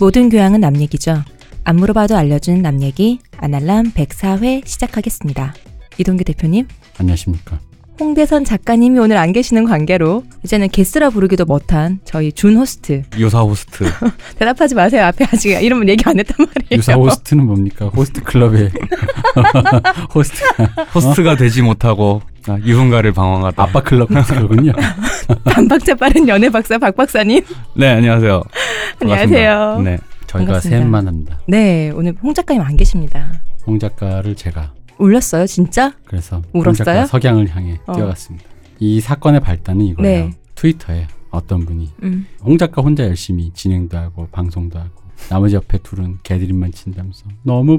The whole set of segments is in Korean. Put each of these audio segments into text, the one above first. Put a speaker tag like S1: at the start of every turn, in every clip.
S1: 모든 교양은 남 얘기죠. 안 물어봐도 알려주는 남 얘기 아날람 104회 시작하겠습니다. 이동규 대표님,
S2: 안녕하십니까.
S1: 홍대선 작가님이 오늘 안 계시는 관계로 이제는 게스라 부르기도 못한 저희 준 호스트
S2: 요사 호스트.
S1: 대답하지 마세요. 앞에 아직 이름은 얘기 안 했단 말이에요.
S2: 요사 호스트는 뭡니까? 호스트 클럽에 호스트
S3: 호스트가 되지 못하고 아, 유흥가를 방황하다.
S2: 아빠 클럽 그러군요.
S1: 반박자 빠른 연애 박사 박 박사님.
S3: 네 안녕하세요.
S1: 안녕하세요.
S3: 반갑습니다. 네
S2: 저희가
S1: 반갑습니다.
S2: 셋만 합니다.
S1: 네, 오늘 홍 작가님 안 계십니다.
S2: 홍 작가를 제가
S1: 울렸어요, 진짜?
S2: 그래서
S1: 울었어요?
S2: 홍 작가 석양을 향해
S1: 어.
S2: 뛰어갔습니다. 이 사건의 발단은 이거예요.
S1: 네.
S2: 트위터에 어떤 분이
S1: 음.
S2: 홍 작가 혼자 열심히 진행도 하고 방송도 하고 나머지 옆에 둘은 개드립만 친다면서 너무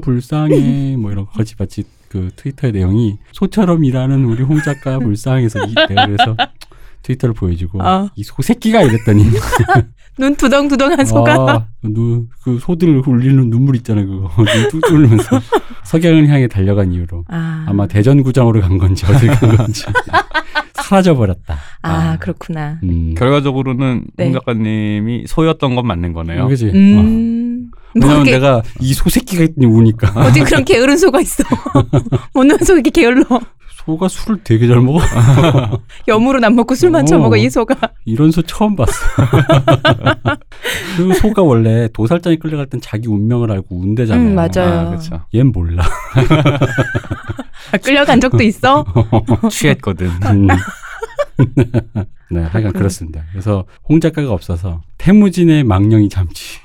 S2: 불쌍해 뭐 이런 거지같이 그 트위터의 내용이 소처럼 일하는 우리 홍 작가 불쌍해서 이 대열에서 트위터를 보여주고
S1: 어.
S2: 이 소새끼가 이랬더니
S1: 눈 두덩두덩한 소가.
S2: 아, 누, 그 소들 울리는 눈물 있잖아 그거 눈 뚝뚝 흘리면서 석양을 향해 달려간 이유로
S1: 아,
S2: 아마 대전구장으로 간 건지 어딜 간 건지 사라져 버렸다.
S1: 아, 그렇구나.
S2: 음.
S3: 결과적으로는
S1: 네.
S3: 홍 작가님이 소였던 건 맞는 거네요.
S2: 그지.
S1: 음.
S2: 어. 왜냐면
S1: 어떻게-
S2: 내가 이 소새끼가 있더니 우니까
S1: 어떻게 그런 게으른 소가 있어? 먹는 소 이렇게 게을러.
S2: 소가 술을 되게 잘 먹어.
S1: 염으로 남 먹고 술만
S2: 오.
S1: 처먹어 이 소가. 아,
S2: 이런 소 처음 봤어. 그리고 소가 원래 도살장에 끌려갈 땐 자기 운명을 알고 운대잖아요.
S1: 음, 맞아요.
S3: 아, 그렇죠.
S2: 얜 몰라.
S1: 아, 끌려간 적도 있어?
S3: 취했거든.
S1: 어.
S2: 음. 네, 하여간 그렇습니다. 그래서 홍 작가가 없어서 태무진의 망령이 잠시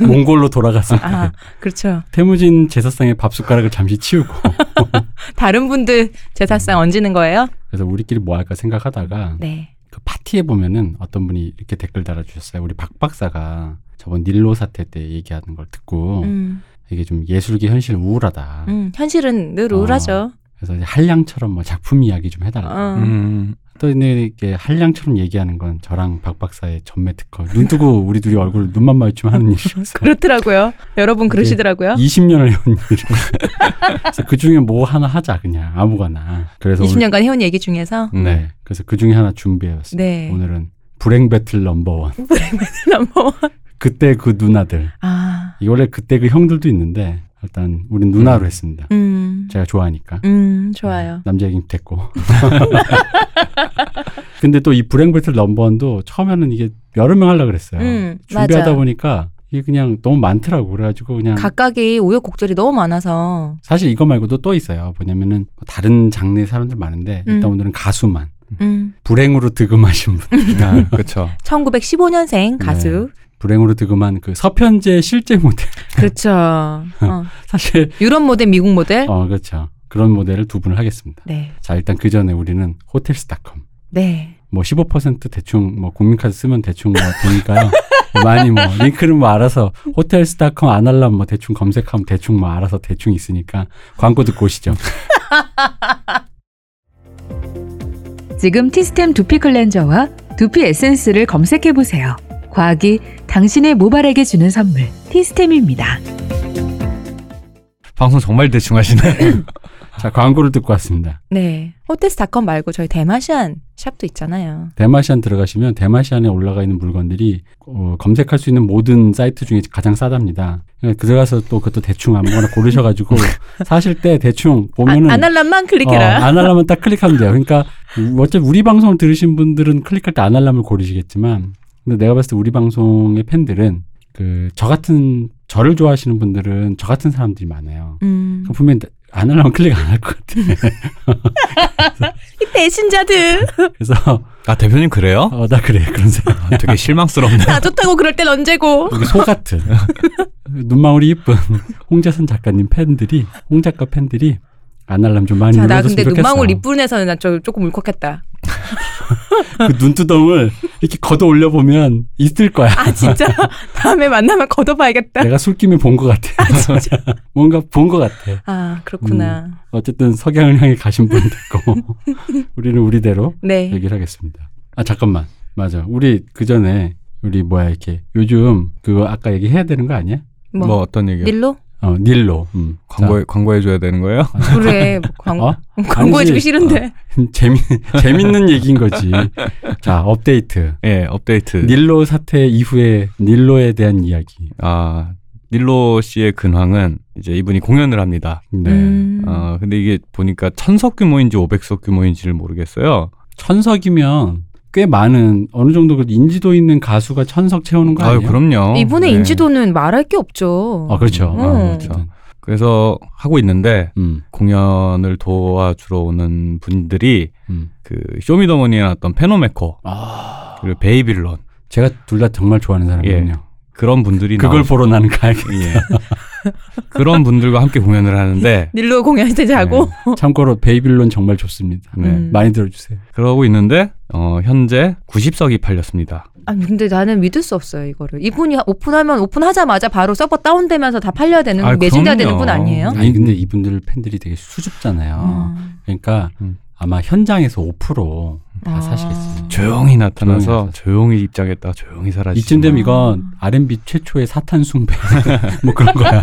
S2: 몽골로 돌아갔습니다.
S1: 아, 그렇죠.
S2: 태무진 제사상에 밥 숟가락을 잠시 치우고
S1: 다른 분들 제사상 얹는 거예요?
S2: 그래서 우리끼리 뭐 할까 생각하다가
S1: 네.
S2: 그 파티에 보면은 어떤 분이 이렇게 댓글 달아주셨어요. 우리 박 박사가 저번 닐로 사태 때 얘기하는 걸 듣고
S1: 음,
S2: 이게 좀 예술계 현실 우울하다.
S1: 음, 현실은 늘 우울하죠.
S2: 그래서 이제 한량처럼 뭐 작품 이야기 좀 해달라.
S1: 어.
S3: 음,
S2: 또 근데 이렇게 한량처럼 얘기하는 건 저랑 박 박사의 전매 특허. 눈 뜨고 우리 둘이 얼굴 눈만 마주치면 하는
S1: 아,
S2: 일이었어요.
S1: 그렇더라고요. 여러분
S2: 이게
S1: 그러시더라고요.
S2: 20년을 해온 일이. 그래서 그 중에 뭐 하나 하자 그냥 아무거나. 그래서
S1: 20년간 해온 얘기 중에서
S2: 오늘, 네. 그래서 그 중에 하나 준비해왔어요.
S1: 네.
S2: 오늘은 불행 배틀 넘버 원.
S1: 넘버
S2: 그때 그 누나들.
S1: 아.
S2: 이 원래 그때 그 형들도 있는데 일단 우린 누나로 했습니다.
S1: 음.
S2: 제가 좋아하니까.
S1: 음, 좋아요.
S2: 남자 얘기 됐고. 근데 또 이 불행 배틀 넘버원도 처음에는 이게 여러 명 하려고 그랬어요.
S1: 음,
S2: 준비하다
S1: 맞아.
S2: 보니까 이게 그냥 너무 많더라고. 그래가지고 그냥
S1: 각각이 우여곡절이 너무 많아서
S2: 사실 이거 말고도 또 있어요. 뭐냐면은 뭐 다른 장르의 사람들 많은데 일단
S1: 음.
S2: 오늘은 가수만.
S1: 음.
S2: 불행으로 득음하신 분.
S3: 아, 그렇죠.
S1: 1915년생
S2: 네.
S1: 가수.
S2: 불행으로 득음한 그 서편제 실제 모델.
S1: 그렇죠. 어.
S2: 사실,
S1: 유럽 모델, 미국 모델.
S2: 어, 그렇죠. 그런 모델을 두 분을 하겠습니다.
S1: 네.
S2: 자, 일단 그 전에 우리는 호텔스닷컴.
S1: 네.
S2: 뭐 15% 대충 뭐 국민카드 쓰면 대충 뭐 되니까요. 많이 뭐 링크는 뭐 알아서 호텔스닷컴 아날람 뭐 대충 검색하면 대충 뭐 알아서 대충 있으니까 광고 듣고 오시죠.
S4: 지금 티스템 두피 클렌저와 두피 에센스를 검색해 보세요. 과학이 당신의 모발에게 주는 선물 티스템입니다.
S3: 방송 정말 대충 하시네.
S2: 자 광고를 듣고 왔습니다.
S1: 네. 호텔스닷컴 말고 저희 대마시안 샵도 있잖아요.
S2: 대마시안 들어가시면 대마시안에 올라가 있는 물건들이 어, 검색할 수 있는 모든 사이트 중에 가장 싸답니다. 그러니까 들어가서 또 그것도 대충 아무거나 고르셔가지고 사실 때 대충 보면은
S1: 아, 아날람만 클릭해라.
S2: 어, 안 하려면 딱 클릭하면 돼요. 그러니까 어차피 우리 방송을 들으신 분들은 클릭할 때 안 하려면 고르시겠지만 근데 내가 봤을 때 우리 방송의 팬들은 그 저 같은 저를 좋아하시는 분들은 저 같은 사람들이 많아요.
S1: 음.
S2: 그럼 분명히 안 하려면 클릭 안 할 것 같아.
S1: 이 배신자들.
S2: 그래서
S3: 아 대표님 그래요?
S2: 어, 나 그래 그런 사람.
S3: 아, 되게 실망스럽네.
S1: 나 좋다고 그럴 땐 언제고.
S2: 여기 소 같은 눈망울이 이쁜 홍재선 작가님 팬들이 홍 작가 팬들이 안 하려면 좀 많이
S1: 자, 나
S2: 눌러줬으면
S1: 근데
S2: 좋겠어.
S1: 눈망울 이쁜 애서는 나저 조금 울컥했다.
S2: 그 눈두덩을 이렇게 걷어 올려 보면 있을 거야.
S1: 아, 진짜. 다음에 만나면 걷어봐야겠다.
S2: 내가 술김에 본 것 같아. 뭔가 본 것 같아.
S1: 아,
S2: 음.
S1: 그렇구나.
S2: 어쨌든 석양을 향해 가신 분 됐고 우리는 우리대로
S1: 네.
S2: 얘기를 하겠습니다. 아 잠깐만 맞아. 우리 그 전에 우리 뭐야 이렇게 요즘 그거 아까 그 얘기해야 되는 거 아니야?
S1: 뭐,
S3: 어떤 얘기요?
S1: 닐로?
S2: 어, 닐로. 음.
S3: 광고 광고해 줘야 되는 거예요?
S1: 아. 그래 뭐 광,
S2: 어?
S1: 광고해주기
S2: 아니지. 어.
S1: 싫은데
S2: 재미 재밌는 얘기인 거지. 자 업데이트.
S3: 예, 업데이트.
S2: 닐로 사태 이후에 닐로에 대한 이야기.
S3: 아 닐로 씨의 근황은 이제 이분이 공연을 합니다.
S2: 네.
S1: 음.
S3: 아 근데 이게 보니까 천석 규모인지 오백석 규모인지를 모르겠어요.
S2: 천석이면 꽤 많은 어느 정도 그 인지도 있는 가수가 천석 채우는 거
S3: 아유
S2: 아니에요?
S3: 그럼요.
S1: 이분의
S3: 네.
S1: 인지도는 말할 게 없죠.
S2: 아 그렇죠.
S1: 음.
S2: 아, 그렇죠.
S3: 그래서 하고 있는데
S2: 음.
S3: 공연을 도와주러 오는 분들이
S2: 음.
S3: 그 쇼미더머니에 나왔던 페노메코
S2: 아
S3: 그리고 베이빌론
S2: 제가 둘 다 정말 좋아하는 사람이군요.
S3: 그런 예. 분들이
S2: 그걸 보러 나는 가야
S3: 나오- 예. 그런 분들과 함께 공연을 하는데
S1: 닐로 공연 때
S2: 네.
S1: 자고
S2: 참고로 베이빌론 정말 좋습니다.
S3: 네.
S1: 어? 음.
S2: 많이 들어주세요.
S3: 그러고 있는데 어, 현재 90석이 팔렸습니다.
S1: 아니 근데 나는 믿을 수 없어요 이거를 이분이 오픈하면 오픈하자마자 바로 서버 다운되면서 다 팔려야 되는
S3: 아,
S1: 매진돼야
S3: 그럼요.
S1: 되는 분 아니에요?
S2: 아니 근데 이분들 팬들이 되게 수줍잖아요.
S1: 어? 음.
S2: 그러니까
S3: 음.
S2: 아마 현장에서 5%다
S1: 아.
S2: 사시겠어요.
S3: 조용히 나타나서
S2: 조용히
S3: 조용히 입장했다 조용히 사라지.
S2: 이쯤 되면
S1: 아.
S2: 이건 R&B 최초의 사탄 숭배 뭐 그런 거야.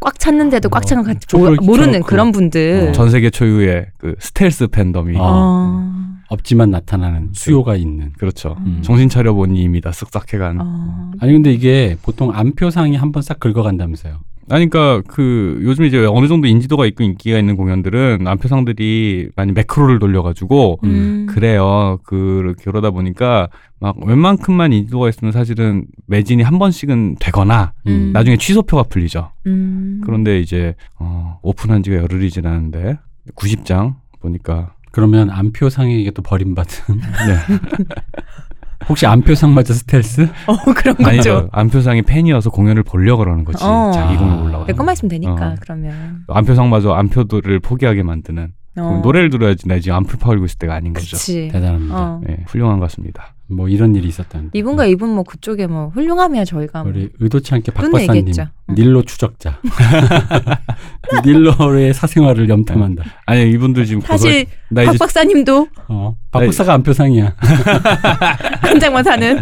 S1: 꽉 찼는데도 꽉 찬 것 같
S2: 쪼그렇-
S1: 모르는
S2: 쪼그렇고.
S1: 그런 분들.
S2: 어,
S3: 전 세계 초유의 그 스텔스 팬덤이
S2: 아. 없지만 나타나는 수요가 있는.
S3: 그렇죠.
S2: 음.
S3: 정신 차려 보니 이미 다 쓱싹해간.
S1: 어.
S2: 아니 근데 이게 보통 안표상이 한 번 싹 긁어간다면서요.
S3: 아니 그러니까 그 요즘 이제 어느 정도 인지도가 있고 인기가 있는 공연들은 안표상들이 많이 매크로를 돌려가지고
S1: 음.
S3: 그래요. 그 그러다 보니까 막 웬만큼만 인지도가 있으면 사실은 매진이 한 번씩은 되거나
S1: 음.
S3: 나중에 취소표가 풀리죠.
S1: 음.
S3: 그런데 이제 어, 오픈한 지가 열흘이 지났는데 90장 보니까
S2: 그러면 안표상에게 또 버림받은. 네. 혹시 안표상마저 스텔스?
S1: 어 그런
S3: 아니
S1: 거죠.
S3: 안표상이 팬이어서 공연을 보려 고 그러는 거지.
S1: 어.
S3: 자기 공연 올라와.
S1: 내 것만 있으면 되니까
S3: 어.
S1: 그러면
S3: 안표상마저 안표들을 포기하게 만드는
S1: 어.
S3: 노래를 들어야지 나 지금 안표 파고 있을 때가 아닌 거죠.
S1: 그치.
S2: 대단합니다.
S1: 어.
S3: 예, 훌륭한 가수입니다.
S2: 뭐 이런 일이 있었다는.
S1: 이분과 이분 뭐 그쪽에 뭐 훌륭함이야 저희가. 뭐.
S2: 우리 의도치 않게 박
S1: 그건
S2: 박사님
S1: 얘기했죠. 어. 응.
S2: 닐로 추적자 닐로의 사생활을 염탐한다.
S3: 아니 이분들 지금 고소...
S1: 사실
S3: 나
S1: 박
S3: 이제
S1: 박사님도
S2: 어, 박 박사가 안표상이야.
S1: 한 장만 사는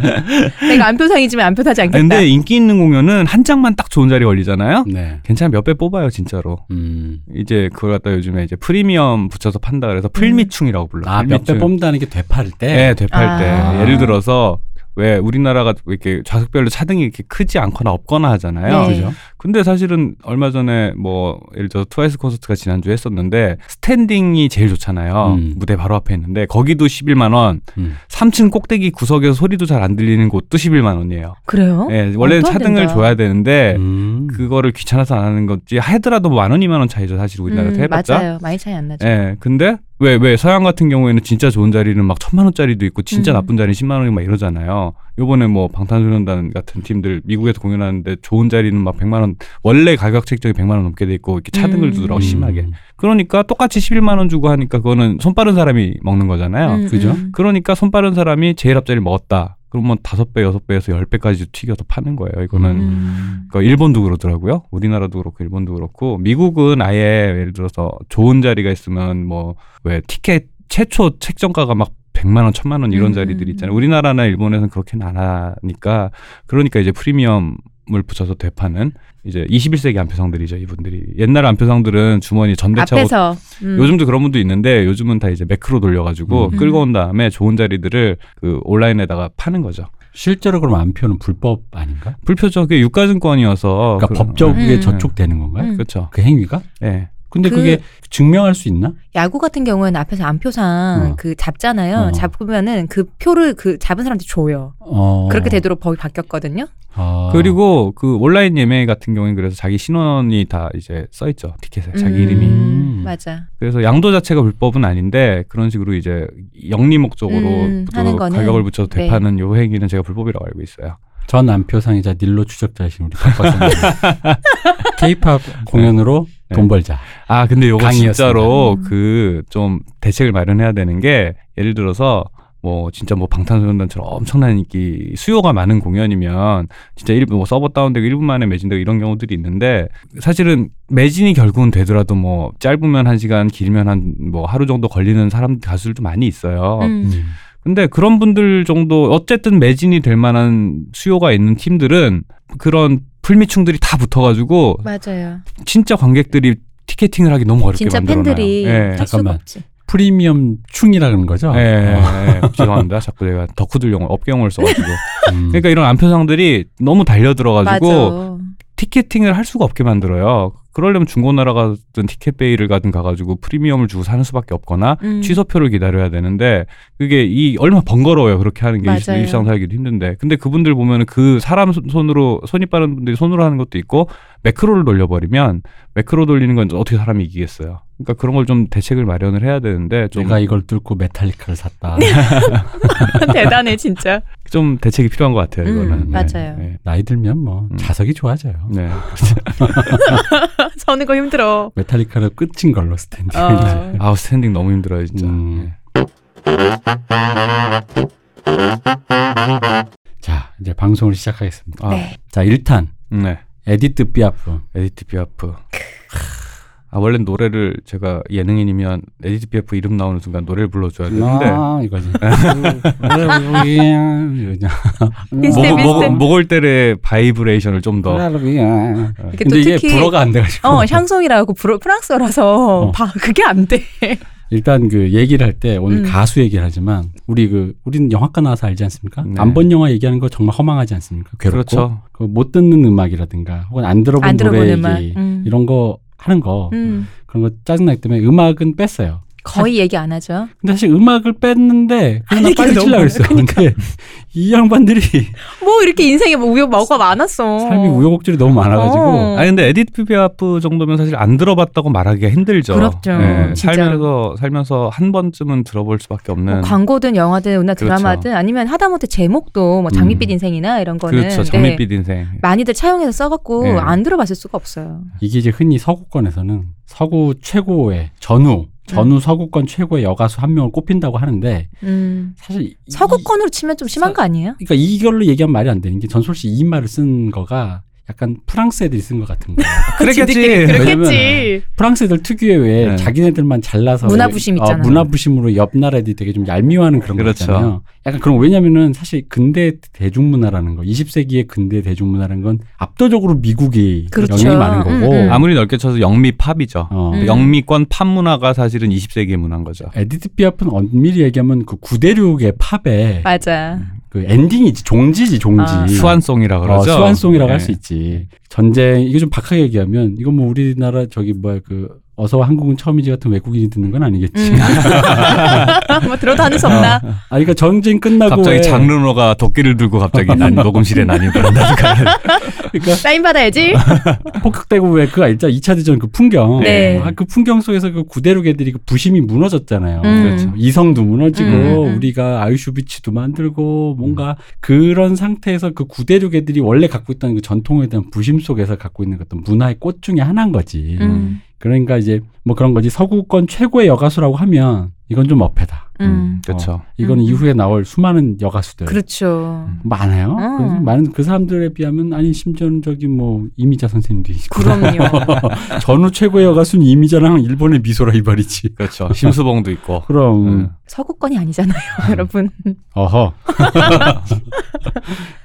S1: 내가 안표상이지만 안표 사지 않겠다.
S3: 아,
S1: 네.
S3: 근데 인기 있는 공연은 한 장만 딱 좋은 자리에 걸리잖아요.
S2: 네.
S3: 괜찮아 몇 배 뽑아요 진짜로.
S2: 음.
S3: 이제 그걸 갖다 요즘에 이제 프리미엄 붙여서 판다 그래서 풀미충이라고 불러.
S2: 아, 몇 배 뽑는다는 게 되팔 때.
S3: 네, 되팔
S1: 아.
S3: 때. 예를 들어서 왜 우리나라가 이렇게 좌석별로 차등이 이렇게 크지 않거나 없거나 하잖아요.
S1: 네.
S2: 그죠?
S3: 근데 사실은 얼마 전에 뭐 예를 들어서 트와이스 콘서트가 지난주에 했었는데 스탠딩이 제일 좋잖아요.
S2: 음.
S3: 무대 바로 앞에 있는데 거기도 11만 원.
S2: 음.
S3: 3층 꼭대기 구석에서 소리도 잘 안 들리는 곳도 11만 원이에요.
S1: 그래요?
S3: 예, 원래는
S1: 말도 어? 안
S3: 차등을
S1: 된다.
S3: 줘야 되는데
S2: 음.
S3: 네. 그거를 귀찮아서 안 하는 거지. 하더라도 뭐 만 원, 이만 원 차이죠. 사실 우리나라
S1: 음,
S3: 음, 해봤자.
S1: 맞아요. 많이 차이 안 나죠.
S3: 예. 근데 왜 왜 서양 같은 경우에는 진짜 좋은 자리는 막 천만 원짜리도 있고 진짜
S1: 음.
S3: 나쁜 자리는 10만 원이고 막 이러잖아요. 요번에 뭐 방탄소년단 같은 팀들 미국에서 공연하는데 좋은 자리는 막 100만 원 원래 가격 책정이 100만 원 넘게 돼 있고 이렇게 차등을
S1: 음.
S3: 두더라고
S2: 음.
S3: 심하게. 그러니까 똑같이 11만 원 주고 하니까 그거는 손 빠른 사람이 먹는 거잖아요.
S1: 음,
S2: 그죠?
S1: 음.
S3: 그러니까 손 빠른 사람이 제일 앞자리 먹었다. 그러면 뭐 다섯 배, 여섯 배에서 열 배까지 튀겨서 파는 거예요. 이거는
S1: 음.
S3: 그러니까 일본도 그러더라고요. 우리나라도 그렇고 일본도 그렇고 미국은 아예 예를 들어서 좋은 자리가 있으면 뭐 왜 티켓 최초 책정가가 막 100만 원, 1000만 원 이런
S1: 음,
S3: 자리들
S1: 음,
S3: 있잖아요. 우리나라나 일본에서는 그렇게는 안 하니까 그러니까 이제 프리미엄을 붙여서 되파는 이제 21세기 안표상들이죠, 이분들이. 옛날 안표상들은 주머니 전대차 옷
S1: 앞에서 음.
S3: 요즘도 그런 분도 있는데 요즘은 다 이제 매크로 돌려가지고
S2: 음.
S3: 끌고 온 다음에 좋은 자리들을 그 온라인에다가 파는 거죠.
S2: 실제로 그럼 안표는 불법 아닌가?
S3: 불표죠. 그게 유가증권이어서
S2: 그러니까
S3: 그-
S2: 법적에
S1: 음.
S2: 저촉되는 건가요?
S1: 음.
S3: 그렇죠.
S2: 그 행위가?
S3: 예.
S2: 근데
S1: 그-
S2: 그... 게 증명할 수 있나?
S1: 야구 같은 경우에는 앞에서 안표상
S2: 어.
S1: 그 잡잖아요.
S2: 어.
S1: 잡으면은 그 표를 그 잡은 사람한테 줘요.
S2: 어.
S1: 그렇게 되도록 법이 바뀌었거든요.
S2: 아.
S3: 그리고 그 온라인 예매 같은 경우는 그래서 자기 신원이 다 이제 써 있죠 티켓에 자기
S1: 음.
S3: 이름이
S2: 음.
S1: 맞아.
S3: 그래서 양도 자체가 불법은 아닌데 그런 식으로 이제 영리 목적으로
S1: 음,
S3: 또
S1: 하는 거는,
S3: 가격을 붙여서
S1: 네.
S3: 대파는 요 행위는 제가 불법이라고 알고 있어요.
S2: 전 안표상이자 닐로 추적자이신 우리 박 박사님. 케이팝 공연으로
S3: 네.
S2: 돈 벌자.
S3: 아 근데 요거
S2: 강의였습니다.
S3: 진짜로
S1: 음.
S3: 그 좀 대책을 마련해야 되는 게 예를 들어서 뭐 진짜 뭐 방탄소년단처럼 엄청난 인기 수요가 많은 공연이면 진짜 일분 뭐 서버 다운되고 1분 만에 매진되고 이런 경우들이 있는데 사실은 매진이 결국은 되더라도 뭐 짧으면 한시간 길면 한 뭐 하루 정도 걸리는 사람 가수들도 많이 있어요.
S1: 음.
S2: 음.
S3: 근데 그런 분들 정도 어쨌든 매진이 될 만한 수요가 있는 팀들은 그런 풀미충들이 다 붙어가지고
S1: 맞아요.
S3: 진짜 관객들이 티켓팅을 하기 너무 어렵게
S1: 진짜
S3: 만들어놔요.
S1: 팬들이
S3: 예.
S1: 할 수가
S2: 잠깐만.
S1: 없지.
S2: 프리미엄 충이라는 거죠.
S3: 예, 예,
S2: 어,
S3: 예. 죄송합니다. 자꾸 내가 덕후들 용어, 업계 용어를 써가지고.
S2: 음.
S3: 그러니까 이런 안표상들이 너무 달려들어가지고
S1: 맞아.
S3: 티켓팅을 할 수가 없게 만들어요. 그러려면 중고나라 가든 티켓베이를 가든 가가지고 프리미엄을 주고 사는 수밖에 없거나
S1: 음.
S3: 취소표를 기다려야 되는데 그게 이 얼마 번거로워요 그렇게 하는 게 일-
S1: 맞아요.
S3: 일상 살기도 힘든데 근데 그분들 보면은 그 사람 손- 손으로 손이 빠른 분들이 손으로 하는 것도 있고 매크로를 돌려버리면 매크로 돌리는 건 어떻게 사람이 이기겠어요 그러니까 그런 걸 좀 대책을 마련을 해야 되는데 좀, 네.
S2: 내가 이걸 뚫고 메탈리카를 샀다.
S1: 대단해 진짜.
S3: 좀 대책이 필요한 것 같아요
S1: 음,
S3: 이거는
S1: 맞아요.
S3: 네,
S2: 나이 들면 뭐
S3: 음.
S2: 자석이 좋아져요.
S3: 네.
S1: 저는 거 힘들어.
S2: 메탈리카로 끝인 걸로 스탠딩.
S1: 어.
S2: 이제.
S3: 아우 스탠딩 너무 힘들어요 진짜
S2: 음.
S3: 네.
S2: 자, 이제 방송을 시작하겠습니다.
S3: 아,
S1: 네.
S2: 자, 1탄.
S3: 네.
S2: 에디트 삐아프.
S3: 에디트 비아프. 아 원래 노래를 제가 예능인이면 에디트 비아프 이름 나오는 순간 노래를 불러줘야 되는데
S2: 아, 이거지. 아, 뭐,
S1: 비슷해,
S3: 목,
S1: 비슷해.
S3: 목, 목을 때의 바이브레이션을 좀 더 아
S1: 이게 또
S2: 근데 이게
S1: 특히
S2: 불어가 안 돼가지고.
S1: 어 샹송이라고 불어- 프랑스어라서
S2: 어.
S1: 봐 그게 안 돼.
S2: 일단 그 얘기를 할 때 오늘
S1: 음.
S2: 가수 얘기를 하지만 우리 그 우리는 영화과 나와서 알지 않습니까?
S3: 네.
S2: 안 본 영화 얘기하는 거 정말 허망하지 않습니까? 괴롭고
S3: 그렇죠.
S2: 그못 듣는 음악이라든가 혹은 안 들어본
S1: 안
S2: 노래
S1: 들어본
S2: 얘기
S1: 음악. 음.
S2: 이런 거 하는 거
S1: 음.
S2: 그런 거 짜증나기 때문에 음악은 뺐어요.
S1: 거의 얘기 안 하죠.
S2: 근데 사실 음악을 뺐는데 그냥
S1: 얘기가
S2: 빨리
S1: 너무
S2: 치려고 그랬어요. 근데 이 양반들이
S1: 뭐 이렇게 인생에 뭐 우여곡가 많았어.
S2: 삶이 우여곡절이 너무 많아가지고
S1: 어.
S3: 근데 에디트 비아프 정도면 사실 안 들어봤다고 말하기가 힘들죠.
S1: 그렇죠.
S3: 예,
S1: 진짜.
S3: 살면서 살면서 한 번쯤은 들어볼 수밖에 없는
S1: 뭐 광고든 영화든 우리나
S3: 그렇죠.
S1: 드라마든 아니면 하다못해 제목도 뭐 장밋빛
S2: 음.
S1: 인생이나 이런 거는
S3: 그렇죠.
S1: 네,
S3: 장밋빛 인생.
S1: 많이들 차용해서 써갖고
S3: 예.
S1: 안 들어봤을 수가 없어요.
S2: 이게 이제 흔히 서구권에서는 서구 최고의 전후
S1: 네.
S2: 전후 서구권 최고의 여가수 한 명을 꼽힌다고 하는데
S1: 음.
S2: 사실 이-
S1: 서구권으로 치면 좀 심한
S2: 서-
S1: 거 아니에요?
S2: 그러니까 이걸로 얘기하면 말이 안 되는 게 전솔 씨 이 말을 쓴 거가 약간 프랑스 애들이 쓴 것 같은 거예요.
S1: 네.
S3: 그랬겠지.
S2: 그렇겠지. 프랑스 애들 특유의 왜
S3: 네.
S2: 자기네들만 잘라서
S1: 문화 부심
S2: 어,
S1: 있잖아요.
S2: 문화 부심으로 옆 나라 애들이 되게 좀 얄미워하는 그런 거
S3: 그렇죠.
S2: 있잖아요. 약간 그런 거. 왜냐면은 사실 근대 대중문화라는 거 20세기의 근대 대중문화라는 건 압도적으로 미국이
S1: 그렇죠.
S2: 영향이 많은
S1: 음,
S2: 거고
S1: 음.
S3: 어. 아무리 넓게 쳐서 영미 팝이죠.
S2: 어,
S1: 음.
S3: 영미권 팝 문화가 사실은 20세기의 문화인 거죠.
S2: 에디트 피아프는 엄밀히 얘기하면 그 구대륙의 팝의
S1: 맞아.
S2: 그 엔딩이지 종지지 종지
S1: 아.
S3: 수완송이라 그러죠.
S2: 어, 수완송이라고 할 수
S3: 예.
S2: 있지. 전쟁 이거 좀 박하게 얘기하면 이건 뭐 우리나라 저기 뭐야 그 어서와 한국은 처음이지 같은 외국인이 듣는 건 아니겠지.
S1: 음. 뭐 들어도 하는 수 없나?
S2: 아 그러니까 전쟁 끝나고 예.
S3: 갑자기
S2: 왜-
S3: 장르노가 도끼를 들고 갑자기 난 녹음실에 난입한다니까.
S2: 그러니까
S1: 사인 받아야지.
S2: 폭격되고 왜 그거 알죠? 2차 대전 그 풍경.
S1: 네.
S2: 아, 그 풍경 속에서 그 구대륙 애들이 그 부심이 무너졌잖아요.
S1: 음.
S3: 그렇죠.
S2: 이성도 무너지고
S1: 음, 음.
S2: 우리가 아유슈비치도 만들고 뭔가 그런 상태에서 그 구대륙 애들이 원래 갖고 있던 그 전통에 대한 부심 속에서 갖고 있는 그 어떤 문화의 꽃 중에 하나인 거지.
S1: 음.
S2: 그러니까 이제 뭐 그런 거지 서구권 최고의 여가수라고 하면 이건 좀 어패다.
S1: 음.
S3: 그렇죠.
S2: 이거는
S1: 음.
S2: 이후에 나올 수많은 여가수들
S1: 그렇죠.
S2: 많아요.
S1: 음.
S2: 그래서 많은 그 사람들에 비하면 아니 심지어는 저기 뭐 이미자 선생님도 있고
S1: 그럼요.
S2: 전후 최고의 여가수는 이미자랑 일본의 미소라 이발이지.
S3: 그렇죠. 심수봉도 있고.
S2: 그럼
S3: 음.
S1: 서구권이 아니잖아요, 여러분.
S2: 어허.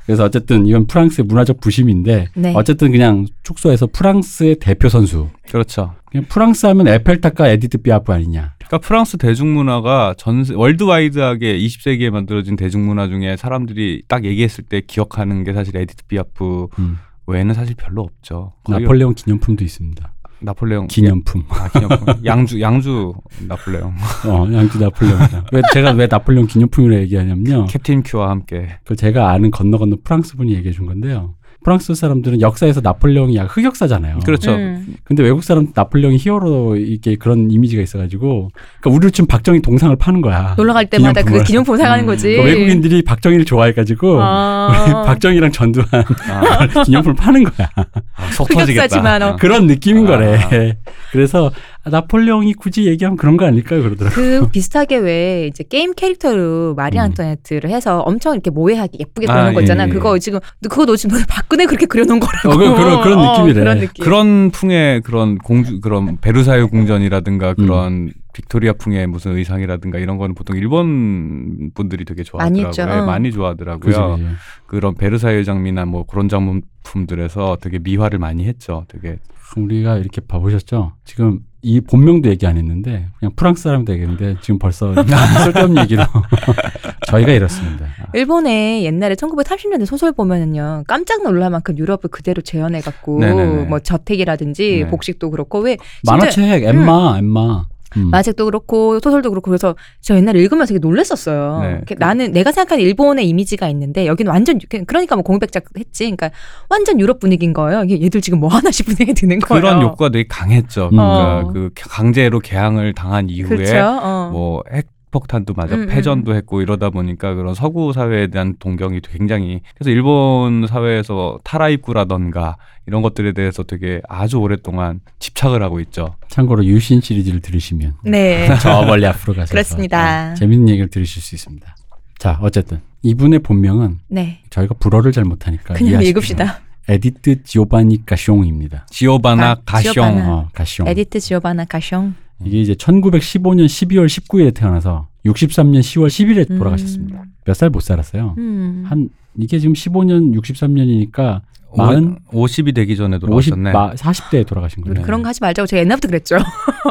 S2: 그래서 어쨌든 이건 프랑스의 문화적 부심인데
S1: 네.
S2: 어쨌든 그냥 축소해서 프랑스의 대표 선수.
S3: 그렇죠.
S2: 그냥 프랑스 하면 에펠탑과 에디트 비아프 아니냐.
S3: 그러니까 프랑스 대중문화가 전 세- 월드와이드하게 20세기에 만들어진 대중문화 중에 사람들이 딱 얘기했을 때 기억하는 게 사실 에디트 비아프
S2: 음.
S3: 외에는 사실 별로 없죠. 거의
S2: 나폴레옹 기념품도 있습니다.
S3: 없- 나폴레옹
S2: 기념품.
S3: 아, 기념품. 양주 양주 나폴레옹
S2: 어, 양주 나폴레옹이다. 왜 제가 왜 나폴레옹 기념품이라 얘기하냐면요.
S3: 캡틴 큐와 함께
S2: 그 제가 아는 건너 건너 프랑스 분이 얘기해 준 건데요. 프랑스 사람들은 역사에서 나폴레옹이 약 흑역사잖아요.
S3: 그렇죠.
S1: 음.
S2: 근데 외국 사람 나폴레옹이 히어로 이게 그런 이미지가 있어가지고, 그러니까 우리를 지금 박정희 동상을 파는 거야.
S1: 놀러 갈 때마다
S2: 기념품을.
S1: 그 기념품 사가는
S3: 음.
S1: 거지.
S2: 그러니까 외국인들이 박정희를 좋아해가지고
S1: 예. 아.
S2: 박정희랑 전두환
S3: 아,
S2: 기념품을 파는 거야.
S3: 아, 속 터지겠다.
S1: 흑역사지만 어,
S2: 그런 느낌인
S3: 아.
S2: 거래. 그래서 아, 나폴레옹이 굳이 얘기하면 그런 거 아닐까요, 그러더라고.
S1: 그 비슷하게 왜 이제 게임 캐릭터로 마리
S2: 음.
S1: 안토네트를 해서 엄청 이렇게 모해하게 예쁘게
S3: 아,
S1: 그려놓은 거
S3: 예,
S1: 있잖아.
S3: 예.
S1: 그거 지금 그거 너 지금 박근혜 그렇게 그려놓은 거라고.
S2: 어, 그- 그런- 그런
S1: 어,
S2: 느낌이래.
S1: 그런 느낌.
S2: 음.
S3: 그런 풍의 그런 공주 그런 베르사유 궁전이라든가 그런 빅토리아풍의 무슨 의상이라든가 이런 거는 보통 일본 분들이 되게
S1: 많이
S3: 좋아하더라고요.
S1: 했죠.
S3: 예,
S1: 어.
S3: 많이
S2: 그죠,
S3: 좋아하더라고요.
S2: 그죠.
S3: 그런 베르사유 장미나 뭐 그런 작품들에서 되게 미화를 많이 했죠. 되게
S2: 우리가 이렇게 봐보셨죠? 지금 이 본명도 얘기 안 했는데 그냥 프랑스 사람도 얘기했는데 지금 벌써 아, 쓸데없는 얘기로 저희가 이렇습니다. 아,
S1: 일본에 옛날에 1930년대 소설 보면은요 깜짝 놀랄 만큼 유럽을 그대로 재현해 갖고
S3: 네네네.
S1: 뭐 저택이라든지
S3: 네.
S1: 복식도 그렇고 왜
S2: 만화책 엠마 엠마 음.
S1: 만화책도 그렇고 소설도 그렇고 그래서 저 옛날에 읽으면서 되게 놀랐었어요.
S3: 네.
S1: 이렇게 나는 내가 생각하는 일본의 이미지가 있는데 여기는 완전 유- 그러니까 뭐 공백작 했지. 그러니까 완전 유럽 분위기인 거예요. 이게 얘들 지금 뭐 하나 싶은 생각이 드는 거예요.
S3: 그런 욕구가 되게 강했죠.
S2: 음.
S3: 그러니까
S1: 어.
S3: 그 강제로 개항을 당한 이후에
S1: 그렇죠. 어.
S3: 뭐 핵폭탄도 맞아
S1: 음, 음,
S3: 패전도 했고 이러다 보니까 그런 서구 사회에 대한 동경이 굉장히 그래서 일본 사회에서 타라입구라던가 이런 것들에 대해서 되게 아주 오랫동안 집착을 하고 있죠.
S2: 참고로 유신 시리즈를 들으시면
S1: 네.
S2: 저 멀리 앞으로 가서 네,
S1: 그렇습니다.
S2: 재밌는 얘기를 들으실 수 있습니다. 자 어쨌든 이분의 본명은
S1: 네.
S2: 저희가 불어를 잘 못하니까
S1: 그냥
S2: 아, 이해하십시오.
S1: 읽읍시다.
S2: 에디트 지오바니 가숑입니다.
S3: 지오바나
S1: 가-
S3: 가숑
S1: 아, 지오바나.
S2: 어, 가숑.
S1: 네. 에디트 지오바나 가숑.
S2: 이게 이제 1915년 12월 19일에 태어나서 63년 10월 10일에 돌아가셨습니다. 몇 살 못 살았어요.
S1: 음.
S2: 한 이게 지금 15년 63년이니까 마흔?
S3: 50이 되기 전에
S2: 50,
S3: 돌아오셨네.
S2: 마, 40대에 돌아가신
S1: 우리
S2: 거예요.
S1: 뭐 그런 거 하지 말자고 제가 옛날부터 그랬죠.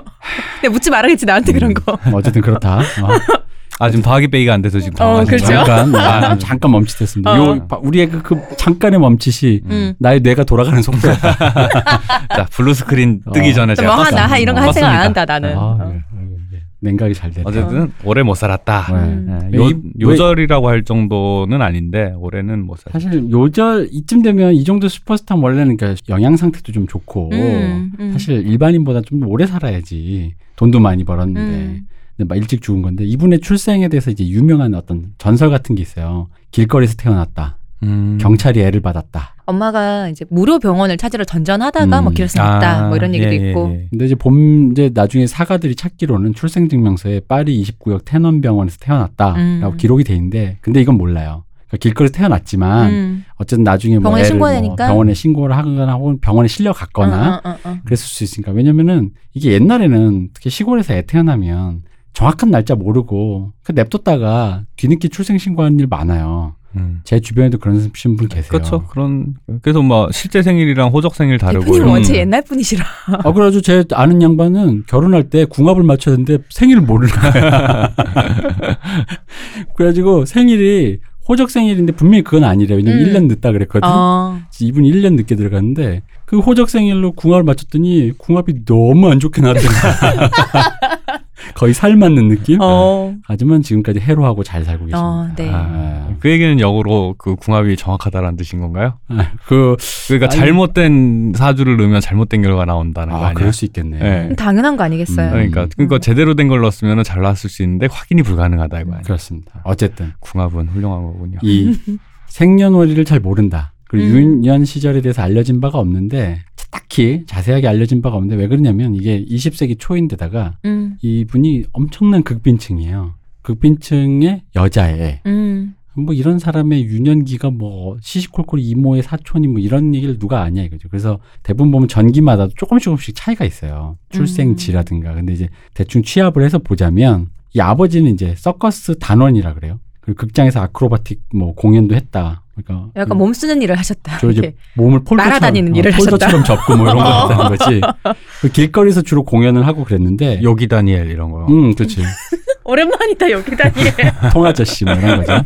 S1: 근데 묻지 말아야지 나한테 그런 거.
S2: 어쨌든 그렇다. 어,
S3: 아 지금 더하기 빼기가 안 돼서 지금
S1: 어,
S3: 당황하시네.
S1: 그렇죠.
S2: 잠깐 아,
S3: 음.
S2: 잠깐 멈칫했습니다.
S1: 어.
S2: 요 바- 우리의 그, 그 잠깐의 멈칫이
S1: 음.
S2: 나의 뇌가 돌아가는 속도.
S3: 아, 자 블루 스크린 뜨기
S2: 어.
S3: 전에 아, 제가
S1: 뭐 하나
S3: 떴어요.
S1: 하- 이런 거 할 생각 안 한다 나는. 어.
S2: 아, 예, 아이고, 예. 냉각이 잘 되네.
S3: 어쨌든 올해 못 살았다.
S2: 네.
S3: 네,
S1: 음.
S2: 네,
S3: 요,
S2: 이- 왜-
S3: 요절이라고 할 정도는 아닌데 올해는 못 살았다.
S2: 사실 요절 이쯤 되면 이 정도 슈퍼스타 는 원래는 그러니까 영양 상태도 좀 좋고
S1: 음, 음.
S2: 사실 일반인보다 좀 오래 살아야지 돈도 많이 벌었는데
S1: 음.
S2: 근데 막 일찍 죽은 건데 이분의 출생에 대해서 이제 유명한 어떤 전설 같은 게 있어요. 길거리에서 태어났다.
S3: 음.
S2: 경찰이 애를 받았다.
S1: 엄마가 이제 무료 병원을 찾으러 전전하다가
S2: 음.
S1: 뭐 길을 쓰다 뭐 이런 얘기도
S3: 예, 예,
S1: 있고.
S3: 예.
S2: 근데 이제 봄 이제 나중에 사가들이 찾기로는 출생증명서에 파리 29역 테넌 병원에서 태어났다라고
S1: 음.
S2: 기록이 돼 있는데 근데 이건 몰라요. 그러니까 길거리에서 태어났지만
S1: 음.
S2: 어쨌든 나중에 뭐
S1: 병원에
S2: 애를 뭐
S1: 신고하니까?
S2: 병원에 신고를 하거나 혹은 병원에 실려 갔거나
S1: 어, 어, 어, 어.
S2: 그랬을 수 있으니까 왜냐면은 이게 옛날에는 특히 시골에서 애 태어나면 정확한 날짜 모르고 그 냅뒀다가 뒤늦게 출생 신고하는 일 많아요.
S3: 음.
S2: 제 주변에도 그런 분 계세요.
S3: 그렇죠. 그런 그래서 뭐 실제 생일이랑 호적 생일 다르고
S1: 대표님
S3: 이런-
S1: 원체 뭐 옛날 분이시라.
S2: 아 그래가지고 제 아는 양반은 결혼할 때 궁합을 맞춰야 되는데 생일을 모르는 거야. 그래가지고 생일이 호적 생일인데 분명히 그건 아니래요. 왜냐면
S1: 음.
S2: 1년 늦다 그랬거든.
S1: 어.
S2: 이분이 1년 늦게 들어갔는데 그 호적 생일로 궁합을 맞췄더니 궁합이 너무 안 좋게 나왔더라 거의 살 맞는 느낌?
S1: 어.
S2: 하지만 지금까지 해로하고 잘 살고 계십니다.
S1: 어, 네.
S2: 아,
S3: 그 얘기는 역으로 그 궁합이 정확하다라는 뜻인 건가요?
S2: 아, 그,
S3: 그러니까
S2: 아니-
S3: 잘못된 사주를 넣으면 잘못된 결과가 나온다는 거
S2: 아,
S3: 아니야?
S2: 그럴 수 있겠네.
S3: 예.
S1: 음, 당연한 거 아니겠어요.
S2: 음.
S3: 그러니까 그러니까 제대로 된 걸 넣었으면 잘 나왔을 수 있는데 확인이 불가능하다 이거 아니야?
S2: 그렇습니다. 어쨌든
S3: 궁합은 훌륭한 거군요.
S2: 이 생년월일을 잘 모른다. 그리고
S1: 음.
S2: 유년 시절에 대해서 알려진 바가 없는데 딱히 자세하게 알려진 바가 없는데 왜 그러냐면 이게 20세기 초인데다가
S1: 음.
S2: 이분이 엄청난 극빈층이에요. 극빈층의 여자애.
S1: 음.
S2: 뭐 이런 사람의 유년기가 뭐 시시콜콜 이모의 사촌이 뭐 이런 얘기를 누가 아냐 이거죠. 그래서 대부분 보면 전기마다 조금씩 조금씩 차이가 있어요.
S1: 음.
S2: 출생지라든가. 근데 이제 대충 취합을 해서 보자면 이 아버지는 이제 서커스 단원이라 그래요. 그리고 극장에서 아크로바틱 뭐 공연도 했다. 그러니까
S1: 약간
S2: 그
S1: 몸 쓰는 일을 하셨다.
S2: 주로 이제
S1: 이렇게.
S2: 몸을 폴더처럼
S1: 날아다니는
S2: 어,
S1: 일을
S2: 폴더처럼 접고 뭐 이런 거 했다는 거지. 그 길거리에서 주로 공연을 하고 그랬는데
S3: 요기 다니엘 이런 거.
S2: 음, 그렇지.
S1: 오랜만이다 여기다. 예.
S2: 통아저씨 뭐 이런 거죠.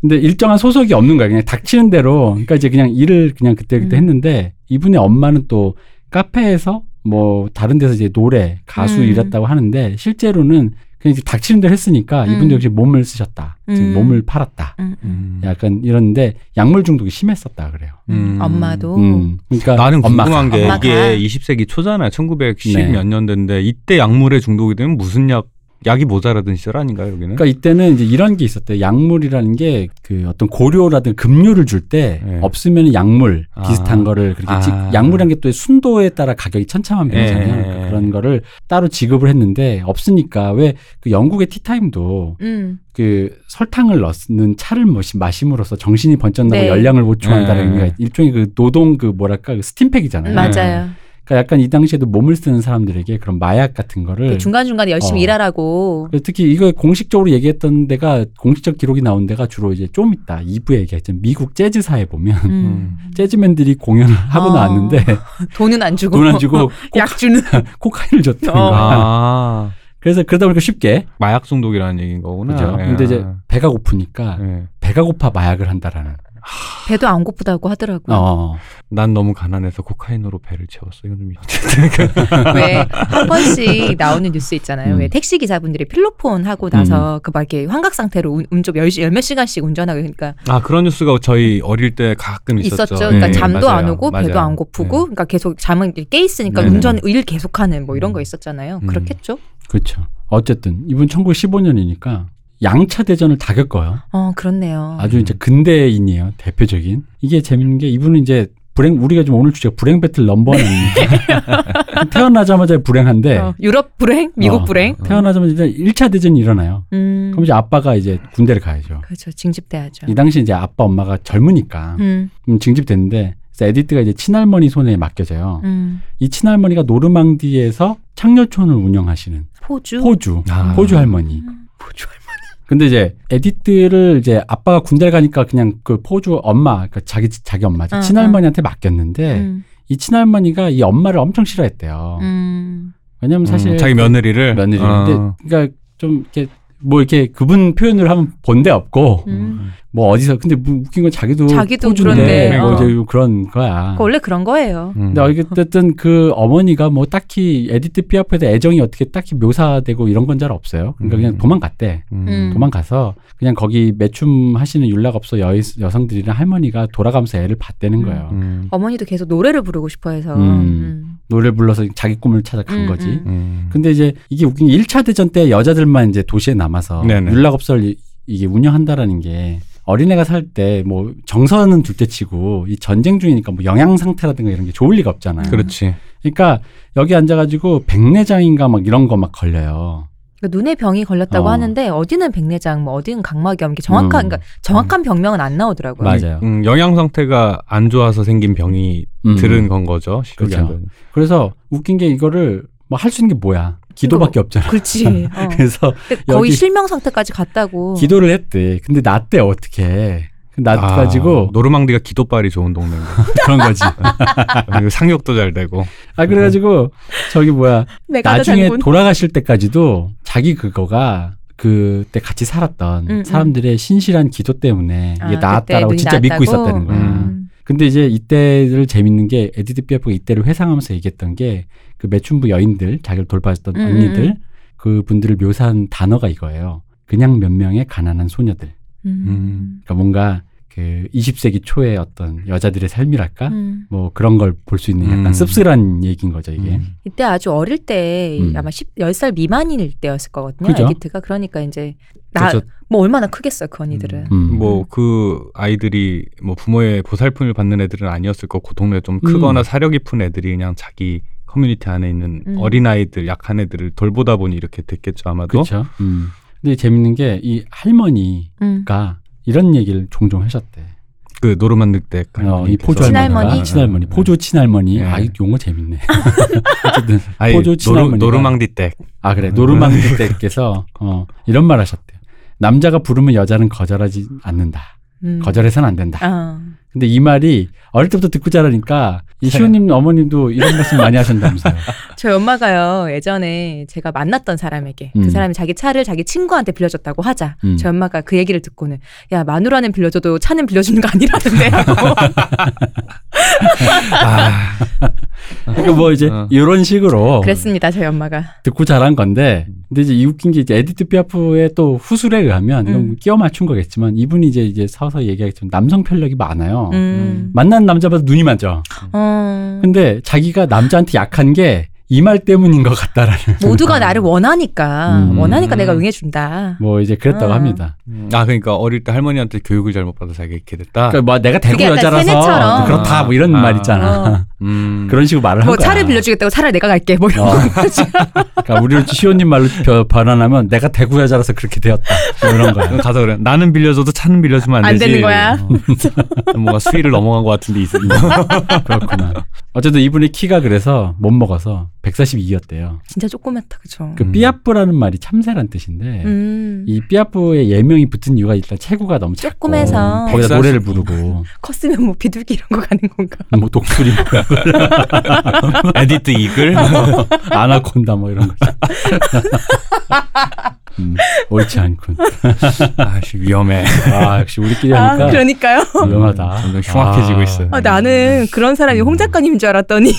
S2: 근데 일정한 소속이 없는 거야. 그냥 닥치는 대로. 그러니까 이제 그냥 일을 그냥 그때 그때
S1: 음.
S2: 했는데 이분의 엄마는 또 카페에서 뭐 다른 데서 이제 노래 가수
S1: 음.
S2: 일했다고 하는데 실제로는 그냥 이제 닥치는 대로 했으니까
S1: 음.
S2: 이분도 역시 몸을 쓰셨다. 지금
S1: 음.
S2: 몸을 팔았다.
S1: 음. 음.
S3: 음.
S2: 약간 이런데 약물 중독이 심했었다 그래요.
S3: 음.
S1: 엄마도.
S2: 음. 그러니까
S3: 나는
S2: 엄마가.
S3: 궁금한 게
S1: 엄마가.
S3: 이게 20세기 초잖아요. 1910
S2: 네.
S3: 몇 년대인데 이때 약물에 중독이 되면 무슨 약 약이 모자라던 시절 아닌가요, 여기는?
S2: 그러니까 이때는 이제 이런 게 있었대요. 약물이라는 게 그 어떤 고료라든 급료를 줄 때
S3: 네.
S2: 없으면 약물
S3: 아.
S2: 비슷한 거를 그렇게
S3: 아.
S2: 찍 약물이란 게 또 순도에 따라 가격이 천차만별이잖아요.
S3: 네.
S2: 그러니까 그런 거를 따로 지급을 했는데 없으니까 왜 그 영국의 티타임도
S1: 음.
S2: 그 설탕을 넣는 차를 마시- 마심으로써 정신이 번쩍 나고
S1: 네.
S2: 열량을 보충한다는
S3: 네.
S1: 음.
S2: 게 일종의 그 노동 그 뭐랄까 그 스팀팩이잖아요.
S1: 맞아요.
S2: 그러니까 약간 이 당시에도 몸을 쓰는 사람들에게 그런 마약 같은 거를
S1: 네, 중간중간에 열심히
S2: 어.
S1: 일하라고.
S2: 그래서 특히 이거 공식적으로 얘기했던 데가 공식적 기록이 나온 데가 주로 이제 좀 있다 2부에 얘기했지만 미국 재즈사에 보면
S1: 음.
S2: 재즈맨들이 공연을 하고
S1: 아.
S2: 나왔는데
S1: 돈은 안 주고.
S2: 돈 안 주고
S1: 약 주는.
S2: 코카인을 줬다는
S1: 어.
S2: 거야.
S3: 아,
S2: 그래서 그러다 보니까 쉽게
S3: 마약 중독이라는 얘기인 거구나.
S2: 그죠.
S3: 예.
S2: 근데 이제 배가 고프니까
S3: 예.
S2: 배가 고파 마약을 한다라는.
S1: 배도 안 고프다고
S3: 아.
S1: 하더라고요.
S2: 어.
S3: 난 너무 가난해서 코카인으로 배를 채웠어. 이건 좀
S1: 왜 한 번씩 나오는 뉴스 있잖아요.
S2: 음.
S1: 왜 택시 기사분들이 필로폰 하고 나서 그 막 이렇게 환각 상태로 운전 열몇 시간씩 운전하고 그러니까
S3: 아 그런 뉴스가 저희 어릴 때 가끔 있었죠.
S1: 있었죠. 그러니까
S3: 예,
S1: 잠도
S3: 맞아요.
S1: 안 오고 배도
S3: 맞아요.
S1: 안 고프고
S3: 예.
S1: 그러니까 계속 잠은 깨 있으니까
S3: 네네.
S1: 운전 일 계속하는 뭐 이런 거 있었잖아요.
S3: 음.
S1: 그렇겠죠.
S2: 그렇죠. 어쨌든 이분 1915년이니까 양차 대전을 다 겪어요.
S1: 어 그렇네요.
S2: 아주
S3: 음.
S2: 이제 근대인이에요. 대표적인. 이게 재밌는 게 이분은 이제 불행 우리가 지금 오늘 주제가 불행 배틀 넘버 원아 닙니 태어나자마자 불행한데
S1: 어, 유럽 불행, 미국
S2: 네. 어,
S1: 불행.
S2: 태어나자마자 이제 1차 대전이 일어나요.
S1: 음.
S2: 그럼 이제 아빠가 이제 군대를 가야죠.
S1: 그렇죠. 징집돼야죠.
S2: 이 당시 이제 아빠 엄마가 젊으니까
S1: 음,
S2: 음, 징집됐는데 그래서 에디트가 이제 친할머니 손에 맡겨져요.
S1: 음.
S2: 이 친할머니가 노르망디에서 창녀촌을 운영하시는
S1: 호주.
S2: 호주
S3: 아.
S2: 호주 할머니.
S1: 음, 호주.
S2: 근데 이제 에디트를 이제 아빠가 군대를 가니까 그냥 그 포주 엄마, 그러니까 자기 자기 엄마죠
S1: 응,
S2: 친할머니한테 맡겼는데
S1: 음,
S2: 이 친할머니가 이 엄마를 엄청 싫어했대요.
S1: 음.
S2: 왜냐면 사실
S3: 음,
S1: 그
S3: 자기 며느리를
S2: 며느리.
S3: 어.
S2: 근데 그러니까 좀 이렇게 뭐 이렇게 그분 표현을 하면 본데 없고
S1: 음.
S2: 뭐 어디서 근데 뭐 웃긴 건 자기도
S1: 자기도
S2: 호주인데
S3: 그런데,
S2: 뭐
S3: 어.
S2: 이제 그런 거야.
S1: 그거 원래 그런 거예요.
S3: 음.
S2: 근데 어쨌든 그 어머니가 뭐 딱히 에디트 피아프에 대해 애정이 어떻게 딱히 묘사되고 이런 건 잘 없어요. 그러니까
S3: 음.
S2: 그냥 도망갔대.
S1: 음.
S2: 도망가서 그냥 거기 매춤 하시는 윤락업소 여, 여성들이랑 할머니가 돌아가면서 애를 봤다는 거예요.
S3: 음.
S1: 어머니도 계속 노래를 부르고 싶어해서.
S2: 음. 노래를 불러서 자기 꿈을 찾아간
S1: 음,
S2: 거지.
S1: 음.
S3: 음.
S2: 근데 이제 이게 웃긴 게 1차 대전 때 여자들만 이제 도시에 남아서
S3: 네네.
S2: 윤락업소를 이- 이게 운영한다라는 게 어린애가 살 때 뭐 정서는 둘째 치고 이 전쟁 중이니까 뭐 영양 상태라든가 이런 게 좋을 리가
S3: 음.
S2: 없잖아요.
S3: 그렇지.
S2: 그러니까 여기 앉아가지고 백내장인가 막 이런 거 막 걸려요.
S1: 그러니까 눈에 병이 걸렸다고
S2: 어.
S1: 하는데 어디는 백내장, 뭐 어디는 각막염, 이렇게 정확한
S2: 음.
S1: 그러니까 정확한 병명은 안 나오더라고요.
S2: 맞아요.
S3: 음, 영양 상태가 안 좋아서 생긴 병이
S2: 음.
S3: 들은 건 거죠. 식욕이
S2: 그렇죠.
S3: 안 되는.
S2: 그래서 웃긴 게 이거를 뭐 할 수 있는 게 뭐야? 기도밖에 없잖아.
S1: 그렇지. 어.
S2: 그래서
S1: 근데 거의
S2: 여기-
S1: 실명 상태까지 갔다고.
S2: 기도를 했대. 근데 낫대 어떻게? 낫
S3: 아,
S2: 가지고
S3: 노르망디가 기도빨이 좋은 동네인 거.
S2: 그런 거지.
S3: 그리고 상욕도 잘 되고.
S2: 아 그래가지고 저기
S1: 아,
S2: 뭐야
S1: 메가다
S2: 나중에
S1: 장군.
S2: 돌아가실 때까지도 자기 그거가 그때 같이
S1: 음,
S2: 살았던
S1: 음.
S2: 사람들의 신실한 기도 때문에
S1: 아,
S2: 이게
S1: 그때
S2: 나았다라고
S1: 눈이
S2: 진짜 믿고
S1: 나았다고?
S2: 있었다는 거야.
S3: 음.
S2: 근데 이제 이때를 재밌는 게 에디드 피아프가 이때를 회상하면서 얘기했던 게 그 매춘부 여인들 자기를 돌봐줬던
S1: 음, 음,
S2: 언니들 그 분들을 묘사한 단어가 이거예요. 그냥 몇 명의 가난한 소녀들.
S1: 음.
S2: 그러니까 뭔가 그 20세기 초의 어떤 여자들의 삶이랄까
S1: 음.
S2: 뭐 그런 걸 볼 수 있는 약간
S3: 음.
S2: 씁쓸한 얘기인 거죠 이게.
S3: 음.
S1: 이때 아주 어릴 때
S2: 음.
S1: 아마 10, 10살 미만일 때였을 거거든요.
S2: 그죠.
S1: 에디트가 그러니까 이제 나 뭐
S3: 그렇죠.
S1: 얼마나 크겠어요 그 언니들은.
S2: 음.
S3: 뭐 그 아이들이 뭐 부모의 보살핌을 받는 애들은 아니었을 거고 동네에 좀 크거나
S2: 음.
S3: 사려 깊은 애들이 그냥 자기 커뮤니티 안에 있는
S1: 음.
S3: 어린 아이들 약한 애들을 돌보다 보니 이렇게 됐겠죠 아마도.
S2: 그렇죠. 음. 근데 재밌는 게 이 할머니가
S1: 음.
S2: 이런 얘기를 종종 하셨대.
S3: 그 노르만드 때
S2: 어, 이 포조
S1: 친할머니?
S2: 할머니가 친할머니, 포조 친할머니.
S3: 예.
S2: 아, 이 용어 재밌네. 어쨌든 포조
S3: 아, 노르,
S2: 친할머니가-
S3: 노르망디 때.
S2: 아 그래 노르망디 때께서 어, 이런 말 하셨대요. 남자가 부르면 여자는 거절하지 않는다.
S1: 음.
S2: 거절해서는 안 된다.
S1: 아.
S2: 근데 이 말이 어릴 때부터 듣고 자라니까 이 시호님 어머님도 이런 말씀 많이 하셨다면서요.
S1: 저희 엄마가요 예전에 제가 만났던 사람에게 그
S2: 음.
S1: 사람이 자기 차를 자기 친구한테 빌려줬다고 하자
S2: 음.
S1: 저희 엄마가 그 얘기를 듣고는 야 마누라는 빌려줘도 차는 빌려주는 거 아니라는데
S2: 어.
S1: 하고
S3: 아,
S2: 그러니까 뭐 이제
S3: 어.
S2: 이런 식으로
S1: 그랬습니다 저희 엄마가
S2: 듣고 자란 건데 근데 이제 이 웃긴 게 이제 에디트 피아프의 또 후술에 의하면 이건
S1: 음.
S2: 끼워 맞춘 거겠지만 이분이 이제 이제 서서 얘기하기처럼 남성 편력이 많아요.
S1: 음.
S2: 만난 남자보다 눈이 많죠.
S1: 어.
S2: 근데 자기가 남자한테 약한 게 이 이 말 때문인 것 같다라는.
S1: 모두가 나를 원하니까
S2: 음.
S1: 원하니까 내가 응해준다.
S2: 뭐 이제 그랬다고
S1: 아.
S2: 합니다.
S3: 아 그러니까 어릴 때 할머니한테 교육을 잘못 받아서 자기가 이렇게 됐다.
S2: 그러니까 뭐 내가 대구
S1: 그게 약간
S2: 여자라서
S1: 세뇌처럼.
S2: 그렇다 뭐 이런
S3: 아.
S2: 말 있잖아.
S1: 어.
S3: 음.
S2: 그런 식으로 말을
S1: 뭐
S2: 한 거야.
S1: 차를 빌려주겠다고 차를 내가 갈게 뭐 이런
S2: 어.
S1: 거.
S2: 그러니까 우리를 시온님 말로 변- 변환하면 내가 대구 여자라서 그렇게 되었다. 뭐 이런 거야.
S3: 가서 그래. 나는 빌려줘도 차는 빌려주면 안,
S1: 안
S3: 되지.
S1: 되는 거야.
S3: 어. 뭔가 수위를 넘어간 것 같은데 있어.
S2: 그렇구나. 어쨌든 이분이 키가 그래서 못 먹어서 142였대요.
S1: 진짜 조그맣다 그죠.
S2: 그
S3: 음.
S2: 삐아뿌라는 말이 참새란 뜻인데
S1: 음.
S2: 네. 이 삐아뿌의 예명이 붙은 이유가 일단 체구가 너무 작고
S1: 조그매서.
S2: 거기다 노래를 부르고
S1: 컸으면 뭐 비둘기 이런 거 가는 건가?
S2: 뭐 독수리 뭐
S3: 에디트 이글. 아,
S2: 아나콘다 뭐 이런 거지. 음, 옳지 않군.
S3: 아, 씨, 위험해.
S2: 아 역시 우리끼리 하니까
S1: 아 그러니까요.
S2: 위험하다.
S3: 점점 흉악해지고
S2: 아. 네. 음.
S3: 있어요.
S1: 아, 나는 그런 사람이 홍 작가님인 줄 알았더니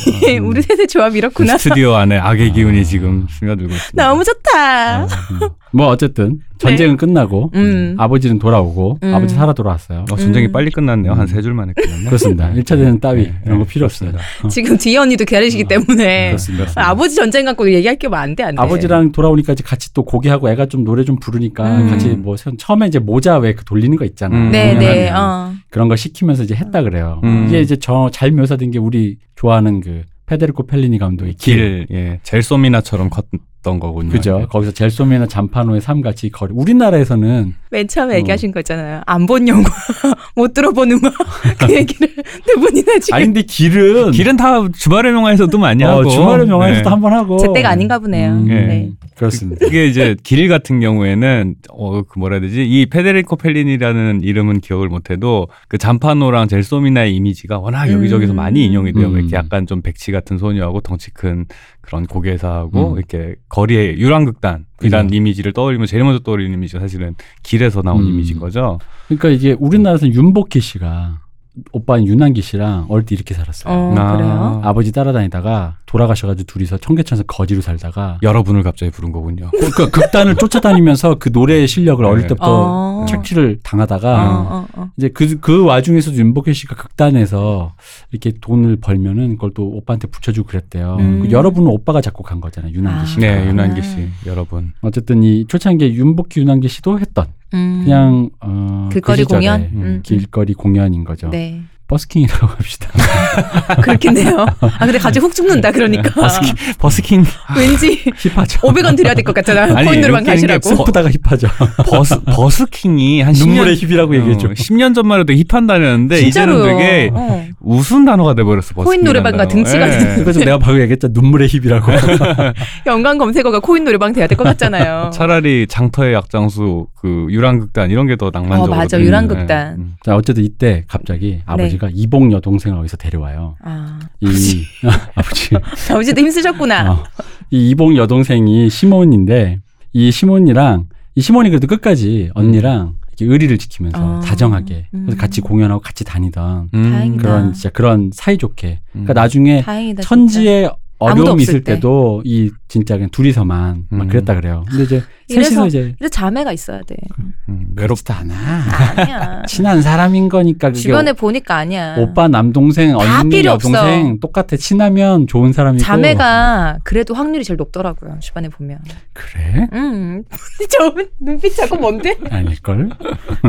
S1: 우리 셋의 조합이 이렇구나.
S3: 그 스튜디오 안에 악의 기운이
S2: 아.
S3: 지금 스며들고 있습니다.
S1: 너무 좋다.
S2: 음. 뭐 어쨌든 전쟁은 끝나고
S1: 네. 음.
S2: 아버지는 돌아오고
S1: 음.
S2: 아버지 살아 돌아왔어요.
S3: 어, 전쟁이
S1: 음.
S3: 빨리 끝났네요.
S2: 음.
S3: 한 세 줄 만에 끝났네. 네,
S2: 그렇습니다. 일차 대는 따위 이런 거 필요
S3: 그렇습니다.
S1: 지금 뒤에 언니도 기다리시기
S3: 네.
S1: 때문에
S2: 아, 그렇습니다.
S1: 아, 아버지 전쟁 갖고 얘기할 게 많안 돼, 안 돼.
S2: 아버지랑 돌아오니까 이제 같이 또 고개하고 애가 좀 노래 좀 부르니까
S1: 음.
S2: 같이 뭐 세- 처음에 이제 모자 왜 그 돌리는 거 있잖아.
S3: 음.
S1: 네, 네.
S2: 공연하면.
S1: 어.
S2: 그런 거 시키면서 이제 했다 그래요.
S3: 음.
S2: 이게 이제 저 잘 묘사된 게 우리 좋아하는 그 페데리코 펠리니 감독의 길.
S3: 길, 네. 예. 젤소미나처럼 컸던 거군요.
S2: 그죠? 거기서 젤소미나 잠파노의 삶 같이 거리. 우리나라에서는
S1: 맨 처음에
S2: 어.
S1: 얘기하신 거 있잖아요. 안 본 영화, 못 들어본 음악 그 얘기를 네 분이나 지금
S2: 아니 근데 길은
S3: 네. 길은 다 주말의 명화에서도 많이
S2: 어,
S3: 하고.
S2: 주말에 명화에서도
S3: 네.
S2: 한번 하고
S1: 제 때가 아닌가 보네요.
S2: 뭐, 음,
S1: 네.
S2: 그렇습니다.
S3: 그게 이제 길 같은 경우에는 어 그 뭐라 해야 되지 이 페데리코 펠린이라는 이름은 기억을 못해도 그 잠파노랑 젤소미나의 이미지가 워낙 여기저기서
S1: 음.
S3: 많이 인용이 돼요.
S2: 음.
S3: 이렇게 약간 좀 백치 같은 소녀하고 덩치 큰 그런 고개사하고
S2: 음.
S3: 이렇게 거리의 유랑극단 이란
S2: 그죠.
S3: 이미지를 떠올리면 제일 먼저 떠올리는 이미지가 사실은 길에서 나온
S2: 음.
S3: 이미지인 거죠.
S2: 그러니까 이게 우리나라에서는 윤복희 씨가 오빠인 윤한기 씨랑 어릴 때 이렇게 살았어요.
S1: 어,
S3: 아.
S1: 그래요?
S2: 아버지 따라다니다가 돌아가셔가지고 둘이서 청계천에서 거지로 살다가
S3: 여러분을 갑자기 부른 거군요.
S2: 그러니까 극단을 쫓아다니면서 그 노래의 실력을 어릴
S3: 네.
S2: 때부터
S1: 어.
S2: 착취를
S1: 어,
S2: 당하다가
S1: 어, 어.
S2: 이제 그, 그 와중에서도 윤복희 씨가 극단에서 이렇게 돈을 벌면은 그걸 또 오빠한테 붙여주고 그랬대요.
S1: 음.
S2: 그 여러분은 오빠가 작곡한 거잖아요.
S1: 아.
S2: 윤한기 씨가.
S3: 네, 윤한기 씨, 여러분.
S2: 어쨌든 이 초창기에 윤복희, 윤한기 씨도 했던
S1: 음.
S2: 그냥 어,
S1: 길거리
S2: 그 시절에
S1: 공연?
S3: 음,
S1: 음.
S2: 길거리 공연인 거죠.
S1: 네.
S2: 버스킹이라고 합시다.
S1: 그렇겠네요. 아, 근데 같이 훅 죽는다, 그러니까.
S3: 아, 버스킹
S1: 왠지
S2: 힙하죠.
S1: 500원 드려야 될 것 같잖아.
S3: 아니,
S1: 코인으로만
S3: 이렇게 하는 게
S1: 가시라고.
S2: 슬프다가 힙하죠.
S3: 아, 버스 버스킹이 한 10년
S2: 어. 아, 눈물의 힙이라고 얘기해줘.
S3: 10년 전만 해도 힙한 단어였는데
S1: 진짜로요.
S3: 네, 이제는 되게
S1: 어.
S3: 우스운 단어가 돼버렸어. 버스킹이라는 예.
S1: 코인 노래방과
S3: 단어.
S1: 등치 같은
S2: 그러니까 좀 내가 방금 얘기했잖아. 눈물의 힙이라고.
S1: 연관 검색어가 코인 노래방 돼야 될 것 같잖아요.
S3: 차라리 장터의 약장수 그 유랑극단 이런 게 더 낭만적으로.
S1: 어, 맞아.
S3: 들리는.
S1: 유랑극단.
S3: 예, 음.
S2: 자, 어쨌든 이때 갑자기
S1: 네.
S2: 아버지가 이복 여동생을 어디서 데려와요.
S1: 아,
S2: 이 아버지.
S1: 아버지도 힘쓰셨구나.
S2: 어. 이 이봉 여동생이 시몬인데 이 시몬이랑 이 시몬이 그래도 끝까지 언니랑 이렇게 의리를 지키면서
S1: 어.
S2: 다정하게 그래서
S1: 음.
S2: 같이 공연하고 같이 다니던
S3: 음.
S1: 다행이다.
S2: 그런 진짜 그런 사이좋게 그러니까 나중에
S1: 음. 다행이다. 진짜.
S2: 천지에 어려움이
S1: 없을
S2: 있을
S1: 때.
S2: 때도 이 진짜 그냥 둘이서만 막
S3: 음.
S2: 그랬다 그래요. 근데 이제
S1: 이래서-
S2: 셋이서 이제
S1: 그래서 자매가 있어야 돼.
S3: 음, 외롭.
S2: 외롭다 않아.
S1: 아니야.
S2: 친한 사람인 거니까 그게
S1: 주변에 보니까 아니야.
S2: 오빠 남동생
S1: 다
S2: 언니
S1: 필요 없어.
S2: 여동생 똑같아 친하면 좋은 사람이고
S1: 자매가 그래도 확률이 제일 높더라고요. 주변에 보면.
S2: 그래
S1: 음. 저 눈빛 저거 뭔데?
S2: 아닐걸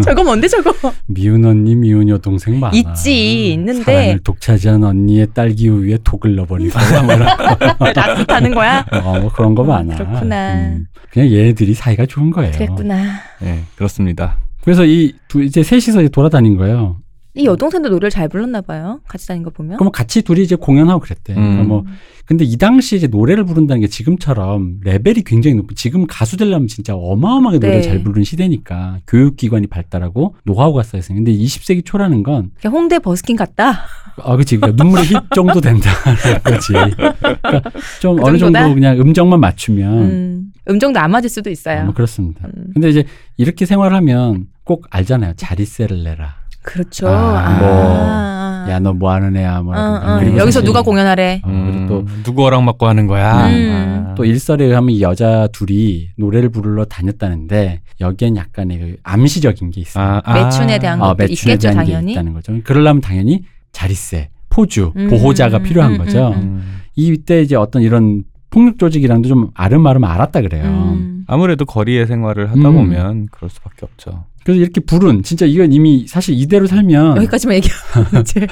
S1: 저거 뭔데 저거?
S2: 미운 언니 미운 여동생 많아
S1: 있지, 있는데.
S2: 사랑을 독차지한 언니의 딸기우 위에 독을 넣어버리거나 뭐 이런 거.
S1: 락스 타는 거야?
S2: 어, 뭐 그런 거
S1: 어,
S2: 많아 음.
S1: 그렇구나.
S2: 그냥 얘네들이 사이가 좋은 거예요
S1: 그랬구나.
S3: 예, 그렇습니다.
S2: 그래서 이 두 이제 셋이서 이제 돌아다닌 거예요
S1: 이 여동생도 노래를 잘 불렀나 봐요. 같이 다닌 거 보면.
S2: 그럼 같이 둘이 이제 공연하고 그랬대
S3: 음.
S2: 그러니까 뭐 근데 이 당시 이제 노래를 부른다는 게 지금처럼 레벨이 굉장히 높고 지금 가수 되려면 진짜 어마어마하게 노래를
S1: 네.
S2: 잘 부르는 시대니까 교육기관이 발달하고 노하우가 쌓였어요. 근데 20세기 초라는 건
S1: 그냥 홍대 버스킹 갔다.
S2: 아, 그치. 그러니까 눈물의 힙 정도 된다. 그렇지. 그러니까 좀
S1: 그
S2: 어느
S1: 정도다?
S2: 정도 그냥 음정만 맞추면
S1: 음. 음정도 안 맞을 수도
S2: 아,
S1: 있어요.
S2: 뭐 그렇습니다.
S1: 음.
S2: 근데 이제 이렇게 생활하면 꼭 알잖아요. 자리세를 내라.
S1: 그렇죠.
S3: 아,
S1: 아.
S2: 뭐. 야, 너 뭐 하는 애야. 뭐.
S1: 어,
S2: 라든가.
S1: 어.
S2: 그리고
S1: 여기서
S2: 사실
S1: 누가 공연하래?
S2: 어, 그리고
S3: 음,
S2: 또
S3: 누구 허락 맞고 하는 거야.
S1: 음.
S3: 아.
S2: 또 일설에 의하면 이 여자 둘이 노래를 부르러 다녔다는데 여기엔 약간의 그 암시적인 게 있어요.
S3: 아, 아.
S1: 매춘에 대한 거.
S2: 어,
S1: 것도
S2: 매춘에
S1: 있겠죠,
S2: 대한
S1: 당연히.
S2: 게 있다는 거죠. 그러려면 당연히 자리세, 포주,
S1: 음,
S2: 보호자가
S1: 음,
S2: 필요한
S1: 음,
S2: 거죠.
S1: 음,
S3: 음.
S2: 이때 이제 어떤 이런 폭력 조직이랑도 좀 아름아름 알았다 그래요.
S1: 음.
S3: 아무래도 거리의 생활을 하다
S2: 음.
S3: 보면 그럴 수밖에 없죠.
S2: 그래서 이렇게 불은 진짜 이건 이미 사실 이대로 살면
S1: 여기까지만 얘기하면 이제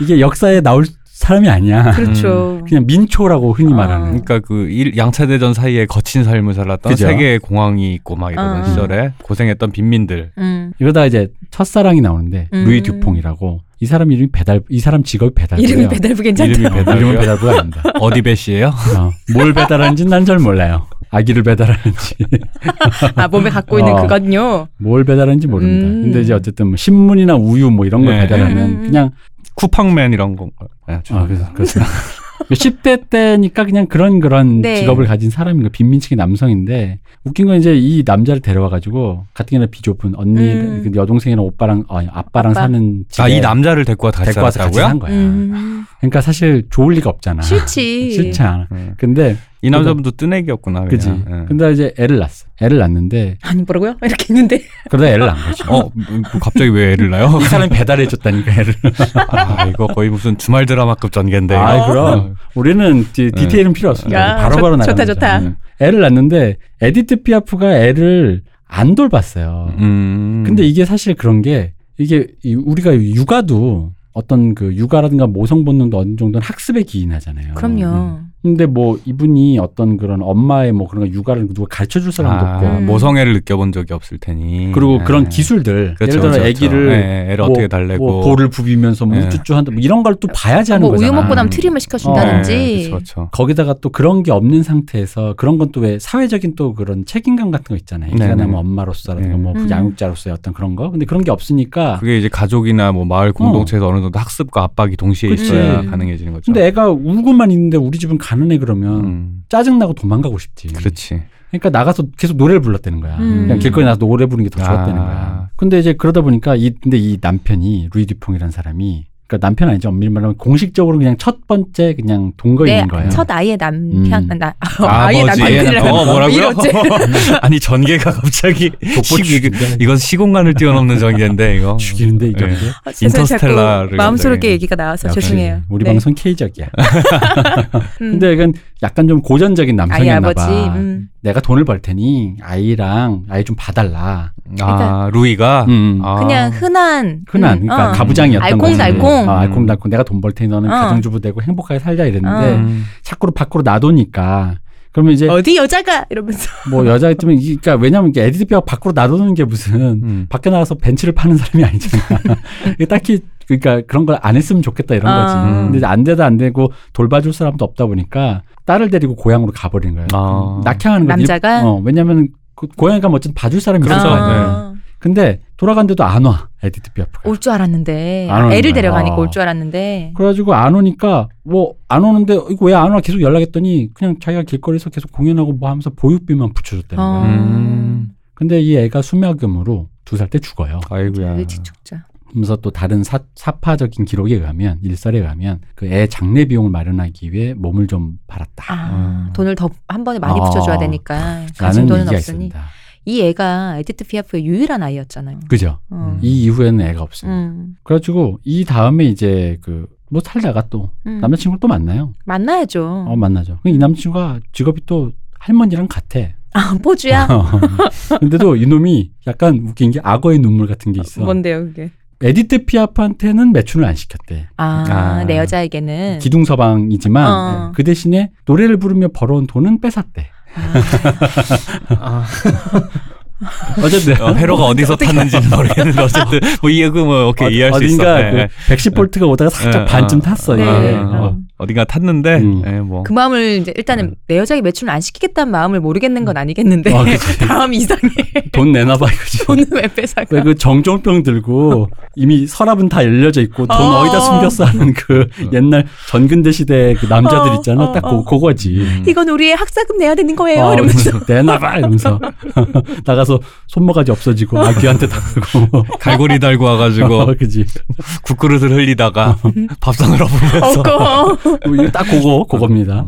S2: 이게 역사에 나올 사람이 아니야.
S1: 그렇죠.
S2: 그냥 민초라고 흔히
S1: 아.
S2: 말하는.
S3: 그러니까 그 일, 양차대전 사이에 거친 삶을 살았던
S2: 그죠.
S3: 세계의 공황이 있고 막 이러던
S1: 아.
S3: 시절에 고생했던 빈민들.
S1: 음.
S2: 이러다 이제 첫사랑이 나오는데
S1: 음.
S2: 루이 듀퐁이라고 이 사람 이름이 배달 이 사람 직업이
S1: 이름이
S2: 배달부예요.
S1: 배달부
S3: 이름이
S1: 괜찮죠?
S3: 배달이요?
S2: 아, 이름은 배달부가 아닙니다.
S3: 어디 배씨예요?
S2: 어, 뭘 배달하는지 는 난 잘 몰라요. 아기를 배달하는지
S1: 아 몸에 갖고 있는
S2: 어.
S1: 그건요.
S2: 뭘 배달하는지 모릅니다.
S1: 음.
S2: 근데 이제 어쨌든 뭐 신문이나 우유 뭐 이런 걸
S3: 네.
S2: 배달하는
S1: 음.
S2: 그냥
S3: 쿠팡맨 이런 건가요? 네,
S2: 아,
S3: 죄송합니다.
S2: 그래서 그렇죠. 10대 때니까 그냥 그런 그런
S1: 네.
S2: 직업을 가진 사람인 거 빈민층의 남성인데 웃긴 건 이제 이 남자를 데려와 가지고 가뜩이나 비좁은 언니
S1: 음.
S2: 그 여동생이랑 오빠랑 아니, 아빠랑
S1: 아빠.
S2: 사는 집에
S3: 아, 이 남자를 데리고 와서 같이
S2: 데리고 와서 같이
S3: 살았다고요?
S2: 산 거야.
S1: 음.
S2: 그러니까 사실 좋을 리가 없잖아.
S1: 싫지.
S2: 싫지 않아.
S3: 음.
S2: 근데
S3: 이 남자분도 뜨내기였구나. 그냥.
S2: 그지.
S3: 예.
S2: 근데 이제 애를 낳았어. 애를 낳는데
S1: 아니 뭐라고요? 이렇게 있는데
S2: 그러다 애를 낳은 거지.
S3: 어, 음, 뭐 갑자기 왜 애를 낳아요?
S2: 이 사람이 배달해 줬다니까 애를.
S3: 아, 이거 거의 무슨 주말 드라마급 전개인데.
S2: 아,
S3: 이거.
S2: 그럼. 우리는 디,
S3: 네.
S2: 디테일은 필요 없습니다.
S1: 아,
S2: 바로바로
S1: 좋-
S2: 나가는
S1: 좋다,
S2: 거죠.
S1: 좋다.
S2: 음. 애를 낳는데 에디트 피아프가 애를 안 돌봤어요.
S3: 음.
S2: 근데 이게 사실 그런 게 이게 이 우리가 육아도 어떤 그 육아라든가 모성 본능도 어느 정도는 학습에 기인하잖아요. 음.
S1: 그럼요.
S2: 근데 뭐 이분이 어떤 그런 엄마의 뭐 그런 거 육아를 누가 가르쳐 줄 사람도
S3: 아,
S2: 없고
S1: 음.
S3: 모성애를 느껴본 적이 없을 테니.
S2: 그리고 그런
S3: 예.
S2: 기술들
S3: 그렇죠,
S2: 예를 들어
S3: 그렇죠.
S2: 애기를
S3: 예, 애를
S2: 뭐,
S3: 어떻게 달래고
S2: 뭐 볼을 부비면서 뭐
S3: 예.
S2: 우쭈쭈 한다 뭐 이런 걸 또 봐야지 하는
S1: 뭐
S2: 거잖아. 어, 네,
S1: 우유 먹고 나면
S3: 음.
S1: 트림을
S3: 예,
S1: 시켜준다든지.
S3: 그렇죠, 그렇죠.
S2: 거기다가 또 그런 게 없는 상태에서 그런 건 또 왜 사회적인 또 그런 책임감 같은 거 있잖아요. 애기가
S3: 네네.
S2: 나면 엄마로서라든가
S3: 네. 그렇죠.
S2: 뭐
S1: 음.
S2: 양육자로서의 어떤 그런 거. 근데 그런 게 없으니까
S3: 그게 이제 가족이나 뭐 마을 공동체에서 어. 느 정도 학습과 압박이 동시에
S2: 그치.
S3: 있어야 가능해지는 거죠.
S2: 근데 애가 울고만 있는데 우리 집은 가난해 그러면
S3: 음,
S2: 짜증나고 도망가고 싶지.
S3: 그렇지.
S2: 그러니까 나가서 계속 노래를 불렀다는 거야.
S1: 음.
S2: 그냥 길거리 나서 노래 부르는 게 더
S3: 아.
S2: 좋았다는 거야. 근데 이제 그러다 보니까 이 근데 이 남편이 루이 듀퐁이라는 사람이 그러니까 남편 아니죠. 엄밀히 말하면 공식적으로 그냥 첫 번째 그냥 동거인인
S1: 내
S2: 거예요.
S1: 네. 첫 아이의 남편,
S2: 음.
S1: 나, 아, 아이의
S3: 아버지,
S1: 남편이라고.
S3: 남편. 어, 뭐라고요?
S1: 이러지.
S3: 아니 전개가 갑자기
S2: 족보
S3: 시- 이거-
S2: 죽인다.
S3: 이건 시공간을 뛰어넘는 전개인데 이거.
S2: 죽이는데 이게
S3: 예.
S1: 아, 죄송해요.
S3: 인터스텔라를
S1: 자꾸 마음스럽게
S3: 갑자기.
S1: 얘기가 나와서
S2: 네. 역시
S1: 죄송해요.
S2: 우리
S1: 네.
S2: 방송 K적이야.
S1: 음.
S2: 근데 이건 약간 좀 고전적인
S1: 아이
S2: 남성이었나
S1: 아버지.
S2: 봐.
S1: 음.
S2: 내가 돈을 벌 테니 아이랑 아이 좀 봐달라.
S3: 아 루이가
S2: 음.
S3: 아,
S1: 그냥 흔한.
S2: 흔한
S1: 음,
S2: 그러니까
S1: 어.
S2: 가부장이었던 거지.
S1: 알콩달콩. 음.
S2: 아, 알콩달콩. 내가 돈 벌 테니 너는
S1: 어.
S2: 가정주부 되고 행복하게 살자
S1: 그
S2: 이랬는데
S3: 음.
S2: 자꾸 밖으로 놔두니까 그러면 이제
S1: 어디 여자가 이러면서
S2: 뭐 여자 같으면 이게 그러니까 왜냐면 이게 에디드피가 밖으로 놔두는 게 무슨
S3: 음.
S2: 밖에 나가서 벤치를 파는 사람이 아니잖아. 이게 딱히 그러니까 그런 걸 안 했으면 좋겠다 이런
S1: 아.
S2: 거지. 음. 근데 이제 안 되다 안 되고 돌봐줄 사람도 없다 보니까 딸을 데리고 고향으로 가버린 거예요.
S3: 아.
S2: 낙향하는 거지.
S1: 남자가?
S2: 어, 왜냐면 그 고향에 가면 어쨌든 봐줄 사람이 있을
S3: 그렇죠.
S2: 거 아니에요.
S1: 아,
S2: 근데 돌아간데도 안 와. 에디트 피아프가.
S1: 올줄 알았는데
S2: 안 오는
S1: 애를
S2: 거야.
S1: 데려가니까
S2: 아.
S1: 올 줄 알았는데
S2: 그래가지고 안 오니까 뭐 안 오는데 이거 왜 안 와? 계속 연락했더니 그냥 자기가 길거리에서 계속 공연하고 뭐 하면서 보육비만 붙여줬다는
S1: 어.
S2: 거예요.
S3: 음.
S2: 근데 이 애가 수면금으로 두 살 때 죽어요.
S3: 아이고야.
S1: 왜 지축자
S2: 그러면서 또 다른 사, 사파적인 기록에 가면 일설에 가면 그 애 장례 비용을 마련하기 위해 몸을 좀
S1: 아,
S2: 팔았다.
S3: 아.
S1: 돈을 더 한 번에 많이
S2: 아.
S1: 붙여줘야 되니까 가진
S2: 라는
S1: 돈은
S2: 얘기가
S1: 없으니
S2: 있습니다.
S1: 이 애가 에디트 피아프의 유일한 아이였잖아요.
S2: 그죠?
S3: 음.
S1: 어.
S2: 이 이후에는 애가 없습니다.
S1: 음.
S2: 그래가지고 이 다음에 이제 그 뭐 살다가 또
S1: 음.
S2: 남자친구를 또 만나요.
S1: 만나야죠.
S2: 어 만나죠. 이 남자친구가 직업이 또 할머니랑 같아.
S1: 아
S2: 어,
S1: 뽀주야?
S2: 근데도 이놈이 약간 웃긴 게 악어의 눈물 같은 게 있어.
S1: 아, 뭔데요 그게?
S2: 에디트 피아프한테는 매춘을 안 시켰대.
S1: 아,
S3: 아.
S1: 내 여자에게는
S2: 기둥서방이지만
S1: 네. 어.
S2: 그 대신에 노래를 부르며 벌어온 돈은 뺏었대.
S1: 아.
S2: 어쨌든
S3: 어, 회로가 어디서 탔는지는 모르겠는데 어쨌든 뭐 이해 그뭐 오케이 이해할 수 있어.
S2: 어딘가
S3: 예,
S2: 그
S3: 예.
S2: 110볼트가 오다가 살짝
S3: 예,
S2: 반쯤
S3: 어.
S2: 탔어.
S1: 네,
S2: 이게.
S1: 네.
S2: 어.
S1: 어.
S3: 어딘가 탔는데
S2: 음.
S3: 예, 뭐.
S1: 그 마음을 이제 일단은 내 여자에게 매출을 안 시키겠다는 마음을 모르겠는 건 아니겠는데
S2: 네. 아, 그치.
S1: 다음 이상해
S2: 돈 내놔봐 이거지.
S1: 돈은 왜 뺏어가?
S2: 왜 그 정종병 들고 이미 서랍은 다 열려져 있고 돈
S1: 어.
S2: 어. 디다 숨겼어 하는 그 옛날 전근대 시대 그 남자들
S1: 어,
S2: 있잖아.
S1: 어,
S2: 딱
S1: 어.
S2: 그, 그거지.
S1: 이건 우리의 학사금 내야 되는 거예요.
S2: 어,
S1: 이러면서
S2: 내놔봐 이러면서 나가서 손모가지 없어지고 아귀한테 당하고
S3: 갈고리 달고
S2: 어,
S3: 와가지고
S2: 그지.
S3: 국그릇을 흘리다가 밥상을 엎으면서
S1: 어거.
S2: 뭐 이거 딱 그거 그겁니다.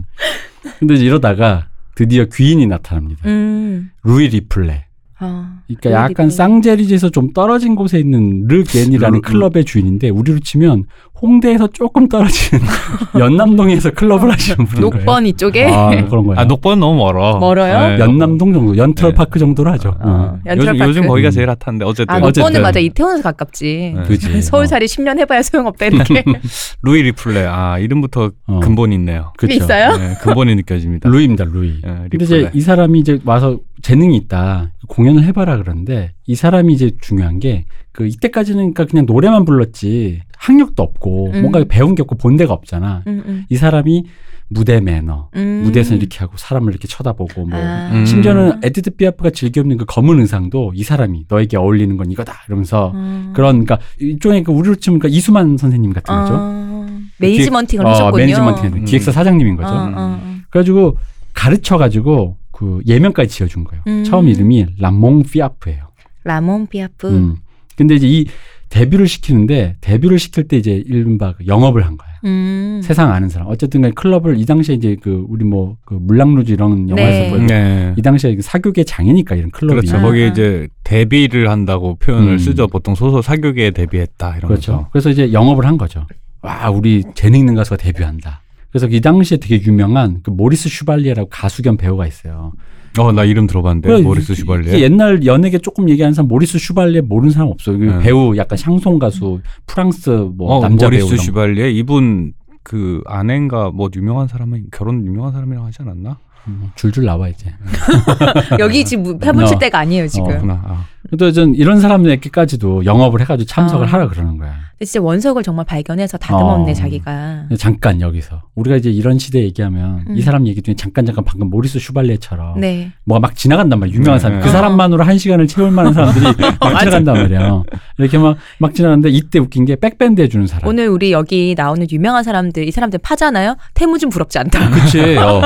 S2: 근데 이제 이러다가 드디어 귀인이 나타납니다.
S1: 음.
S2: 루이 리플레.
S1: 아,
S2: 그러니까
S1: 로얄
S2: 약간
S1: 리프레인.
S2: 쌍제리즈에서 좀 떨어진 곳에 있는 르겐이라는
S3: 르-
S2: 클럽의 주인인데 우리로 치면 홍대에서 조금 떨어진 연남동에서 클럽을 하시는 분인 거예요.
S1: 녹번 이쪽에
S2: 아, 그런 거예요.
S3: 아 녹번 너무 멀어.
S1: 멀어요?
S3: 네,
S2: 연남동 정도, 연트럴파크 정도로 하죠.
S3: 아,
S2: 어.
S3: 요즘,
S1: 연철파크.
S3: 요즘 거기가
S2: 음.
S3: 제일 핫한데 어쨌든
S1: 아, 녹번은
S3: 어쨌든.
S1: 맞아. 이태원에서 가깝지.
S3: 네.
S2: 그지. 어.
S1: 서울살이 10년 해봐야 소용없다 이렇게
S3: 루이 리플레 아 이름부터
S2: 어.
S3: 근본이 있네요.
S2: 그쵸.
S1: 있어요?
S3: 네, 근본이 느껴집니다.
S2: 루이입니다, 루이.
S3: 예,
S2: 근데 이제
S3: 리플레.
S2: 이 사람이 이제 와서 재능이 있다 공연을 해봐라 그러는데 이 사람이 이제 중요한 게 그 이때까지는 그러니까 그냥 노래만 불렀지 학력도 없고
S1: 음.
S2: 뭔가 배운 게 없고 본 데가 없잖아.
S1: 음, 음.
S2: 이 사람이 무대 매너,
S1: 음.
S2: 네. 무대에서 이렇게 하고 사람을 이렇게 쳐다보고 뭐
S1: 아.
S3: 음.
S2: 심지어는 에드드 피아프가 즐겨 입는 그 검은 의상도 이 사람이 너에게 어울리는 건 이거다 이러면서
S1: 아.
S2: 그런 그러니까 일종의 그 우리로 치면 그러니까 이수만 선생님 같은 거죠. 그 어,
S1: 아, 매니지먼팅을 하셨군요.
S2: 매니지먼트
S3: 음.
S2: 기획사 사장님인 거죠. 음.
S1: 아, 아,
S2: 그래가지고 가르쳐 가지고 그 예명까지 지어준 거예요.
S1: 음.
S2: 처음 이름이 람몽 피아프예요.
S1: 아. 라몬 피아프.
S2: 음. 근데 이제 이 데뷔를 시키는데 데뷔를 시킬 때 이제 이른바 그 영업을 한 거야.
S1: 음.
S2: 세상 아는 사람. 어쨌든 간에 클럽을 이 당시에 이제 그 우리 뭐 그 물랑루즈 이런 영화에서
S1: 네.
S2: 보여요.
S3: 네.
S2: 이 당시에 그 사교계 장애니까 이런 클럽이
S3: 그렇죠.
S1: 아,
S3: 거기
S1: 아.
S3: 이제 데뷔를 한다고 표현을
S2: 음.
S3: 쓰죠. 보통 소설 사교계에 데뷔했다 이런
S2: 그렇죠. 그래서 이제 영업을 한 거죠. 와, 우리 재능 있는 가수가 데뷔한다. 그래서 이 당시에 되게 유명한 그 모리스 슈발리에라고 가수 겸 배우가 있어요.
S3: 거죠. 어나 이름 들어봤는데
S2: 그렇죠. 그래,
S3: 네, 모리스
S2: 이-
S3: 슈발리에.
S2: 이게 옛날 연예계 조금 얘기하는 사람 모리스 슈발리에 모르는 사람 없어요. 그
S3: 네.
S2: 배우 약간 샹송 가수 프랑스 뭐
S3: 어,
S2: 남자 배우
S3: 모리스
S2: 이런 거.
S3: 슈발리에 이분 그 아내인가 뭐 유명한 사람은 결혼 유명한 사람이랑 하지 않았나?
S2: 음, 줄줄 나와 이제.
S1: 여기 지금 패붙일
S2: 어.
S1: 때가 아니에요 지금.
S2: 어.
S3: 그렇구나. 아.
S2: 또 전 이런 사람에게까지도 영업을 해가지고 참석을
S1: 아.
S2: 하라 그러는 거야.
S1: 근데 진짜 원석을 정말 발견해서 다듬었네
S2: 어.
S1: 자기가.
S2: 잠깐 여기서 우리가 이제 이런 시대 얘기하면
S1: 음.
S2: 이 사람 얘기 중에 잠깐 잠깐 방금 모리스 슈발레처럼
S1: 네.
S2: 뭐가 막 지나간단 말이야 유명한
S3: 네,
S2: 사람
S3: 네.
S2: 그
S1: 어.
S2: 사람만으로 한 시간을 채울 만한 사람들이 막 지나간단 말이야 이렇게 막 막 지나가는데 이때 웃긴 게 백밴드 해주는 사람
S1: 오늘 우리 여기 나오는 유명한 사람들 이 사람들 파잖아요. 태무진 부럽지 않다.
S2: 그치 어.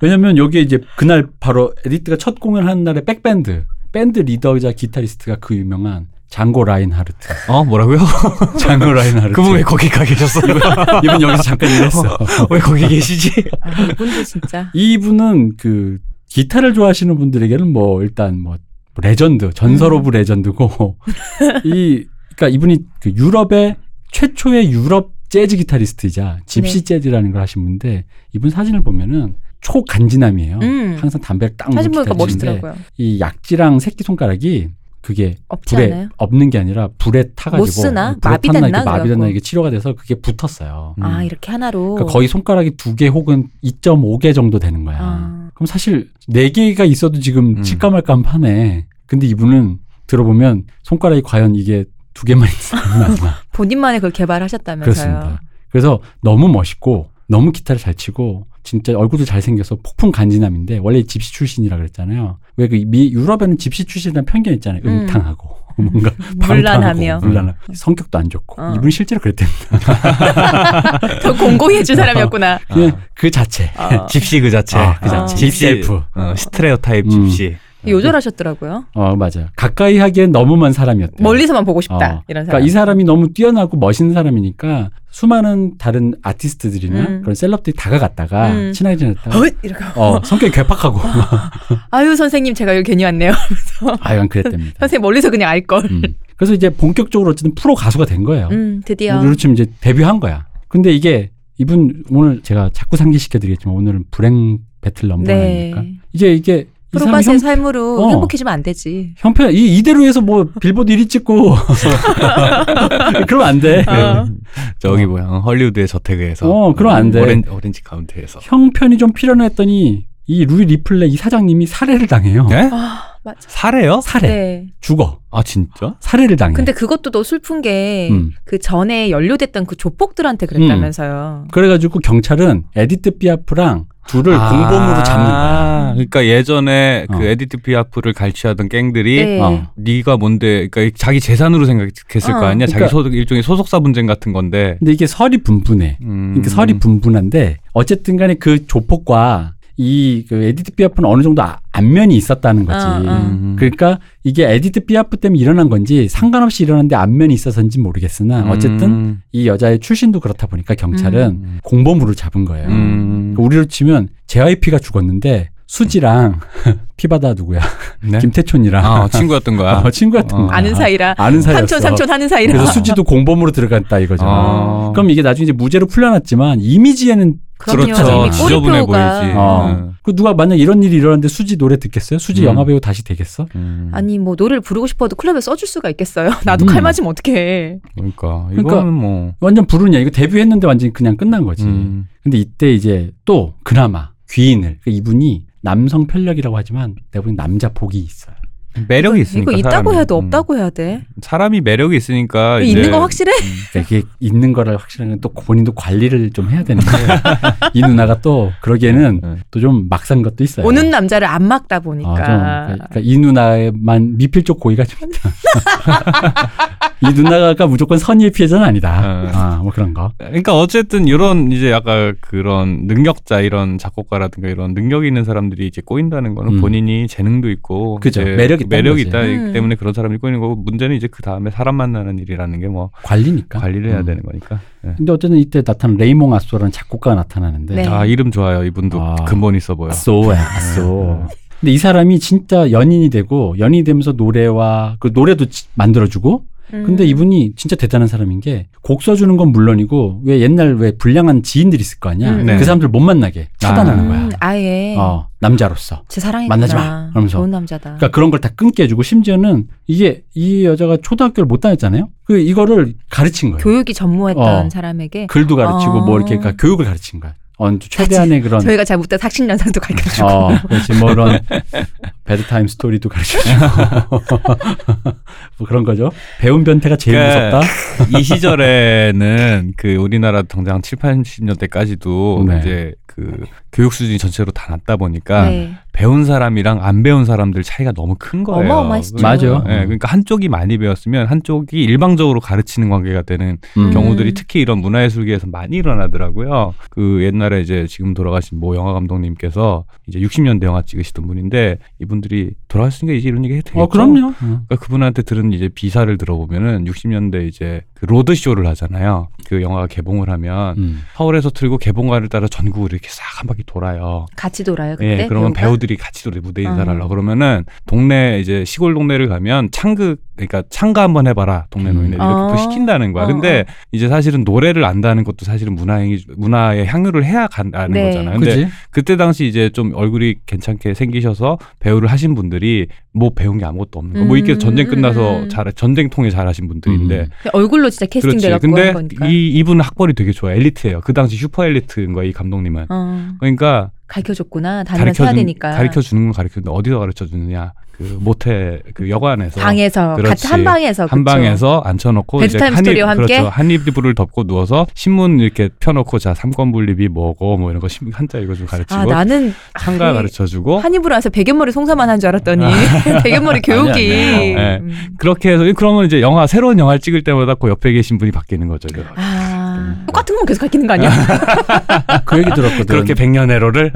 S2: 왜냐면 여기에 이제 그날 바로 에디트가 첫 공연하는 날에 백밴드 밴드 리더이자 기타리스트가 그 유명한 장고 라인하르트
S3: 어 뭐라고요?
S2: 장고 라인하르트
S3: 그분 왜 거기 가 계셨어요? 음.
S2: 이분 여기서 잠깐 일했어
S3: 왜 거기 계시지?
S1: 아, 이분도 진짜.
S2: 이분은 그 기타를 좋아하시는 분들에게는 뭐 일단 뭐 레전드 전설
S1: 음.
S2: 오브 레전드고 이 그러니까 이분이 그 유럽의 최초의 유럽 재즈 기타리스트이자 집시
S1: 네.
S2: 재즈라는 걸 하신 분인데 이분 사진을 보면은 초간지남이에요.
S1: 음.
S2: 항상 담배를 딱
S1: 사진
S2: 물고
S1: 보니까
S2: 기타 치는데
S1: 멋있더라고요.
S2: 이 약지랑 새끼 손가락이 그게
S1: 없지
S2: 불에
S1: 않아요?
S2: 없는 게 아니라 불에 타가지고
S1: 못 쓰나?
S2: 불에 탔나
S1: 마비됐나?
S2: 이게 마비됐나
S1: 그래갖고.
S2: 이게 치료가 돼서 그게 붙었어요.
S1: 아 이렇게 하나로.
S2: 그러니까 거의 손가락이 두 개 혹은 2.5개 정도 되는 거야.
S1: 아.
S2: 그럼 사실 네 개가 있어도 지금
S3: 음.
S2: 칠까 말까 한 판에. 근데 이분은 들어보면 손가락이 과연 이게 두 개만 있나?
S1: 본인만의 그걸 개발하셨다면서요.
S2: 그렇습니다. 그래서 너무 멋있고 너무 기타를 잘 치고 진짜 얼굴도 잘생겨서 폭풍 간지남인데 원래 집시 출신이라 그랬잖아요. 왜 그 미 유럽에는 집시 출신이라는 편견 있잖아요.
S1: 음.
S2: 음탕하고 뭔가
S1: 물란하며.
S2: 물란하 성격도 안 좋고
S1: 어.
S2: 이분 실제로 그랬대요.
S1: 더 공공해준 사람이었구나.
S2: 그냥 그 자체.
S1: 어.
S3: 집시 그 자체.
S2: 아, 그
S1: 자체.
S2: 집셀프.
S3: 어, 스트레오 타입
S2: 음.
S3: 집시.
S1: 요절하셨더라고요.
S2: 어 맞아요. 가까이 하기엔 너무먼 사람이었대요.
S1: 멀리서만 보고 싶다
S2: 어.
S1: 이런 사람.
S2: 그러니까 이 사람이 너무 뛰어나고 멋있는 사람이니까 수많은 다른 아티스트들이나
S1: 음.
S2: 그런 셀럽들이 다가갔다가
S1: 음.
S2: 친하게 지냈다가
S1: 헛! 이렇게
S2: 어, 성격이 괴팍하고
S1: 아유 선생님 제가 여기 괜히 왔네요.
S2: 아연 그랬답니다.
S1: 선생님 멀리서 그냥 알 걸.
S2: 음. 그래서 이제 본격적으로 어쨌든 프로 가수가 된 거예요.
S1: 음 드디어.
S2: 우리로 치면 이제 데뷔한 거야. 근데 이게 이분 오늘 제가 자꾸 상기시켜드리겠지만 오늘은 불행 배틀 넘버
S1: 네.
S2: 아닙니까? 이제 이게 이 사람
S1: 프로바스의
S2: 형,
S1: 삶으로
S2: 어.
S1: 행복해지면 안 되지.
S2: 형편 이 이대로 해서 뭐 빌보드 1위 찍고 그러면 안 돼.
S1: 어.
S3: 네. 저기 뭐야 어, 헐리우드의 저택에서.
S2: 어, 그럼 안 돼.
S3: 오렌, 오렌지 카운트에서.
S2: 형편이 좀 필요는 했더니 이 루이 리플레 이 사장님이 살해를 당해요.
S3: 네?
S1: 아 맞아.
S3: 사래요?
S2: 살해.
S1: 네.
S2: 죽어.
S3: 아 진짜?
S2: 살해를 당해.
S1: 근데 그것도 더 슬픈 게 그
S2: 네. 음.
S1: 전에 연루됐던 그 조폭들한테
S2: 음.
S1: 그랬다면서요.
S2: 그래가지고 경찰은 에디트 피아프랑 둘을 공범으로 잡는 거야.
S3: 거야. 그러니까 예전에
S2: 어.
S3: 그 에디트 피아프를 갈취하던 갱들이
S1: 네.
S2: 어.
S3: 네가 뭔데? 그러니까 자기 재산으로 생각했을
S1: 어.
S3: 거 아니야.
S2: 그러니까-
S3: 자기 소속 일종의 소속사 분쟁 같은 건데.
S2: 근데 이게 설이 분분해.
S3: 음.
S2: 그러니까 설이 분분한데 어쨌든 간에 그 조폭과 이그 에디트 피아프는 어느 정도 아- 안면이 있었다는 거지.
S1: 어, 어.
S3: 음.
S2: 그러니까 이게 에디트 피아프 때문에 일어난 건지 상관없이 일어났는데 안면이 있어서인지 모르겠으나 어쨌든
S3: 음.
S2: 이 여자의 출신도 그렇다 보니까 경찰은
S3: 음.
S2: 공범으로 잡은 거예요.
S3: 음.
S2: 우리로 치면 JYP가 죽었는데 수지랑 피바다 누구야
S3: 네?
S2: 김태촌이랑
S3: 아, 친구였던 거야.
S2: 어, 친구 같은
S3: 어.
S2: 거.
S1: 아는 사이라
S2: 아는 사이였어.
S1: 삼촌 삼촌 하는 사이라.
S2: 그래서 수지도 공범으로 들어갔다 이거죠.
S3: 아.
S2: 그럼 이게 나중에 이제 무죄로 풀려났지만 이미지에는
S1: 그럼요.
S2: 그렇죠.
S1: 이미
S3: 지저분해
S1: 꼬리표가-
S3: 보이지.
S2: 어.
S3: 음.
S2: 그 누가 만약 이런 일이 일어났는데 수지 노래 듣겠어요? 수지
S3: 음.
S2: 영화 배우 다시 되겠어?
S3: 음.
S1: 아니 뭐 노래를 부르고 싶어도 클럽에 써줄 수가 있겠어요? 나도
S2: 음.
S1: 칼 맞으면 어떡해.
S3: 그러니까 이거는
S2: 그러니까-
S3: 뭐
S2: 완전 불운이야. 이거 데뷔했는데 완전 그냥 끝난 거지.
S3: 음.
S2: 근데 이때 이제 또 그나마 귀인을 그러니까 이분이 남성 편력이라고 하지만 대부분 남자 복이 있어요.
S3: 매력이 있으니까
S1: 이거 있다고
S3: 사람이.
S1: 해도
S3: 음.
S1: 없다고 해야 돼.
S3: 사람이 매력이
S2: 아,
S3: 있으니까
S1: 이거
S3: 이제
S1: 있는 거 확실해?
S2: 그러니까 이게 있는 거를 확실한 건 또 본인도 관리를 좀 해야 되는데 이 누나가 또 그러기에는
S3: 네.
S2: 또 좀 막상 것도 있어요.
S1: 오는 남자를 안 막다
S2: 아, 좀,
S1: 보니까.
S2: 네. 그러니까 이 누나만 미필 쪽 고의가 좀 있다. 이 누나가 무조건 선의의 피해자는 아니다.
S3: 네.
S2: 아, 뭐 그런 거.
S3: 그러니까 어쨌든 이런 이제 약간 그런 능력자 이런 작곡가라든가 이런 능력이 있는 사람들이 이제 꼬인다는 거는
S2: 음.
S3: 본인이 재능도 있고
S2: 그죠.
S3: 이제
S2: 매력이 있다는
S3: 매력이
S2: 거지.
S3: 있다
S1: 음.
S3: 때문에 그런 사람이 꼬이는 거고 문제는 이제 그 다음에 사람 만나는 일이라는 게 뭐
S2: 관리니까.
S3: 관리를 해야
S2: 음.
S3: 되는 거니까. 예.
S2: 근데 어쨌든 이때 나타난 레이몽 아쏘라는 작곡가가 나타나는데
S1: 네.
S3: 아 이름 좋아요. 이분도
S2: 아.
S3: 근본 있어 보여.
S2: 아쏘야 아쏘.
S3: 음.
S2: 근데 이 사람이 진짜 연인이 되고 연인이 되면서 노래와 그 노래도 지- 만들어주고
S1: 음.
S2: 근데 이분이 진짜 대단한 사람인 게 곡 써주는 건 물론이고 왜 옛날 왜 불량한 지인들 있을 거 아니야
S1: 음.
S3: 네.
S2: 그 사람들 못 만나게 차단하는
S3: 아.
S2: 거야
S1: 음, 아예.
S2: 어, 남자로서
S1: 제 사랑이
S2: 만나지 마. 그러면서.
S1: 좋은 남자다.
S3: 아.
S2: 그러니까 그런 걸 다 끊게 해주고 심지어는 이게 이 여자가 초등학교를 못 다녔잖아요 그 이거를 가르친 거예요
S1: 교육이 전무했던
S2: 어.
S1: 사람에게
S2: 글도 가르치고
S1: 아.
S2: 뭐
S3: 어.
S2: 이렇게 그러니까 교육을 가르친 거야 어, 최대한의 그런
S1: 저희가 잘 못다 삭신 연상도 가르쳐주고
S2: 어, 그렇지. 뭐 이런 배드타임 스토리도 가르쳐주고 뭐 그런 거죠. 배운 변태가 제일
S3: 그러니까
S2: 무섭다.
S3: 이 시절에는 그 우리나라 당장 7, 80년대까지도
S2: 네.
S3: 이제 그 교육 수준이 전체로 다 낮다 보니까
S1: 네.
S3: 배운 사람이랑 안 배운 사람들 차이가 너무 큰 거예요.
S1: 어마어마했죠.
S2: 맞아요.
S3: 예, 그러니까 한쪽이 많이 배웠으면 한쪽이 일방적으로 가르치는 관계가 되는
S2: 음.
S3: 경우들이 특히 이런 문화예술계에서 많이 일어나더라고요. 그 옛날에 이제 지금 돌아가신 모 영화 감독님께서 이제 60년대 영화 찍으시던 분인데 이분들이 돌아가시니까 이제 이런 얘기 해도 되겠죠.
S2: 어 그럼요. 어.
S3: 그러니까 그분한테 들은 이제 비사를 들어보면은 60년대 이제 그 로드쇼를 하잖아요. 그 영화가 개봉을 하면
S2: 음.
S3: 서울에서 틀고 개봉가를 따라 전국을 이렇게 싹 한 바퀴 돌아요.
S1: 같이 돌아요
S3: 예,
S1: 그때.
S3: 그러면
S1: 배우가?
S3: 배우들이 같이 노래 무대 인사를
S1: 어.
S3: 하려고 그러면은 동네 이제 시골 동네를 가면 창극 그러니까 창가 한번 해봐라 동네
S2: 음.
S3: 노인들 이렇게
S1: 어.
S3: 또 시킨다는 거야.
S1: 어,
S3: 근데 이제 사실은 노래를 안다는 것도 사실은 문화의 문화의 향유를 해야 간다는
S1: 네.
S3: 거잖아요. 근데
S2: 그지?
S3: 그때 당시 이제 좀 얼굴이 괜찮게 생기셔서 배우를 하신 분들이 뭐 배운 게 아무것도 없는 거. 뭐 이렇게
S1: 음,
S3: 전쟁
S1: 음,
S3: 끝나서
S1: 음.
S3: 잘 전쟁통에 잘하신 분들인데
S2: 음.
S1: 그냥 그러니까 얼굴로 진짜 캐스팅돼갖고
S3: 근데
S1: 한 거니까.
S3: 이 이분 학벌이 되게 좋아. 엘리트예요. 그 당시 슈퍼 엘리트인 거야 이 감독님은.
S1: 어,
S3: 그러니까
S1: 가르쳐줬구나. 다니면서 해야
S3: 가르쳐
S1: 되니까.
S3: 가르쳐 주는 건 가르쳐 주는데 어디서 가르쳐 주느냐? 그 모텔 그 여관에서
S1: 방에서
S3: 그렇지.
S1: 같이 한 방에서 그쵸?
S3: 한 방에서 앉혀놓고
S1: 베드타임 스토리와 함께?
S3: 그렇죠 한 이불을 덮고 누워서 신문 이렇게 펴놓고 자 삼권분립이 뭐고 뭐 이런 거 신문 한자 이거 좀 가르치고
S1: 아 나는
S3: 한가 가르쳐 주고
S1: 한입으로 와서 백연머리 송사만 한 줄 알았더니 백연머리 교육이
S2: 아니,
S3: 아니. 예.
S1: 음.
S3: 그렇게 해서 그러면 이제 영화 새로운 영화를 찍을 때마다 그 옆에 계신 분이 바뀌는 거죠. 이거.
S1: 아 똑같은 건 계속 가르치는 거 아니야?
S2: 그 얘기 들었거든.
S3: 그렇게 음. 백년해로를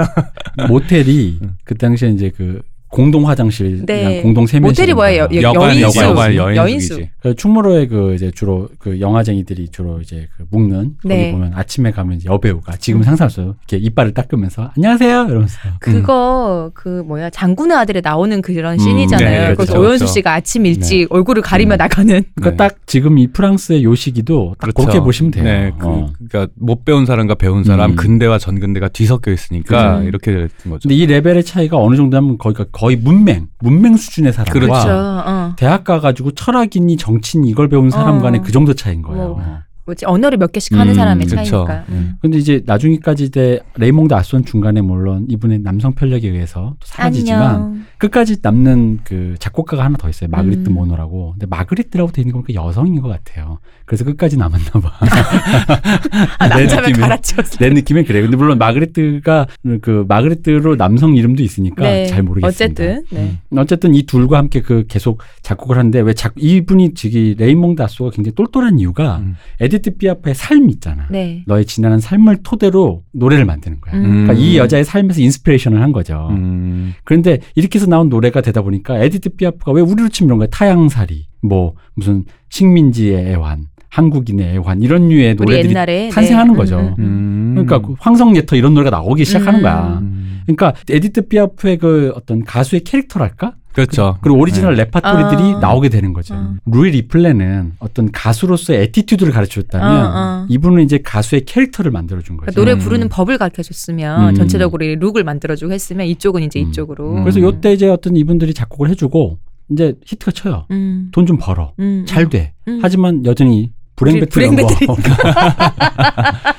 S2: 모텔이 그 당시에 이제 그 공동 화장실,
S1: 네.
S2: 공동 세면실.
S1: 모텔이 뭐예요? 여-
S3: 여관
S1: 여인수.
S3: 여관
S1: 여인수.
S3: 여인숙이지.
S2: 그 충무로에 그 이제 주로 그 영화쟁이들이 주로 이제 그 묵는 거기
S1: 네.
S2: 보면 아침에 가면 이제 여배우가 지금 상상할 수 없어요. 이렇게 이빨을 닦으면서 안녕하세요 이러면서
S1: 그거 그 뭐야 장군의 아들에 나오는 그런 씬이잖아요.
S2: 네,
S1: 그래서
S2: 그렇죠,
S1: 오연수
S3: 그렇죠.
S1: 씨가 아침 일찍 얼굴을 가리며
S2: 음.
S1: 나가는
S2: 그러니까 딱 지금 이 프랑스의 요시기도 딱
S3: 네. 그렇죠.
S2: 그렇게 보시면 돼요.
S3: 네, 그,
S2: 어.
S3: 러니까못 배운 사람과 배운 사람,
S2: 음.
S3: 근대와 전근대가 뒤섞여 있으니까
S1: 그죠.
S3: 이렇게 된 거죠.
S2: 근데 이 레벨의 차이가 어느 정도 하면 거의 거의 문맹, 문맹 수준의 사람과
S3: 그렇죠.
S1: 그렇죠. 어.
S2: 대학 가가지고 철학이니 정치니 이걸 배운 사람
S1: 어.
S2: 간의 그 정도 차이인 거예요.
S1: 뭐. 뭐지 언어를 몇 개씩 하는
S2: 음,
S1: 사람의
S3: 그쵸.
S1: 차이니까. 음.
S2: 근데 이제 나중에까지 때 레이몽드 아손 중간에 물론 이분의 남성 편력에 의해서 또 사라지지만
S1: 안녕.
S2: 끝까지 남는 그 작곡가가 하나 더 있어요. 마그리트
S1: 음.
S2: 모노라고. 근데 마그리트라고 돼 있는 건 그 여성인 것 같아요. 그래서 끝까지 남았나 봐.
S1: 아, 남자면
S2: 느낌이-
S1: 갈아치웠어.
S2: 내 느낌엔 그래요. 근데 물론 마그리트가 그 마그리트로 남성 이름도 있으니까 아, 잘 모르겠습니다.
S1: 네.
S2: 음.
S1: 어쨌든 네.
S2: 어쨌든 이 둘과 함께 그 계속 작곡을 하는데 왜 작, 이분이 지금 레이몽드 아소가 굉장히 똘똘한 이유가
S3: 음.
S2: 에디트 피아프의 삶 있잖아.
S1: 네.
S2: 너의 지난한 삶을 토대로 노래를 만드는 거야.
S1: 음.
S2: 그러니까 이 여자의 삶에서 인스피레이션을 한 거죠.
S3: 음.
S2: 그런데 이렇게 해서 나온 노래가 되다 보니까 에디트 피아프가 왜 우리로 치면 이런 거야. 타양살이, 뭐 무슨 식민지의 애환, 한국인의 애환 이런 류의
S1: 우리
S2: 노래들이
S1: 옛날에
S2: 탄생하는
S1: 네.
S2: 거죠.
S1: 음, 음, 음.
S2: 그러니까 그 황성예터 이런 노래가 나오기 시작하는 거야.
S1: 음.
S3: 음.
S2: 그러니까 에디트 피아프의 그 어떤 가수의 캐릭터랄까?
S3: 그렇죠.
S2: 그리고 오리지널 레파토리들이
S1: 아.
S2: 나오게 되는 거죠.
S1: 아.
S2: 루이 리플레는 어떤 가수로서의 에티튜드를 가르쳐줬다면
S1: 어, 어.
S2: 이분은 이제 가수의 캐릭터를 만들어준 거죠.
S1: 그러니까 노래
S3: 음.
S1: 부르는 법을 가르쳐 줬으면
S2: 음.
S1: 전체적으로 이 룩을 만들어주고 했으면 이쪽은 이제
S2: 음.
S1: 이쪽으로.
S3: 음.
S2: 그래서 요때 이제 어떤 이분들이 작곡을 해주고 이제 히트가 쳐요.
S1: 음.
S2: 돈 좀 벌어.
S1: 음.
S2: 잘 돼.
S1: 음.
S2: 하지만 여전히 불행
S1: 불-
S2: 배틀이 온
S1: 불행
S2: 거.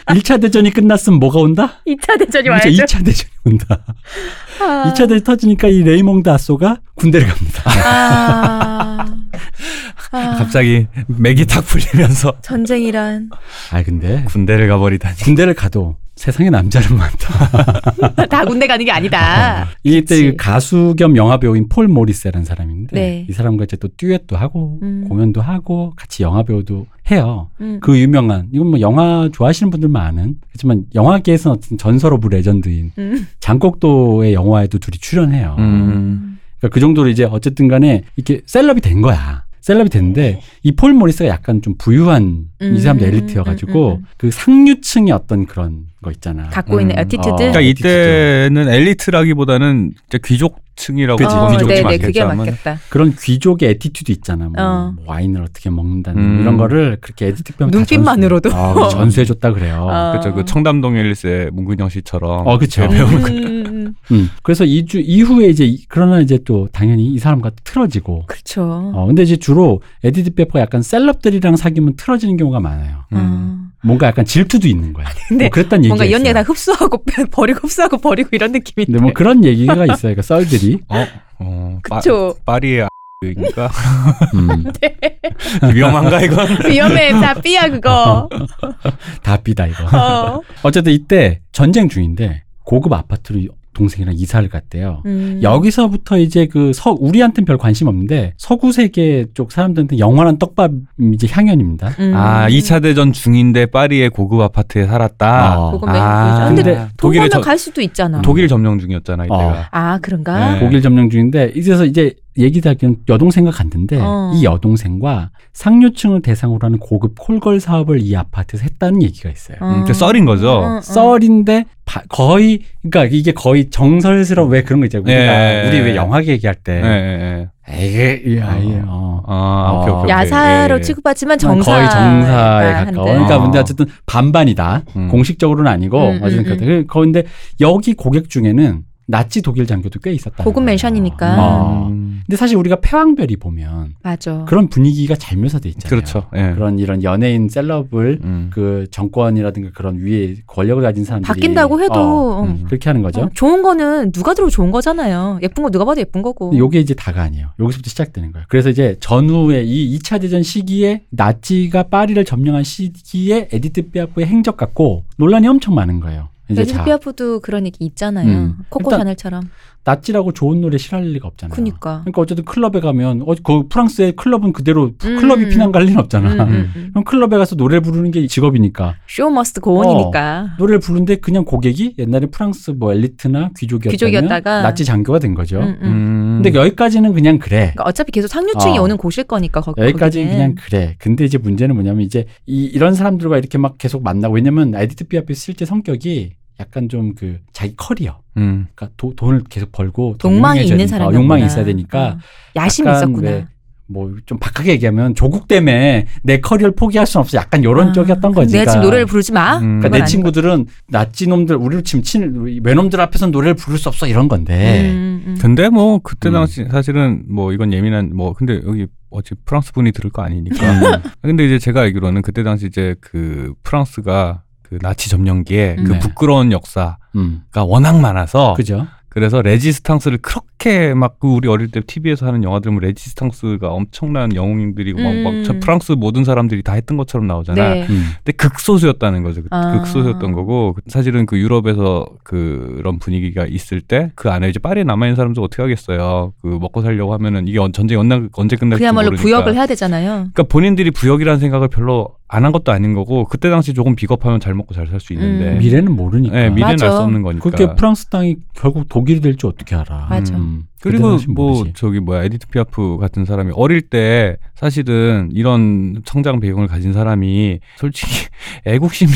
S2: 1차 대전이 끝났으면 뭐가 온다?
S1: 2차 대전이
S2: 이제 2차 대전이 온다. 2차 대전 터지니까 이 레이몽드 아소가 군대를 갑니다.
S1: 아. 아.
S3: 갑자기 맥이 탁 풀리면서
S1: 전쟁이란
S2: 아 근데
S3: 군대를 가버리다니.
S2: 군대를 가도 세상에 남자는 많다.
S1: 다 군대 가는 게 아니다.
S2: 이때
S1: 그치.
S2: 그 가수 겸 영화 배우인 폴 모리세라는 사람인데
S1: 네.
S2: 이 사람과 이제 또 듀엣도 하고
S1: 음.
S2: 공연도 하고 같이 영화 배우도 해요.
S1: 음.
S2: 그 유명한 이건 뭐 영화 좋아하시는 분들만 아는 그렇지만 영화계에서는 어떤 전설 오브 레전드인
S1: 음.
S2: 장곡도의 영화에도 둘이 출연해요.
S3: 음.
S2: 그러니까 그 정도로 이제 어쨌든 간에 이렇게 셀럽이 된 거야. 셀럽이 됐는데 이 폴 모리스가 약간 좀 부유한
S1: 네. 음,
S2: 이 사람도 엘리트여가지고
S1: 음, 음, 음.
S2: 그 상류층의 어떤 그런 거 있잖아.
S1: 갖고 있는
S3: 음.
S1: 에티튜드.
S2: 어.
S3: 그러니까 이때는 엘리트라기보다는 진짜 귀족층이라고
S2: 그치,
S1: 어,
S3: 보는 게
S1: 네네,
S3: 맞겠죠,
S1: 그게
S3: 아마.
S1: 맞겠다.
S2: 그런 귀족의 에티튜드 있잖아. 뭐
S1: 어.
S2: 와인을 어떻게 먹는다는 뭐
S3: 음.
S2: 이런 거를 그렇게 에티튜드
S1: 눈빛만으로도.
S2: 전수해줬다 그래요.
S1: 어.
S3: 아, 그렇죠. 그 청담동 앨리스의 문근영 씨처럼.
S2: 어, 그쵸.
S3: 배우
S1: 음.
S2: 음. 그래서 이주 이후에 이제 이- 그러나 이제 또 당연히 이 사람과 또 틀어지고.
S1: 그렇죠.
S2: 어, 근데 이제 주로 에디드 베퍼가 약간 셀럽들이랑 사귀면 틀어지는 경우가 많아요.
S3: 음.
S1: 어.
S2: 뭔가 약간 질투도 있는 거야.
S1: 근데
S2: 뭐 그랬단 얘기.
S1: 뭔가 연예다 흡수하고 빼- 버리고 흡수하고 버리고 이런 느낌인데.
S2: 근데 뭐 그런 얘기가 있어요. 그러니까 썰들이.
S3: 어, 어, 빠-
S1: 그쵸.
S3: 파리의 그러니까
S2: 음,
S1: 네.
S3: 위험한가 이건?
S2: 아.
S1: 위험해 다 삐야
S2: 어.
S1: 그거.
S2: 다 삐다 이거.
S1: 어.
S2: 어쨌든 이때 전쟁 중인데 고급 아파트로 동생이랑 이사를 갔대요.
S1: 음.
S2: 여기서부터 이제 그 서, 우리한테는 별 관심 없는데 서구 세계 쪽 사람들한테 영원한 떡밥 이제 향연입니다.
S1: 음.
S3: 아, 2차 대전 중인데 파리의 고급 아파트에 살았다.
S2: 어.
S1: 그건
S3: 아,
S1: 매력이죠.
S2: 근데
S3: 독일에
S1: 동호회
S3: 저-
S1: 갈 수도 있잖아.
S3: 독일 점령 중이었잖아 이때가.
S1: 아 그런가?
S3: 네.
S2: 독일 점령 중인데 이제서 이제 얘기다 그냥 여동생과 갔는데
S1: 어.
S2: 이 여동생과 상류층을 대상으로 하는 고급 콜걸 사업을 이 아파트에서 했다는 얘기가 있어요.
S1: 어.
S3: 음, 그 썰인 거죠.
S1: 어, 어.
S2: 썰인데 바- 거의 그러니까 이게 거의 정설스러운 왜 그런 거 있잖아요. 우리가
S3: 예.
S2: 우리 왜 영화계 얘기할
S3: 예,
S2: 때
S3: 예, 예.
S2: 에이 예, 예, 네. 어.
S3: 아, 오케이, 오케이, 오케이.
S1: 야사로
S3: 예, 예.
S1: 취급받지만 정사
S2: 아, 거의 정사에 가까워. 그러니까
S3: 아.
S2: 근데 어쨌든 반반이다.
S3: 음.
S2: 공식적으로는 아니고
S1: 음, 음, 음.
S2: 어쨌든 그렇다. 그- 그런데 여기 고객 중에는 나치 독일 장교도 꽤 있었다.
S1: 고급 맨션이니까.
S2: 어.
S3: 음.
S2: 근데 사실 우리가 패왕별이 보면
S1: 맞아.
S2: 그런 분위기가 잘 묘사돼 있잖아요.
S3: 그렇죠. 예.
S2: 그런 이런 연예인 셀럽을
S3: 음.
S2: 그 정권이라든가 그런 위에 권력을 가진 사람들이
S1: 바뀐다고
S2: 어,
S1: 해도
S3: 음.
S2: 그렇게 하는 거죠.
S1: 어, 좋은 거는 누가 들어도 좋은 거잖아요. 예쁜 거 누가 봐도 예쁜 거고.
S2: 근데 요게 이제 다가 아니에요. 여기서부터 시작되는 거예요. 그래서 이제 전후에 이 2차 대전 시기에 나치가 파리를 점령한 시기에 에디트 피아프의 행적 같고 논란이 엄청 많은 거예요. 이제
S1: 레드
S2: 자,
S1: 피아프도 그런 얘기 있잖아요.
S2: 음.
S1: 코코
S2: 일단-
S1: 샤넬처럼.
S2: 나치라고 좋은 노래 싫어할 리가 없잖아요.
S1: 그니까.
S2: 그러니까 어쨌든 클럽에 가면 어, 그 프랑스의 클럽은 그대로
S1: 음.
S2: 클럽이 피난 갈 리는 없잖아.
S1: 음, 음, 음.
S2: 그럼 클럽에 가서 노래 부르는 게 직업이니까
S1: 쇼 머스트 고온이니까.
S2: 노래를 부르는데 그냥 고객이 옛날에 프랑스 뭐 엘리트나 귀족이었다면
S1: 귀족이었다가
S2: 나치 장교가 된 거죠.
S1: 음, 음.
S3: 음.
S2: 근데 여기까지는 그냥 그래.
S1: 그러니까 어차피 계속 상류층이
S2: 어.
S1: 오는 곳일 거니까 거기.
S2: 여기까지는 그냥
S1: 음. 거기는.
S2: 그래. 근데 이제 문제는 뭐냐면 이제 이, 이런 사람들과 이렇게 막 계속 만나고 왜냐면 에디트 피아프 실제 성격이 약간 좀 그 자기 커리어.
S3: 음.
S2: 그러니까 도- 돈을 계속 벌고 더
S1: 욕망이
S2: 유명해져야
S1: 있는
S2: 되니까,
S1: 사람이 음.
S2: 욕망이 있어야 되니까
S1: 야심이
S2: 약간
S1: 있었구나.
S2: 왜 뭐 좀 박하게 얘기하면 조국 때문에 내 커리어를 포기할 순 없어. 약간 요런
S1: 아,
S2: 쪽이었던
S1: 그럼
S2: 거지.
S1: 내가 지금
S2: 그러니까
S1: 노래를 부르지 마.
S3: 음.
S2: 그러니까
S1: 그건
S2: 내 친구들은 나치놈들 우리를 지금 친 외놈들 앞에서 노래를 부를 수 없어 이런 건데
S1: 음, 음.
S3: 근데 뭐 그때
S2: 음.
S3: 당시 사실은 뭐 이건 예민한 뭐 근데 여기 어차피 프랑스 분이 들을 거 아니니까. 근데 이제 제가 알기로는 그때 당시 이제 그 프랑스가 그 나치 점령기에
S1: 음.
S3: 그
S2: 네.
S3: 부끄러운 역사가
S2: 음,
S3: 워낙 많아서
S2: 그죠
S3: 그래서 레지스탕스를 그렇게 막그 우리 어릴 때 TV에서 하는 영화들은 레지스탕스가 엄청난 영웅님들이고
S1: 음.
S3: 막, 막 저 프랑스 모든 사람들이 다 했던 것처럼 나오잖아.
S1: 네.
S2: 음.
S3: 근데 극소수였다는 거죠. 그-
S1: 아.
S3: 극소수였던 거고 사실은 그 유럽에서 그런 분위기가 있을 때 그 안에 이제 파리에 남아 있는 사람들 어떻게 하겠어요. 그 먹고 살려고 하면은 이게 언- 전쟁이 언제 언제 끝날지 모르니까.
S1: 그야말로 부역을 해야 되잖아요.
S3: 그러니까 본인들이 부역이라는 생각을 별로 안 한 것도 아닌 거고 그때 당시 조금 비겁하면 잘 먹고 잘 살 수 있는데
S1: 음.
S2: 미래는 모르니까
S3: 예, 미래는
S1: 맞아.
S3: 알 수 없는 거니까.
S2: 그게 프랑스 땅이 결국 독일이 될 줄 어떻게 알아
S1: 맞아.
S2: 음.
S3: 그리고
S2: 대단하신
S3: 뭐
S2: 분이지.
S3: 저기 뭐야 에디트 피아프 같은 사람이 어릴 때 사실은 이런 성장 배경을 가진 사람이 솔직히 애국심이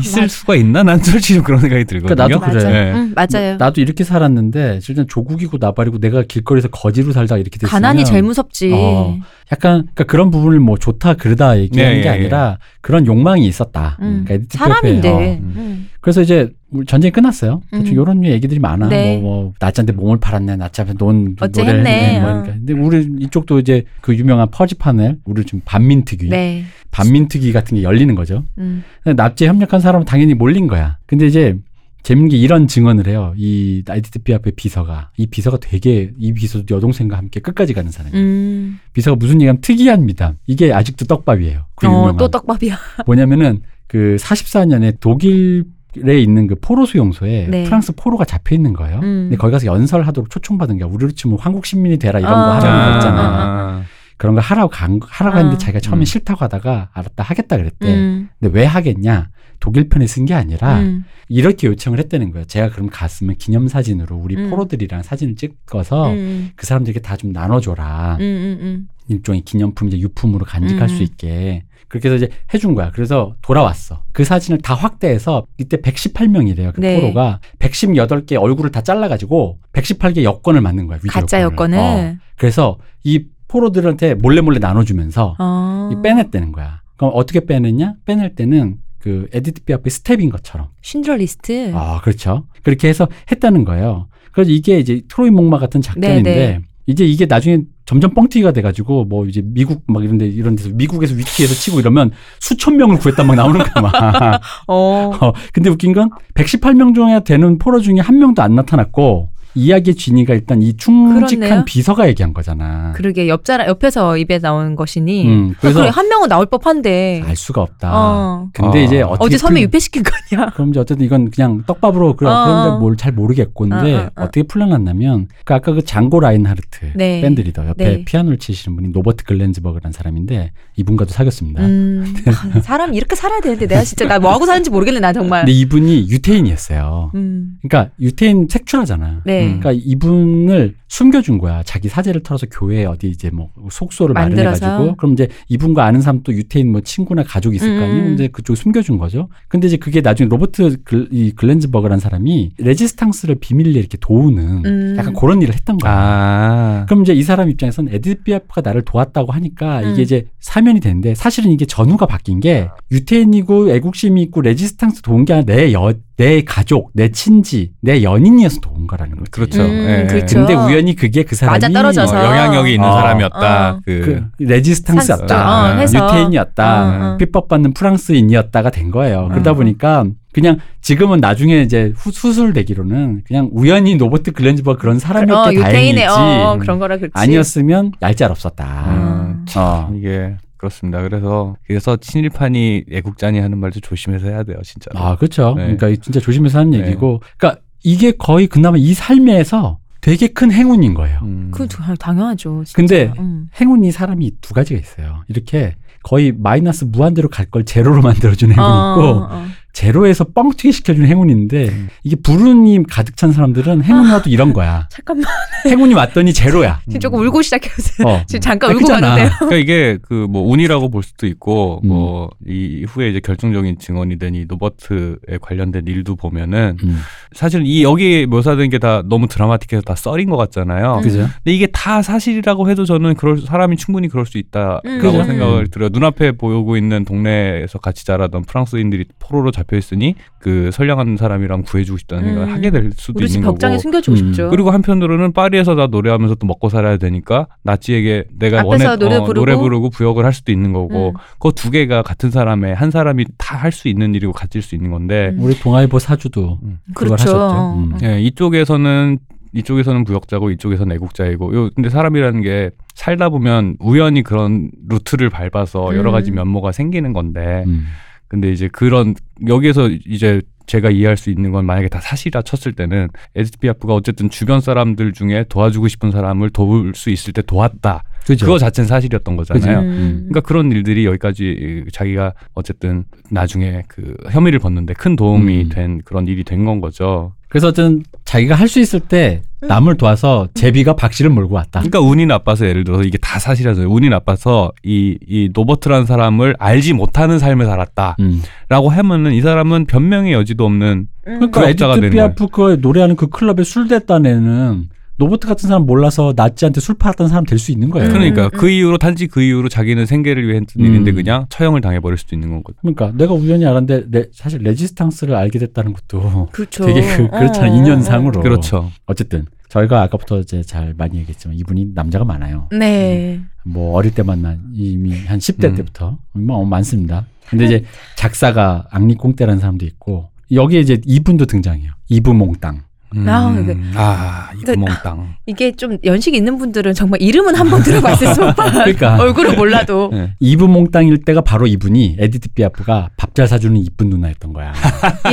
S3: 있을 수가 있나? 난 솔직히 좀 그런 생각이 들거든요. 네.
S2: 그러니까 나도
S1: 맞아.
S2: 그래.
S1: 응, 맞아요.
S2: 나도 이렇게 살았는데 실제 조국이고 나발이고 내가 길거리에서 거지로 살다 이렇게 됐으면
S1: 가난이 제일 무섭지.
S2: 어. 약간 그러니까 그런 부분을 뭐 좋다 그러다 얘기하는
S3: 네,
S2: 게
S3: 예,
S2: 아니라 그런 욕망이 있었다.
S1: 음.
S2: 그러니까 에디트 피아프의,
S1: 사람인데.
S2: 어, 그래서 이제 우리 전쟁이 끝났어요. 대충
S1: 음.
S2: 이런 얘기들이 많아.
S1: 네.
S2: 뭐, 뭐 낮잠때 몸을 팔았네, 낮잠에 논
S1: 어째
S2: 노래를
S1: 했네.
S2: 했네. 뭐
S1: 어.
S2: 그러니까. 근데 우리 이쪽도 이제 그 유명한 퍼지판을 우리 지금 반민특위,
S1: 네.
S2: 반민특위 같은 게 열리는 거죠.
S1: 음.
S2: 근데 납치에 협력한 사람은 당연히 몰린 거야. 근데 이제 재밌는 게 이런 증언을 해요. 이 아이디티피 앞에 비서가 이 비서가 되게 이 비서도 여동생과 함께 끝까지 가는 사람이에요.
S1: 음.
S2: 비서가 무슨 얘기하면 특이한 미담. 이게 아직도 떡밥이에요. 그
S1: 어,
S2: 유명한.
S1: 또 떡밥이야.
S2: 뭐냐면은 그 44년에 독일에 있는 그 포로 수용소에
S1: 네.
S2: 프랑스 포로가 잡혀 있는 거예요.
S1: 음.
S2: 근데 거기 가서 연설하도록 초청받은 거야. 우리로 치면 뭐 한국 시민이 되라 이런
S1: 아.
S2: 거 하라고
S1: 아.
S2: 했잖아.
S3: 아,
S2: 그런 거 하라고 간 거- 하라고 했는데
S1: 아.
S2: 자기가 처음에
S3: 음.
S2: 싫다고 하다가 알았다 하겠다 그랬대.
S1: 음.
S2: 근데 왜 하겠냐? 독일 편에 쓴 게 네. 아니라
S1: 음.
S2: 이렇게 요청을 했다는 거예요. 제가 그럼 갔으면 기념 사진으로 우리
S1: 음.
S2: 포로들이랑 사진을 찍어서
S1: 음.
S2: 그 사람들에게 다 좀 나눠줘라.
S1: 음. 음. 음.
S2: 일종의 기념품 이제 유품으로 간직할
S1: 음.
S2: 수 있게 그렇게 해서 이제 해준 거야. 그래서 돌아왔어. 그 사진을 다 확대해서 이때 118명이래요. 그
S1: 네.
S2: 포로가 118개 얼굴을 다 잘라가지고 118개 여권을 만든 거야. 위조
S1: 가짜 여권을.
S2: 어. 그래서 이 포로들한테 몰래 몰래 나눠주면서
S1: 어.
S2: 이 빼냈다는 거야. 그럼 어떻게 빼냈냐? 빼낼 때는 그 에디트 피 앞에 스텝인 것처럼.
S1: 신드러 리스트.
S2: 아, 그렇죠. 그렇게 해서 했다는 거예요. 그래서 이게 이제 트로이 목마 같은 작전인데
S1: 네, 네.
S2: 이제 이게 나중에 점점 뻥튀기가 돼가지고 뭐 이제 미국 막 이런데 이런 데서 미국에서 위키에서 치고 이러면 수천 명을 구했다 막 나오는 거야 막.
S1: 어.
S2: 어, 근데 웃긴 건 118명 중에 되는 포로 중에 한 명도 안 나타났고 이야기의 진위가 일단 이 충직한
S1: 그렇네요.
S2: 비서가 얘기한 거잖아.
S1: 그러게 옆 사람 옆에서 입에 나온 것이니.
S2: 음,
S1: 아,
S2: 그래서
S1: 그래 한 명은 나올 법한데.
S2: 알 수가 없다.
S1: 어.
S2: 근데
S3: 어.
S2: 이제
S3: 어제
S2: 어떻게
S1: 어제
S2: 풀-
S1: 선배 유폐시킨 거냐?
S2: 그럼 이제 어쨌든 이건 그냥 떡밥으로 그런
S1: 어.
S2: 그런데 뭘 잘 모르겠고 근데
S1: 어, 어, 어.
S2: 어, 떻게 풀려났냐면 그 아까 그 장고 라인하르트
S1: 네.
S2: 밴드 리더 옆에
S1: 네.
S2: 피아노를 치시는 분이 노버트 글렌즈버그라는 사람인데 이분과도 사귀었습니다.
S1: 음, 아, 사람 이렇게 살아야 되는데 내가 진짜 나 뭐하고 사는지 모르겠네 나 정말.
S2: 근데 이분이 유태인이었어요.
S1: 음,
S2: 그러니까 유태인 색출하잖아.
S1: 네.
S3: 음.
S2: 그러니까 이분을 숨겨준 거야. 자기 사제를 털어서 교회에 어디 이제 뭐 속소를
S1: 만들어서.
S2: 마련해가지고. 그럼 이제 이분과 아는 사람 또 유태인 뭐 친구나 가족이 있을 거 아니에요.
S1: 음.
S2: 근데 그쪽 숨겨준 거죠. 근데 이제 그게 나중에 로버트 글, 이 글렌즈버그라는 사람이 레지스탕스를 비밀리에 이렇게 도우는
S1: 음.
S2: 약간 그런 일을 했던 거야.
S3: 아.
S2: 그럼 이제 이 사람 입장에선 에드피아프가 나를 도왔다고 하니까
S1: 음. 아.
S2: 이게 이제 사면이 되는데 사실은 이게 전후가 바뀐 게 유태인이고 애국심이 있고 레지스탕스 도운 게 아니라 내, 여, 내 가족, 내 친지, 내 연인이어서 도운 거라는 거지.
S3: 그렇죠.
S1: 음,
S3: 예.
S1: 그렇죠.
S2: 네. 근데 우연히 그게 그 사람이
S1: 맞아
S3: 어,
S1: 떨어져서.
S3: 영향력이 있는
S2: 어.
S3: 사람이었다.
S1: 어.
S3: 그,
S2: 그 레지스탕스였다.
S1: 어,
S3: 아,
S1: 해서.
S2: 유태인이었다.
S1: 어, 어.
S2: 핍박받는 프랑스인이었다가 된 거예요. 그러다
S1: 음.
S2: 보니까 그냥 지금은 나중에 이제 후- 수술되기로는 그냥 우연히 노버트 글렌즈버 그런 사람이었게
S1: 어,
S2: 다행이지.
S1: 유태인의 어, 그런 거라 그렇지.
S2: 아니었으면 얄짤 없었다.
S3: 음,
S2: 어.
S3: 이게 그렇습니다. 그래서 그래서 친일파니 애국자니 하는 말도 조심해서 해야 돼요, 진짜.
S2: 아, 그렇죠.
S3: 네.
S2: 그러니까 진짜 조심해서 하는
S3: 네.
S2: 얘기고. 그러니까 이게 거의 그나마 이 삶에서 되게 큰 행운인 거예요.
S3: 음.
S1: 그 당- 당연하죠. 진짜.
S2: 근데
S1: 음.
S2: 행운이 사람이 두 가지가 있어요. 이렇게 거의 마이너스 무한대로 갈 걸 제로로 만들어주는 행운이
S1: 어,
S2: 있고, 음.
S1: 어, 어.
S2: 제로에서 뻥튀기 시켜주는 행운인데, 이게 불운이 가득 찬 사람들은
S1: 아.
S2: 행운이 와도 이런 거야.
S1: 잠깐만
S2: 행운이 왔더니 제로야.
S1: 지금 조금 울고 시작했어요.
S2: 음. 어.
S1: 지금 잠깐 울고
S2: 그잖아.
S1: 가는데요.
S3: 그러니까 이게 그 뭐 운이라고 볼 수도 있고
S2: 음.
S3: 뭐 이 후에 이제 결정적인 증언이 된 이 노버트에 관련된 일도 보면은
S2: 음.
S3: 사실 이 여기 묘사된 게 다 너무 드라마틱해서 다 썰인 것 같잖아요.
S1: 음.
S2: 그죠?
S3: 근데 이게 다 사실이라고 해도 저는 그럴 사람이 충분히 그럴 수 있다라고
S1: 음. 그죠.
S3: 생각을 들어요. 눈앞에 보이고 있는 동네에서 같이 자라던 프랑스인들이 포로로 잡혀 있으니 그 선량한 사람이랑 구해주고 싶다는
S1: 음.
S3: 생각을 하게 될 수도
S1: 우리 집
S3: 있는 거고.
S1: 벽장에 숨겨주고
S2: 음.
S1: 싶죠.
S3: 그리고 한편으로는 파리에서 나 노래하면서 또 먹고 살아야 되니까 나치에게 내가
S1: 앞에서
S3: 원했
S1: 노래
S3: 어,
S1: 부르고.
S3: 노래 부르고 부역을 할 수도 있는
S1: 음.
S3: 거고 그 두 개가 같은 사람의 한 사람이 다 할 수 있는 일이고 가질 수 있는 건데
S1: 음.
S2: 우리 동아일보 사주도
S3: 음.
S2: 그걸
S1: 그렇죠.
S2: 하셨죠. 음.
S3: 예, 이쪽에서는 이쪽에서는 부역자고 이쪽에서는 애국자이고 요 근데 사람이라는 게 살다 보면 우연히 그런 루트를 밟아서 여러 가지
S1: 음.
S3: 면모가 생기는 건데
S2: 음.
S3: 근데 이제 그런 여기에서 이제 제가 이해할 수 있는 건 만약에 다 사실이라 쳤을 때는 에스피아프가 어쨌든 주변 사람들 중에 도와주고 싶은 사람을 도울 수 있을 때 도왔다
S2: 그죠?
S3: 그거 자체는 사실이었던 거잖아요.
S2: 그죠.
S1: 음.
S3: 그러니까 그런 일들이 여기까지 자기가 어쨌든 나중에 그 혐의를 벗는데 큰 도움이
S2: 음.
S3: 된 그런 일이 된 건 거죠.
S2: 그래서 어쨌든 자기가 할 수 있을 때
S1: 음.
S2: 남을 도와서 제비가 박씨를 몰고 왔다.
S3: 그러니까 운이 나빠서 예를 들어서 이게 다 사실이죠. 운이 나빠서 이, 이 노버트라는 사람을 알지 못하는 삶을 살았다라고
S2: 음.
S3: 하면은 이 사람은 변명의 여지도 없는
S2: 그러니까
S3: 구역자가
S2: 에디트
S3: 되는 거야.
S2: 피아프 그 노래하는 그 클럽에 술 댔던 애는 노보트 같은 사람 몰라서 나치한테 술 팔았던 사람 될 수 있는 거예요.
S1: 음.
S3: 그러니까 그 이후로 단지 그 이후로 자기는 생계를 위해 했던
S2: 음.
S3: 일인데 그냥 처형을 당해버릴 수도 있는 건 거죠.
S2: 그러니까 내가 우연히 알았는데 내- 사실 레지스탕스를 알게 됐다는 것도
S1: 그렇죠.
S2: 되게 그, 그렇잖아
S1: 어,
S2: 인연상으로.
S3: 그렇죠.
S2: 어쨌든 저희가 아까부터 이제 잘 많이 얘기했지만 이분이 남자가 많아요.
S1: 어, 어. 네.
S2: 뭐 어릴 때 만난 이미 한 10대
S3: 음.
S2: 때부터 뭐 많습니다. 근데
S1: 음.
S2: 이제 작사가 앙리꽁떼라는 사람도 있고 여기에 이제 이분도 등장해요. 이브몽땅.
S3: 음.
S1: 아, 이게-
S3: 아, 이
S1: 그-
S3: 구멍땅.
S1: 이게 좀 연식 있는 분들은 정말 이름은 한 번 들어봤을 수
S2: 그러니까
S1: 얼굴은 몰라도
S3: 네.
S2: 이브몽땅일 때가 바로 이분이 에디트 피아프가 밥 잘 사주는 이쁜 누나였던 거야.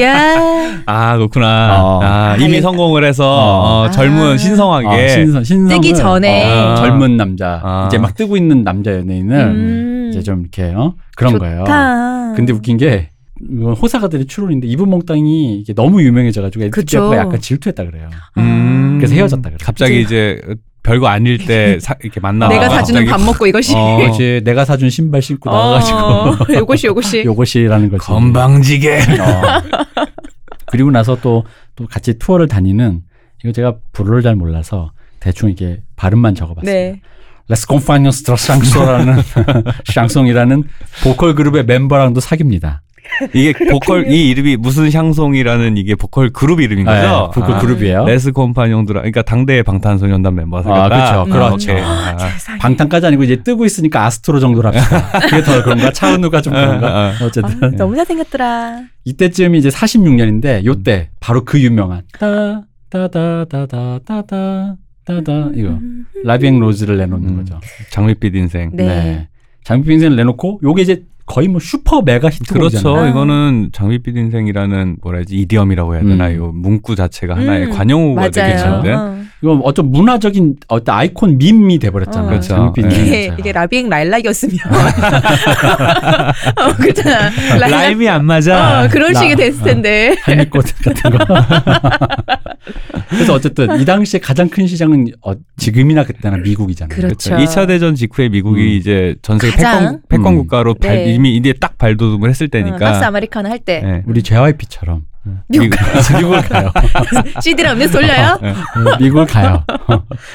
S1: 야
S3: 아, 그렇구나.
S2: 어.
S3: 아,
S1: 아,
S3: 이미
S1: 예.
S3: 성공을 해서
S2: 어.
S3: 어, 젊은
S1: 아.
S3: 신성하게
S2: 어, 신선 신선
S1: 뜨기 전에.
S3: 아.
S2: 젊은 남자
S3: 아.
S2: 이제 막 뜨고 있는 남자 연예인은
S1: 음.
S2: 이제 좀 이렇게 어? 그런 거예요.
S1: 좋다.
S2: 근데 웃긴 게 이건 호사가들의 추론인데 이브몽땅이 이게 너무 유명해져가지고 에디트
S1: 그쵸.
S2: 피아프가 약간 질투했다 그래요.
S1: 아.
S3: 음.
S2: 그래서 헤어졌다 그래.
S3: 갑자기 이제 별거 아닐 때 사- 이렇게 만나.
S1: 내가 사주는
S3: 갑자기
S1: 밥 먹고 이것이
S3: 어.
S2: 그렇지. 내가 사준 신발 신고 그 나와가지고
S1: 어, 요것이 요것이
S2: 요것이라는 거지.
S3: 건방지게.
S2: 어. 그리고 나서 또 또 같이 투어를 다니는 이거 제가 불어를 잘 몰라서 대충 이게 발음만 적어봤어요.
S1: 네.
S2: 레스 콤파니언스 드라샹소라는 샹송이라는 보컬 그룹의 멤버랑도 사깁니다.
S3: 이게 보컬 이 이름이 무슨 샹송이라는 이게 보컬 그룹 이름인 거죠?
S2: 네, 보컬
S3: 아,
S2: 그룹이에요.
S3: 레스 콤파뇽드라 그러니까 당대의 방탄소년단 멤버가
S2: 아, 그쵸.
S1: 그렇죠.
S3: 오케이. 아,
S1: 세상에.
S2: 방탄까지 아니고 이제 뜨고 있으니까 아스트로 정도로 합시다. 그게 더 그런가? 차은우가 좀 그런가?
S1: 아,
S2: 어쨌든
S1: 너무 잘생겼더라.
S2: 이때쯤이 이제
S1: 음.
S2: 46년인데 요때 바로 그 유명한 따따다다다다다다다 이거
S1: 음.
S2: 라비앵 로즈를 내놓는
S3: 음.
S2: 거죠.
S3: 장밋빛 인생.
S1: 네.
S2: 장비 인생을 내놓고 요게 이제 거의 뭐 슈퍼 메가 히트곡이잖아요.
S3: 그렇죠.
S1: 아.
S3: 이거는 장밋빛 인생이라는 뭐라 해야지 이디엄이라고 해야 되나
S2: 음.
S3: 요 문구 자체가 하나의
S1: 음,
S3: 관용어가
S1: 맞아요.
S3: 되겠는데
S1: 어.
S2: 이건 어떤 문화적인 어떤 아이콘 밈이 돼버렸잖아요.
S1: 어. 그렇죠.
S2: 장비
S3: 네.
S1: 이게, 이게 라비행 라일락이었으면 어, 그렇잖아. 라일락.
S3: 라임이 안 맞아.
S1: 어, 그런
S2: 라-
S1: 식이 됐을
S2: 어.
S1: 텐데.
S2: 한미꽃 같은 거. 그래서 어쨌든 이 당시에 가장 큰 시장은 어, 지금이나 그때나 미국이잖아요.
S1: 그렇죠.
S3: 2차 대전 직후에 미국이
S2: 음.
S3: 이제 전 세계
S1: 가장?
S3: 패권, 패권
S2: 음.
S3: 국가로 발-
S1: 네.
S3: 이미 이제 딱 발돋움을 했을
S1: 어, 박스
S3: 때니까.
S1: 아메리카노 할 때
S3: 네.
S2: 우리 JYP처럼
S1: 미국
S2: 미국을 가요.
S1: CD랑 음료수 돌려요?
S2: 네, 미국을 가요.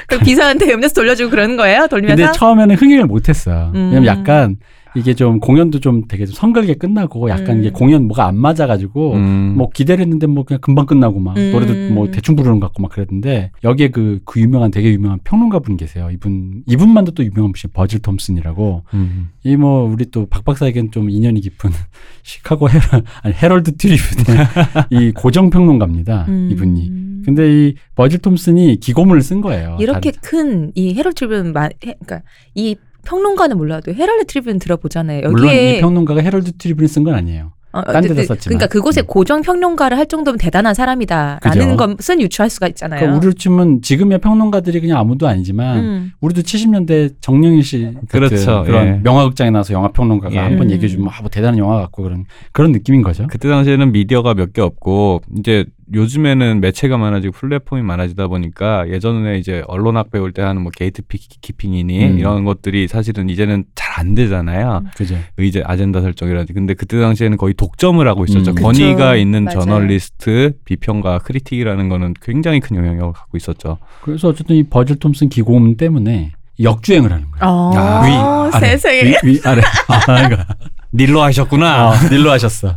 S1: 그럼 기사한테 음료수 돌려주고 그러는 거예요? 돌면서?
S2: 근데 처음에는 흥행을 못했어.
S1: 음.
S2: 왜냐면 약간 이게 좀 공연도 좀 되게 좀 성글게 끝나고 약간
S1: 음.
S2: 이게 공연 뭐가 안 맞아가지고
S3: 음.
S2: 뭐 기대를 했는데 뭐 그냥 금방 끝나고 막
S1: 음.
S2: 노래도 뭐 대충 부르는 것 같고 막 그랬는데 여기에 그, 그 유명한 되게 유명한 평론가 분 계세요. 이분, 이분만도 또 유명한 분이 버질 톰슨이라고
S3: 음.
S2: 이 뭐 우리 또 박 박사에겐 좀 인연이 깊은 시카고 헤럴, 아니 헤럴드 트리뷴의 이 고정평론가입니다.
S1: 음.
S2: 이분이. 근데 이 버질 톰슨이 기고문을 쓴 거예요.
S1: 이렇게
S2: 다-
S1: 큰 이 헤럴드 트리뷴 마- 해- 그러니까 이 평론가는 몰라도 헤럴드 트리뷴 들어보잖아요.
S2: 물론 이
S1: 여기에
S2: 평론가가 헤럴드 트리뷴을 쓴 건 아니에요.
S1: 어,
S2: 딴 데다
S1: 그-
S2: 썼지만.
S1: 그러니까 그곳에
S2: 음.
S1: 고정 평론가를 할 정도면 대단한 사람이다라는
S2: 그죠.
S1: 것은 유추할 수가 있잖아요.
S2: 그러니까 우리로 치면 지금의 평론가들이 그냥 아무도 아니지만
S1: 음.
S2: 우리도 70년대 정영일 씨 같은
S3: 그렇죠.
S2: 그런
S3: 예.
S2: 명화극장에 나와서 영화 평론가가
S3: 예.
S2: 한번
S1: 음.
S2: 얘기해 주면 아, 뭐 대단한 영화 같고 그런 그런 느낌인 거죠.
S3: 그때 당시에는 미디어가 몇 개 없고 이제 요즘에는 매체가 많아지고 플랫폼이 많아지다 보니까 예전에 이제 언론학 배울 때 하는 뭐 게이트 피- 키핑이니
S2: 음.
S3: 이런 것들이 사실은 이제는 잘 안
S1: 음.
S3: 되잖아요.
S2: 그죠.
S3: 이제 아젠다 설정이라든지. 근데 그때 당시에는 거의 독점을 하고 있었죠.
S2: 음.
S3: 권위가
S1: 그쵸.
S3: 있는
S1: 맞아요.
S3: 저널리스트, 비평가, 크리틱이라는 거는 굉장히 큰 영향력을 갖고 있었죠.
S2: 그래서 어쨌든 이 버질 톰슨 기고음 때문에 역주행을 하는 거예요.
S1: 어,
S3: 아,
S2: 위, 아래, 네.
S1: 세상에
S2: 위, 위, 아래. 아, 이거.
S3: 닐로 하셨구나.
S2: 아, 닐로 하셨어.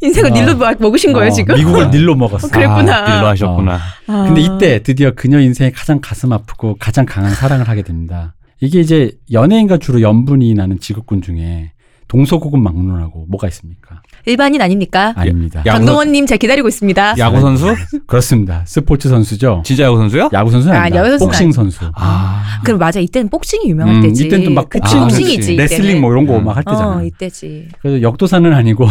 S1: 인생을
S2: 아.
S1: 닐로 마- 먹으신 거예요
S2: 어,
S1: 지금?
S2: 미국을 닐로 먹었어.
S1: 어, 그랬구나.
S3: 아, 닐로 하셨구나.
S1: 아.
S2: 근데 이때 드디어 그녀 인생의 가장 가슴 아프고 가장 강한 사랑을 하게 됩니다. 이게 이제 연예인과 주로 연분이 나는 직업군 중에 동서고금 막론하고 뭐가 있습니까?
S1: 일반인 아닙니까?
S2: 아닙니다.
S3: 야-
S1: 강동원님 제 기다리고 있습니다.
S3: 야구 선수?
S2: 그렇습니다. 스포츠 선수죠.
S3: 진짜 야구 선수요?
S2: 야구 선수는
S1: 아,
S2: 아니다.
S1: 네. 야구 선수는
S2: 복싱 선수.
S3: 아.
S1: 그럼 맞아 이때는 복싱이 유명할
S2: 음,
S1: 때지.
S2: 이때는 또막
S1: 그치,
S2: 복싱,
S1: 복싱이지.
S2: 레슬링 뭐 이런 거 막
S3: 음.
S2: 할 때잖아.
S1: 어,
S2: 요
S1: 이때지.
S2: 그래서 역도사는 아니고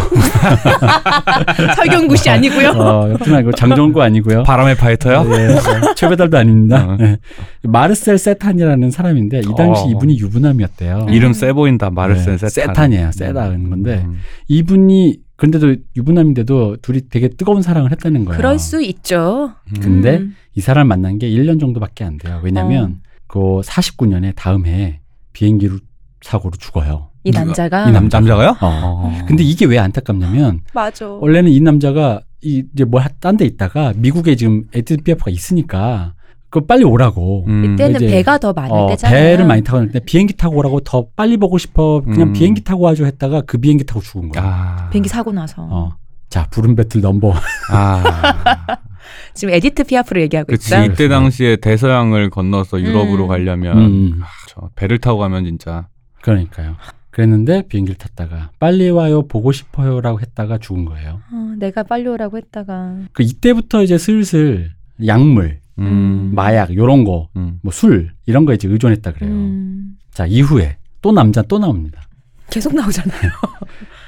S1: 설경구 씨 아니고요.
S2: 어, 역도사 아니고 장정구 아니고요.
S3: 바람의 파이터요?
S1: 네.
S2: 예, 예. 최배달도 아닙니다.
S3: 어.
S2: 예. 마르셀 세탄이라는 사람인데 이 당시
S3: 어.
S2: 이분이 유부남이었대요.
S1: 음.
S3: 이름 세 보인다. 마르센
S2: 어. 네,
S3: 세탄. 음.
S2: 세탄이에요. 세다는 건데 이분이 그런데도 유부남인데도 둘이 되게 뜨거운 사랑을 했다는 거예요.
S1: 그럴 수 있죠.
S2: 근데
S1: 음.
S2: 이 사람 만난 게 1년 정도밖에 안 돼요. 왜냐면 그 49년에 다음 해에 비행기로 사고로 죽어요.
S1: 이 남자가
S2: 이 남-
S3: 남자가요?
S2: 어. 근데 이게 왜 안타깝냐면
S1: 맞아.
S2: 원래는 이 남자가 이- 이제 뭐 딴 데 있다가 미국에 지금 에티오피아가 있으니까 그 빨리 오라고
S3: 음.
S1: 이때는
S2: 이제,
S1: 배가 더 많을
S2: 어,
S1: 때잖아요.
S2: 배를 많이 타고 왔는데 비행기 타고 오라고 더 빨리 보고 싶어 그냥
S3: 음.
S2: 비행기 타고 와줘 했다가 그 비행기 타고 죽은 거야.
S3: 아.
S1: 비행기 사고 나서
S2: 어. 자 부른 배틀 넘버 원.
S3: 아.
S1: 지금 에디트 피아프를 얘기하고
S3: 그치.
S1: 있다.
S3: 이때 당시에 대서양을 건너서 유럽으로
S1: 음.
S3: 가려면
S2: 음,
S3: 그쵸. 배를 타고 가면 진짜
S2: 그러니까요. 그랬는데 비행기를 탔다가 빨리 와요 보고 싶어요라고 했다가 죽은 거예요.
S1: 어, 내가 빨리 오라고 했다가
S2: 그 이때부터 이제 슬슬 약물,
S3: 음.
S2: 마약 요런 거,
S3: 음.
S2: 뭐 술 이런 거에 이제 의존했다 그래요.
S1: 음,
S2: 자 이후에 또 남자 또 나옵니다.
S1: 계속 나오잖아요.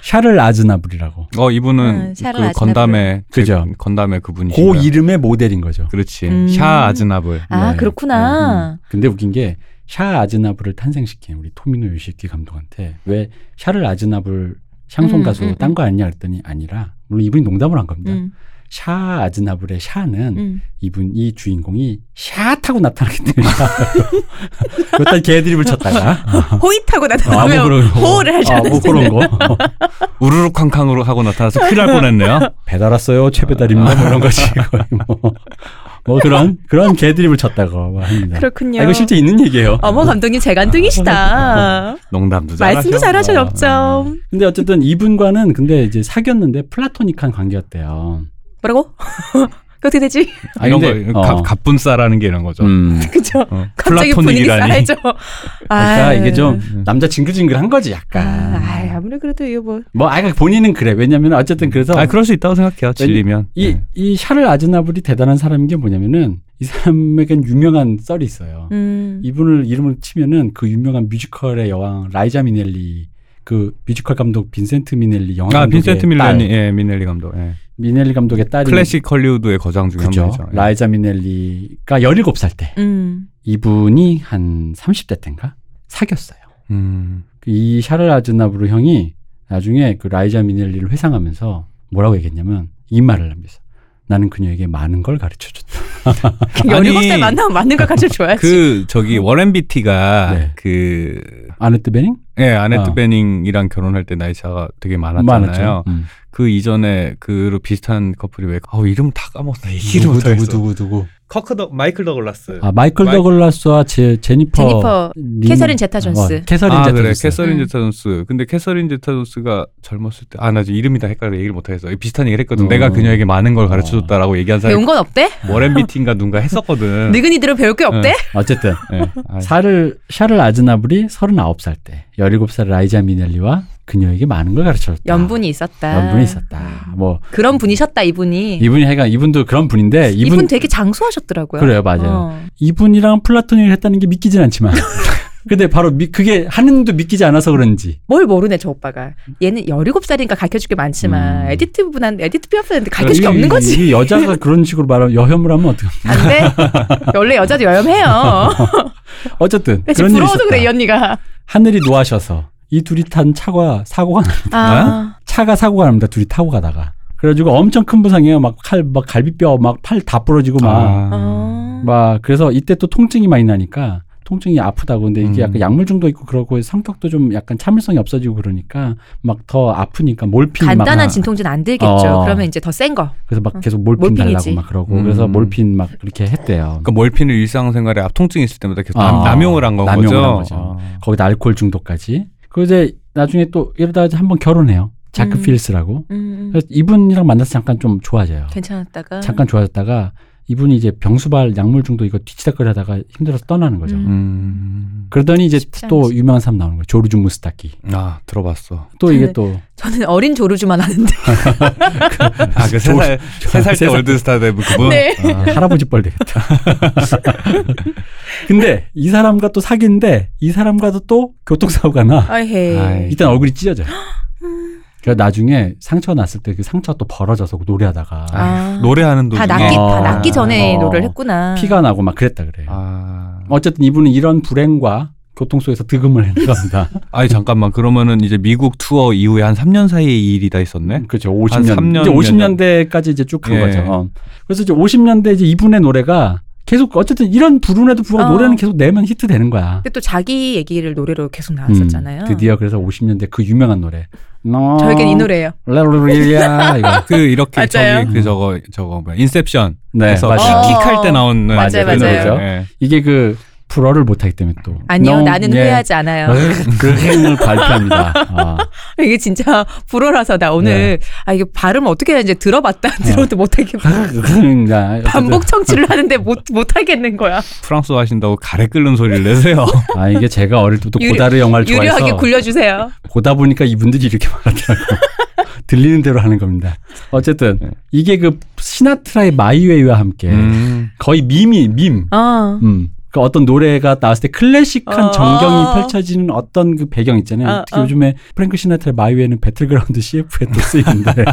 S2: 샤를 아즈나블이라고
S3: 어 이분은
S1: 음, 샤를
S3: 그
S1: 아즈나블.
S3: 건담의
S2: 그죠.
S3: 그 건담의 그분이신
S2: 그
S3: 거예요.
S2: 이름의 모델인 거죠.
S3: 그렇지.
S1: 음.
S3: 샤 아즈나블.
S1: 아
S2: 네.
S1: 그렇구나.
S2: 근데 웃긴 게 샤 아즈나블을 탄생시킨 우리 토미노 요시키 감독한테 왜 샤를 아즈나블 샹송
S1: 음,
S2: 가수
S1: 음,
S2: 딴 거 아니냐 그랬더니 아니라 물론 이분이 농담을 한 겁니다.
S1: 음,
S2: 샤 아즈나블의 샤는
S1: 음.
S2: 이분 이 주인공이 샤 타고 나타나기 때문에 일단 개드립을 쳤다가
S1: 호잇하고
S2: 아, 뭐
S1: 나타나면
S2: 그런 거.
S1: 호호를
S2: 아,
S1: 하잖아요.
S2: 뭐 그런 거.
S3: 우르르 쾅쾅으로 하고 나타나서 큰일 날 뻔했네요.
S2: 배달 왔어요. 최배달입니다. 뭐 이런 거지. 거의 뭐. 뭐 그런, 그런 개드립을 쳤다고 합니다.
S1: 그렇군요.
S2: 아, 이거 실제 아, 있는 얘기예요.
S1: 어머 감독님 재간둥이시다.
S3: 농담도 잘
S1: 말씀도 잘하셔 없죠.
S2: 근데 어쨌든 이분과는 근데 이제 사귀었는데 플라토닉한 관계였대요.
S1: 뭐라고? 그 어떻게 되지?
S2: 아,
S3: 이런
S2: 근데,
S3: 거
S2: 어.
S3: 갑, 갑분싸라는 게 이런 거죠.
S2: 음.
S1: 그죠?
S3: 어.
S1: 갑자기 분위기
S3: 플라토닉이라니.
S1: 싸해져.
S2: 그러니까 이게 좀 남자 징글징글한 거지
S1: 아,
S2: 약간.
S1: 아이, 아무리 그래도 이거 뭐
S2: 뭐 아까 본인은 그래. 왜냐면 어쨌든 그래서
S3: 아 그럴 수 있다고 생각해요. 질리면.
S2: 이,
S3: 네.
S2: 이 샤를 아즈나블이 대단한 사람인 게 뭐냐면은 이 사람에겐 유명한 썰이 있어요.
S1: 음.
S2: 이분을 이름을 치면은 그 유명한 뮤지컬의 여왕 라이자 미넬리 그 뮤지컬 감독 빈센트 미넬리 영화
S3: 아
S2: 감독의
S3: 빈센트
S2: 딸,
S3: 밀레니 예, 미넬리 감독. 예.
S2: 미넬리 감독의 딸이
S3: 클래식 헐리우드의 거장 중에 한
S2: 그죠
S3: 분이죠. 예.
S2: 라이자 미넬리가 17살 때
S1: 음.
S2: 이분이 한 30대 때인가 사귀었어요.
S3: 음.
S2: 그이 샤를 아즈나브르 형이 나중에 그 라이자 미넬리를 회상하면서 뭐라고 얘기했냐면 이 말을 남겼어. 나는 그녀에게 많은 걸 가르쳐 줬다.
S1: 17살 만나면 맞는 걸 가르쳐 줘야지.
S3: 그 저기 워렌 비티가
S2: 네.
S3: 그
S2: 아네트 베닝?
S3: 예, 아네트
S2: 어.
S3: 베닝이랑 결혼할 때 나이 차가 되게 많았잖아요.
S2: 많았죠. 음.
S3: 그 이전에 그 비슷한 커플이 왜 아, 이름 다 까먹었어. 얘기를
S2: 네, 누구
S3: 못
S2: 누구
S3: 하겠어.
S2: 누구 누구.
S3: 커크 더 마이클 더글라스.
S2: 아 마이클
S3: 마이-
S2: 더글라스와 제, 제니퍼,
S1: 제니퍼,
S2: 리-
S1: 캐서린 제타 존스.
S2: 어, 캐서린
S3: 아,
S2: 제타
S3: 그래.
S2: 존스.
S3: 캐서린
S1: 음.
S3: 제타 존스. 근데 캐서린 제타 존스가 젊었을 때 아, 나 지금 이름이 다 헷갈려. 얘기를 못 하겠어. 비슷한 얘기를 했거든.
S2: 어.
S3: 내가 그녀에게 많은 걸 가르쳐 줬다라고 얘기한 사람이
S1: 배운 건 없대?
S3: 워렌 비티인가 누군가 했었거든.
S1: 늙은이들은 배울 게 없대?
S2: 어쨌든
S3: 예. 아,
S2: 샤를 샤를 아즈나블이 39살 때 17살 라이자 미넬리와 그녀에게 많은 걸 가르쳐 줬다.
S1: 연분이 있었다. 음.
S2: 연분이 있었다. 뭐
S1: 그런 분이셨다 이분이.
S2: 이분이 하여간 이분도 그런 분인데
S1: 이분,
S2: 이분,
S1: 되게 장수하셨더라고요.
S2: 그래요, 맞아요.
S1: 어.
S2: 이분이랑 플라토닉을 했다는 게 믿기진 않지만 근데 바로 미- 그게 하는도 믿기지 않아서 그런지
S1: 뭘 모르네 저 오빠가. 얘는 17살이니까 가르쳐줄 게 많지만
S2: 음.
S1: 에디트 분한 에디트 피아프한테 가르쳐줄 게 없는
S2: 이-
S1: 거지.
S2: 이 여자가 그런 식으로 말하면 여혐을 하면 어떡해.
S1: 안 돼. 원래 여자도 여염해요.
S2: 어쨌든
S1: 근데 지금
S2: 그런 일이
S1: 부러워서
S2: 있었다.
S1: 그래 이 언니가.
S2: 하늘이 노하셔서 이 둘이 탄 차가 사고가 나-
S1: 아,
S2: 차가 사고가 납니다. 둘이 타고 가다가 그래가지고 엄청 큰 부상이에요. 막 칼 막 갈비뼈 막 팔 다 부러지고 막
S3: 아.
S2: 막
S1: 어.
S2: 음. 그래서 이때 또 통증이 많이 나니까 통증이 아프다고 근데 이게
S3: 음.
S2: 약간 약물 중독 있고 그러고 성격도 좀 약간 참을성이 없어지고 그러니까 막 더 아프니까 몰핀 막
S1: 간단한 진통제는 안 들겠죠.
S2: 음. 어.
S1: 그러면 이제 더 센 거.
S2: 그래서 막 계속 몰핀
S1: 어. 몰핀이지.
S2: 달라고 막 그러고
S3: 음.
S2: 그래서 몰핀 막 그렇게 했대요.
S3: 그러니까 몰핀을 일상생활에 앞통증 있을 때마다 계속 남-
S2: 아,
S3: 남용을 한 거죠.
S2: 남용을 한 거죠. 거기다 알코올 중독까지. 그 이제 나중에 또 이러다 이제 한번 결혼해요. 자크
S1: 음.
S2: 필스라고.
S1: 음, 음.
S2: 그래서 이분이랑 만나서 잠깐 좀 좋아져요.
S1: 괜찮았다가.
S2: 잠깐 좋아졌다가 이분이 이제 병수발 약물 중독 이거 뒤치다거리다가 힘들어서 떠나는 거죠.
S1: 음.
S3: 음.
S2: 그러더니 이제
S1: 쉽지
S2: 또
S1: 않지.
S2: 유명한 사람 나오는 거예요. 조르주 무스타키.
S3: 아, 들어봤어.
S2: 또 이게
S1: 저는
S2: 또
S1: 저는 어린 조르주만 아는데.
S3: 아,
S2: 조-
S3: 그 세살 세살 때 월드스타 되는 그분.
S1: 네.
S3: 아.
S2: 할아버지 뻘 되겠다. 근데 이 사람과 또 사귀는데 이 사람과도 또 교통사고가 나.
S1: 아헤. 네. 음.
S3: 아이.
S2: 일단 얼굴이 찢어져요. 그래서 나중에 상처 났을 때 그 상처 또 벌어져서 노래하다가
S1: 아.
S3: 노래하는
S1: 다
S3: 도중에
S1: 낫기
S2: 어.
S1: 다 낫기 전에
S2: 어.
S1: 노를 했구나.
S2: 피가 나고 막 그랬다 그래요.
S3: 아.
S2: 어쨌든 이분은 이런 불행과 교통 속에서 득음을 해나간다.
S3: 아니 잠깐만 그러면은 이제 미국 투어 이후에 한 3년 사이의 일이다 있었네.
S2: 그렇죠.
S3: 한
S2: 50년.
S3: 삼 년,
S2: 이제
S3: 몇
S2: 50년대까지 이제 쭉 간
S3: 예.
S2: 거죠. 어. 그래서 이제 50년대 이제 이분의 노래가 계속 어쨌든 이런 부르에도 불구하고
S1: 어.
S2: 노래는 계속 내면 히트 되는 거야.
S1: 근데 또 자기 얘기를 노래로 계속
S2: 음,
S1: 나왔었잖아요.
S2: 드디어 그래서 50년대 그 유명한 노래.
S1: 저에겐 이 노래예요.
S2: 랄랄랄라 이거.
S3: 그 이렇게
S1: 맞아요.
S3: 저기 그 저거 저거 뭐야 인셉션
S2: 네,
S3: 해서
S2: 맞아요.
S1: 어.
S3: 킥할 때 나오는
S1: 맞아요,
S3: 그 노래죠.
S2: 맞아요.
S3: 예.
S2: 이게 그 불어를 못하기 때문에 또.
S1: 아니요,
S2: No,
S1: 나는
S2: 예.
S1: 후회하지 않아요.
S2: 그 행을 발표합니다. 아,
S1: 이게 진짜 불어라서 나 오늘
S2: 네.
S1: 아 이게 발음 어떻게 해야 이제 들어봤다
S2: 아.
S1: 들어도 못하게
S2: 그러니까
S1: 반복 청취를 하는데 못 못하겠는 거야.
S3: 프랑스 하신다고 가래 끓는 소리를 내세요.
S2: 아 이게 제가 어릴 때도
S1: 유리-
S2: 고다르 영화를
S1: 유려하게
S2: 좋아해서
S1: 굴려주세요.
S2: 보다 보니까 이분들이 이렇게 말하더라고. 들리는 대로 하는 겁니다. 어쨌든
S3: 네.
S2: 이게 그 시나트라의 마이웨이와 함께
S3: 음. 아.
S2: 거의 밈이 밈.
S1: 어.
S2: 음. 그 어떤 노래가 나왔을 때 클래식한
S1: 어.
S2: 전경이 펼쳐지는 어떤 그 배경 있잖아요.
S1: 어,
S2: 특히
S1: 어.
S2: 요즘에 프랭크 시나트라의 마이웨이는 배틀그라운드 CF에 또 쓰이는데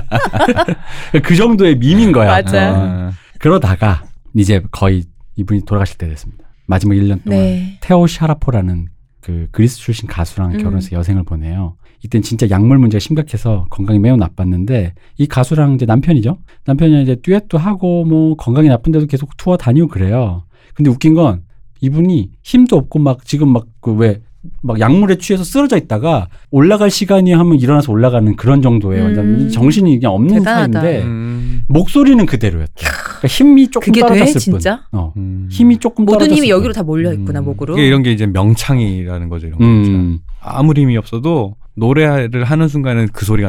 S2: 그 정도의 밈인 거야.
S1: 맞아요.
S2: 어.
S3: 아.
S2: 그러다가 이제 거의 이분이 돌아가실 때 됐습니다. 마지막 1년 동안
S1: 네.
S2: 테오 샤라포라는 그 그리스 출신 가수랑
S1: 음.
S2: 결혼해서 여생을 보내요. 이땐 진짜 약물 문제가 심각해서 건강이 매우 나빴는데 이 가수랑 이제 남편이죠. 남편이 이제 듀엣도 하고 뭐 건강이 나쁜데도 계속 투어 다니고 그래요. 근데 웃긴 건 이분이 힘도 없고 막 지금 막 그 왜 막 약물에 취해서 쓰러져 있다가 올라갈 시간이 하면 일어나서 올라가는 그런 정도예요. 완전
S1: 음.
S2: 정신이 그냥 없는
S1: 대단하다.
S2: 사이인데
S3: 음.
S2: 목소리는 그대로였다. 그러니까 힘이 조금
S1: 그게 돼
S2: 떨어졌을
S1: 진짜?
S2: 뿐. 어.
S3: 음.
S2: 힘이 조금
S1: 모든
S2: 떨어졌을
S1: 힘이 여기로
S2: 뿐.
S1: 다 몰려 있구나
S2: 음.
S1: 목으로.
S3: 이게 이런 게 이제 명창이라는 거죠. 이런 거.
S1: 그렇죠.
S2: 음.
S3: 아무리 힘이 없어도 노래를 하는 순간은 그 소리가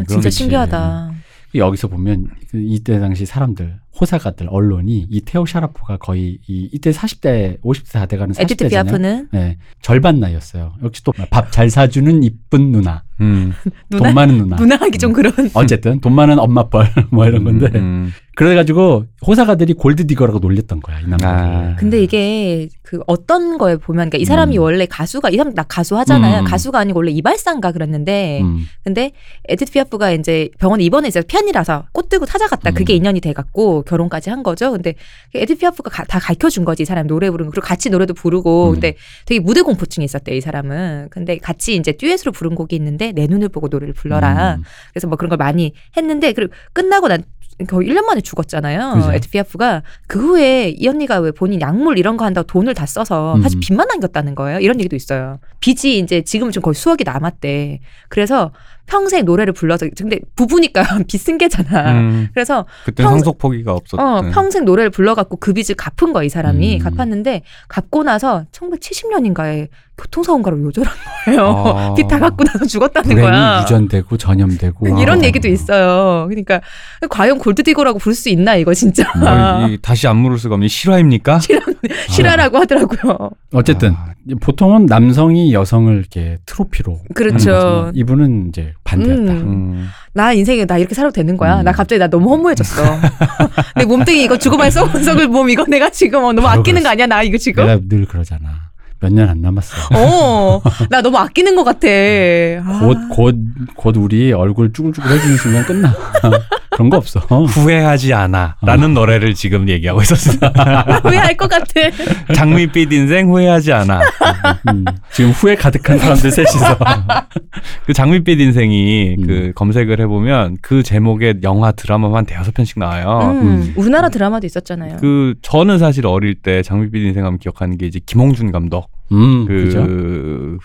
S1: 아, 진짜
S2: 그렇지.
S1: 신기하다.
S2: 여기서 보면 그 이때 당시 사람들 호사가들 언론이 이 테오 샤라포가 거의 이, 이때 40대 50대 다 돼가는
S1: 에듀트
S2: 40대잖아요.
S1: 피아프는
S2: 네, 절반 나이였어요. 역시 또 밥 잘 사주는 이쁜 누나,
S3: 음.
S1: 누나
S2: 돈 많은 누나.
S1: 누나 하기 좀 그런.
S2: 어쨌든 돈 많은 엄마 뻘뭐 이런 건데
S3: 음, 음.
S2: 그래가지고 호사가들이 골드디거라고 놀렸던 거야 이 남자를.
S3: 아.
S1: 근데 이게 그 어떤 거에 보면 그러니까 이 사람이
S2: 음.
S1: 원래 가수가 이 사람 나 가수 하잖아요.
S2: 음.
S1: 가수가 아니고 원래 이발사인가 그랬는데
S2: 음.
S1: 근데 에드트 피아프가 이제 병원에 입원해 있어 피안이라서 꽃 들고 찾아갔다. 그게
S2: 음.
S1: 인연이 돼갖고 결혼까지 한 거죠. 근데 그 에드트 피아프가 가- 다 가르쳐준 거지 이 사람 노래 부르는 거. 그리고 같이 노래도 부르고
S2: 음.
S1: 근데 되게 무대 공포증이 있었대요 이 사람은. 근데 같이 이제 듀엣으로 부른 곡이 있는데 내 눈을 보고 노래를 불러라.
S2: 음.
S1: 그래서 뭐 그런 걸 많이 했는데 그리고 끝나고 난 거의 1년 만에 죽었잖아요.
S2: 그죠.
S1: 에드피아프가 그 후에 이 언니가 왜 본인 약물 이런 거 한다고 돈을 다 써서
S2: 음.
S1: 사실 빚만 남겼다는 거예요. 이런 얘기도 있어요. 빚이 이제 지금 좀 거의 수억이 남았대. 그래서 평생 노래를 불러서 근데 부부니까 빚 쓴 게잖아.
S3: 음.
S1: 그래서
S3: 그때
S1: 평소-
S3: 상속 포기가 없었던.
S1: 어, 평생 노래를 불러갖고 그 빚을 갚은 거야, 이 사람이.
S2: 음.
S1: 갚았는데, 갚고 나서 1970년인가에 교통사고인가로 요절한 거예요.
S3: 아.
S1: 빚 다 갚고 나서 죽었다는
S2: 불행이
S1: 거야. 그
S2: 유전되고 전염되고
S1: 이런 얘기도 있어요. 그러니까 과연 골드디거라고 부를 수 있나 이거 진짜
S3: 아, 이- 다시 안 물을 수가 없는 이 실화입니까?
S1: 실화라고 하더라고요.
S2: 어쨌든
S3: 아,
S2: 보통은 남성이 여성을 이렇게 트로피로
S1: 그렇죠.
S2: 하는 거지만 이분은 이제 반대였다.
S1: 음.
S3: 음.
S1: 나 인생에 나 이렇게 살아도 되는 거야.
S2: 음.
S1: 나 갑자기 나 너무 허무해졌어. 내 몸뚱이 이거 죽어봐야 썩은 썩을 몸 이거 내가 지금 어, 너무
S2: 바로
S1: 아끼는 거 아니야 나 이거 지금?
S2: 내가 늘 그러잖아. 몇 년 안 남았어.
S1: 어, 나 너무 아끼는 것 같아. 아.
S2: 곧, 곧, 곧 우리 얼굴 쭈글쭈글 해주는 순간 끝나. 그런 거 없어.
S3: 후회하지 않아라는 노래를 지금 얘기하고 있었습니다.
S1: 후회할 것 같아.
S3: 장밋빛 인생 후회하지 않아.
S2: 음, 지금 후회 가득한 사람들 셋이서.
S3: 그 장밋빛 인생이
S2: 음.
S3: 그 검색을 해보면 그 제목의 영화 드라마만 대여섯 편씩 나와요.
S1: 음, 우리나라 드라마도 있었잖아요.
S3: 아, 그 저는 사실 어릴 때 장밋빛 인생 하면 기억하는 게 이제 김홍준 감독.
S2: 음,
S3: 그
S2: 그죠?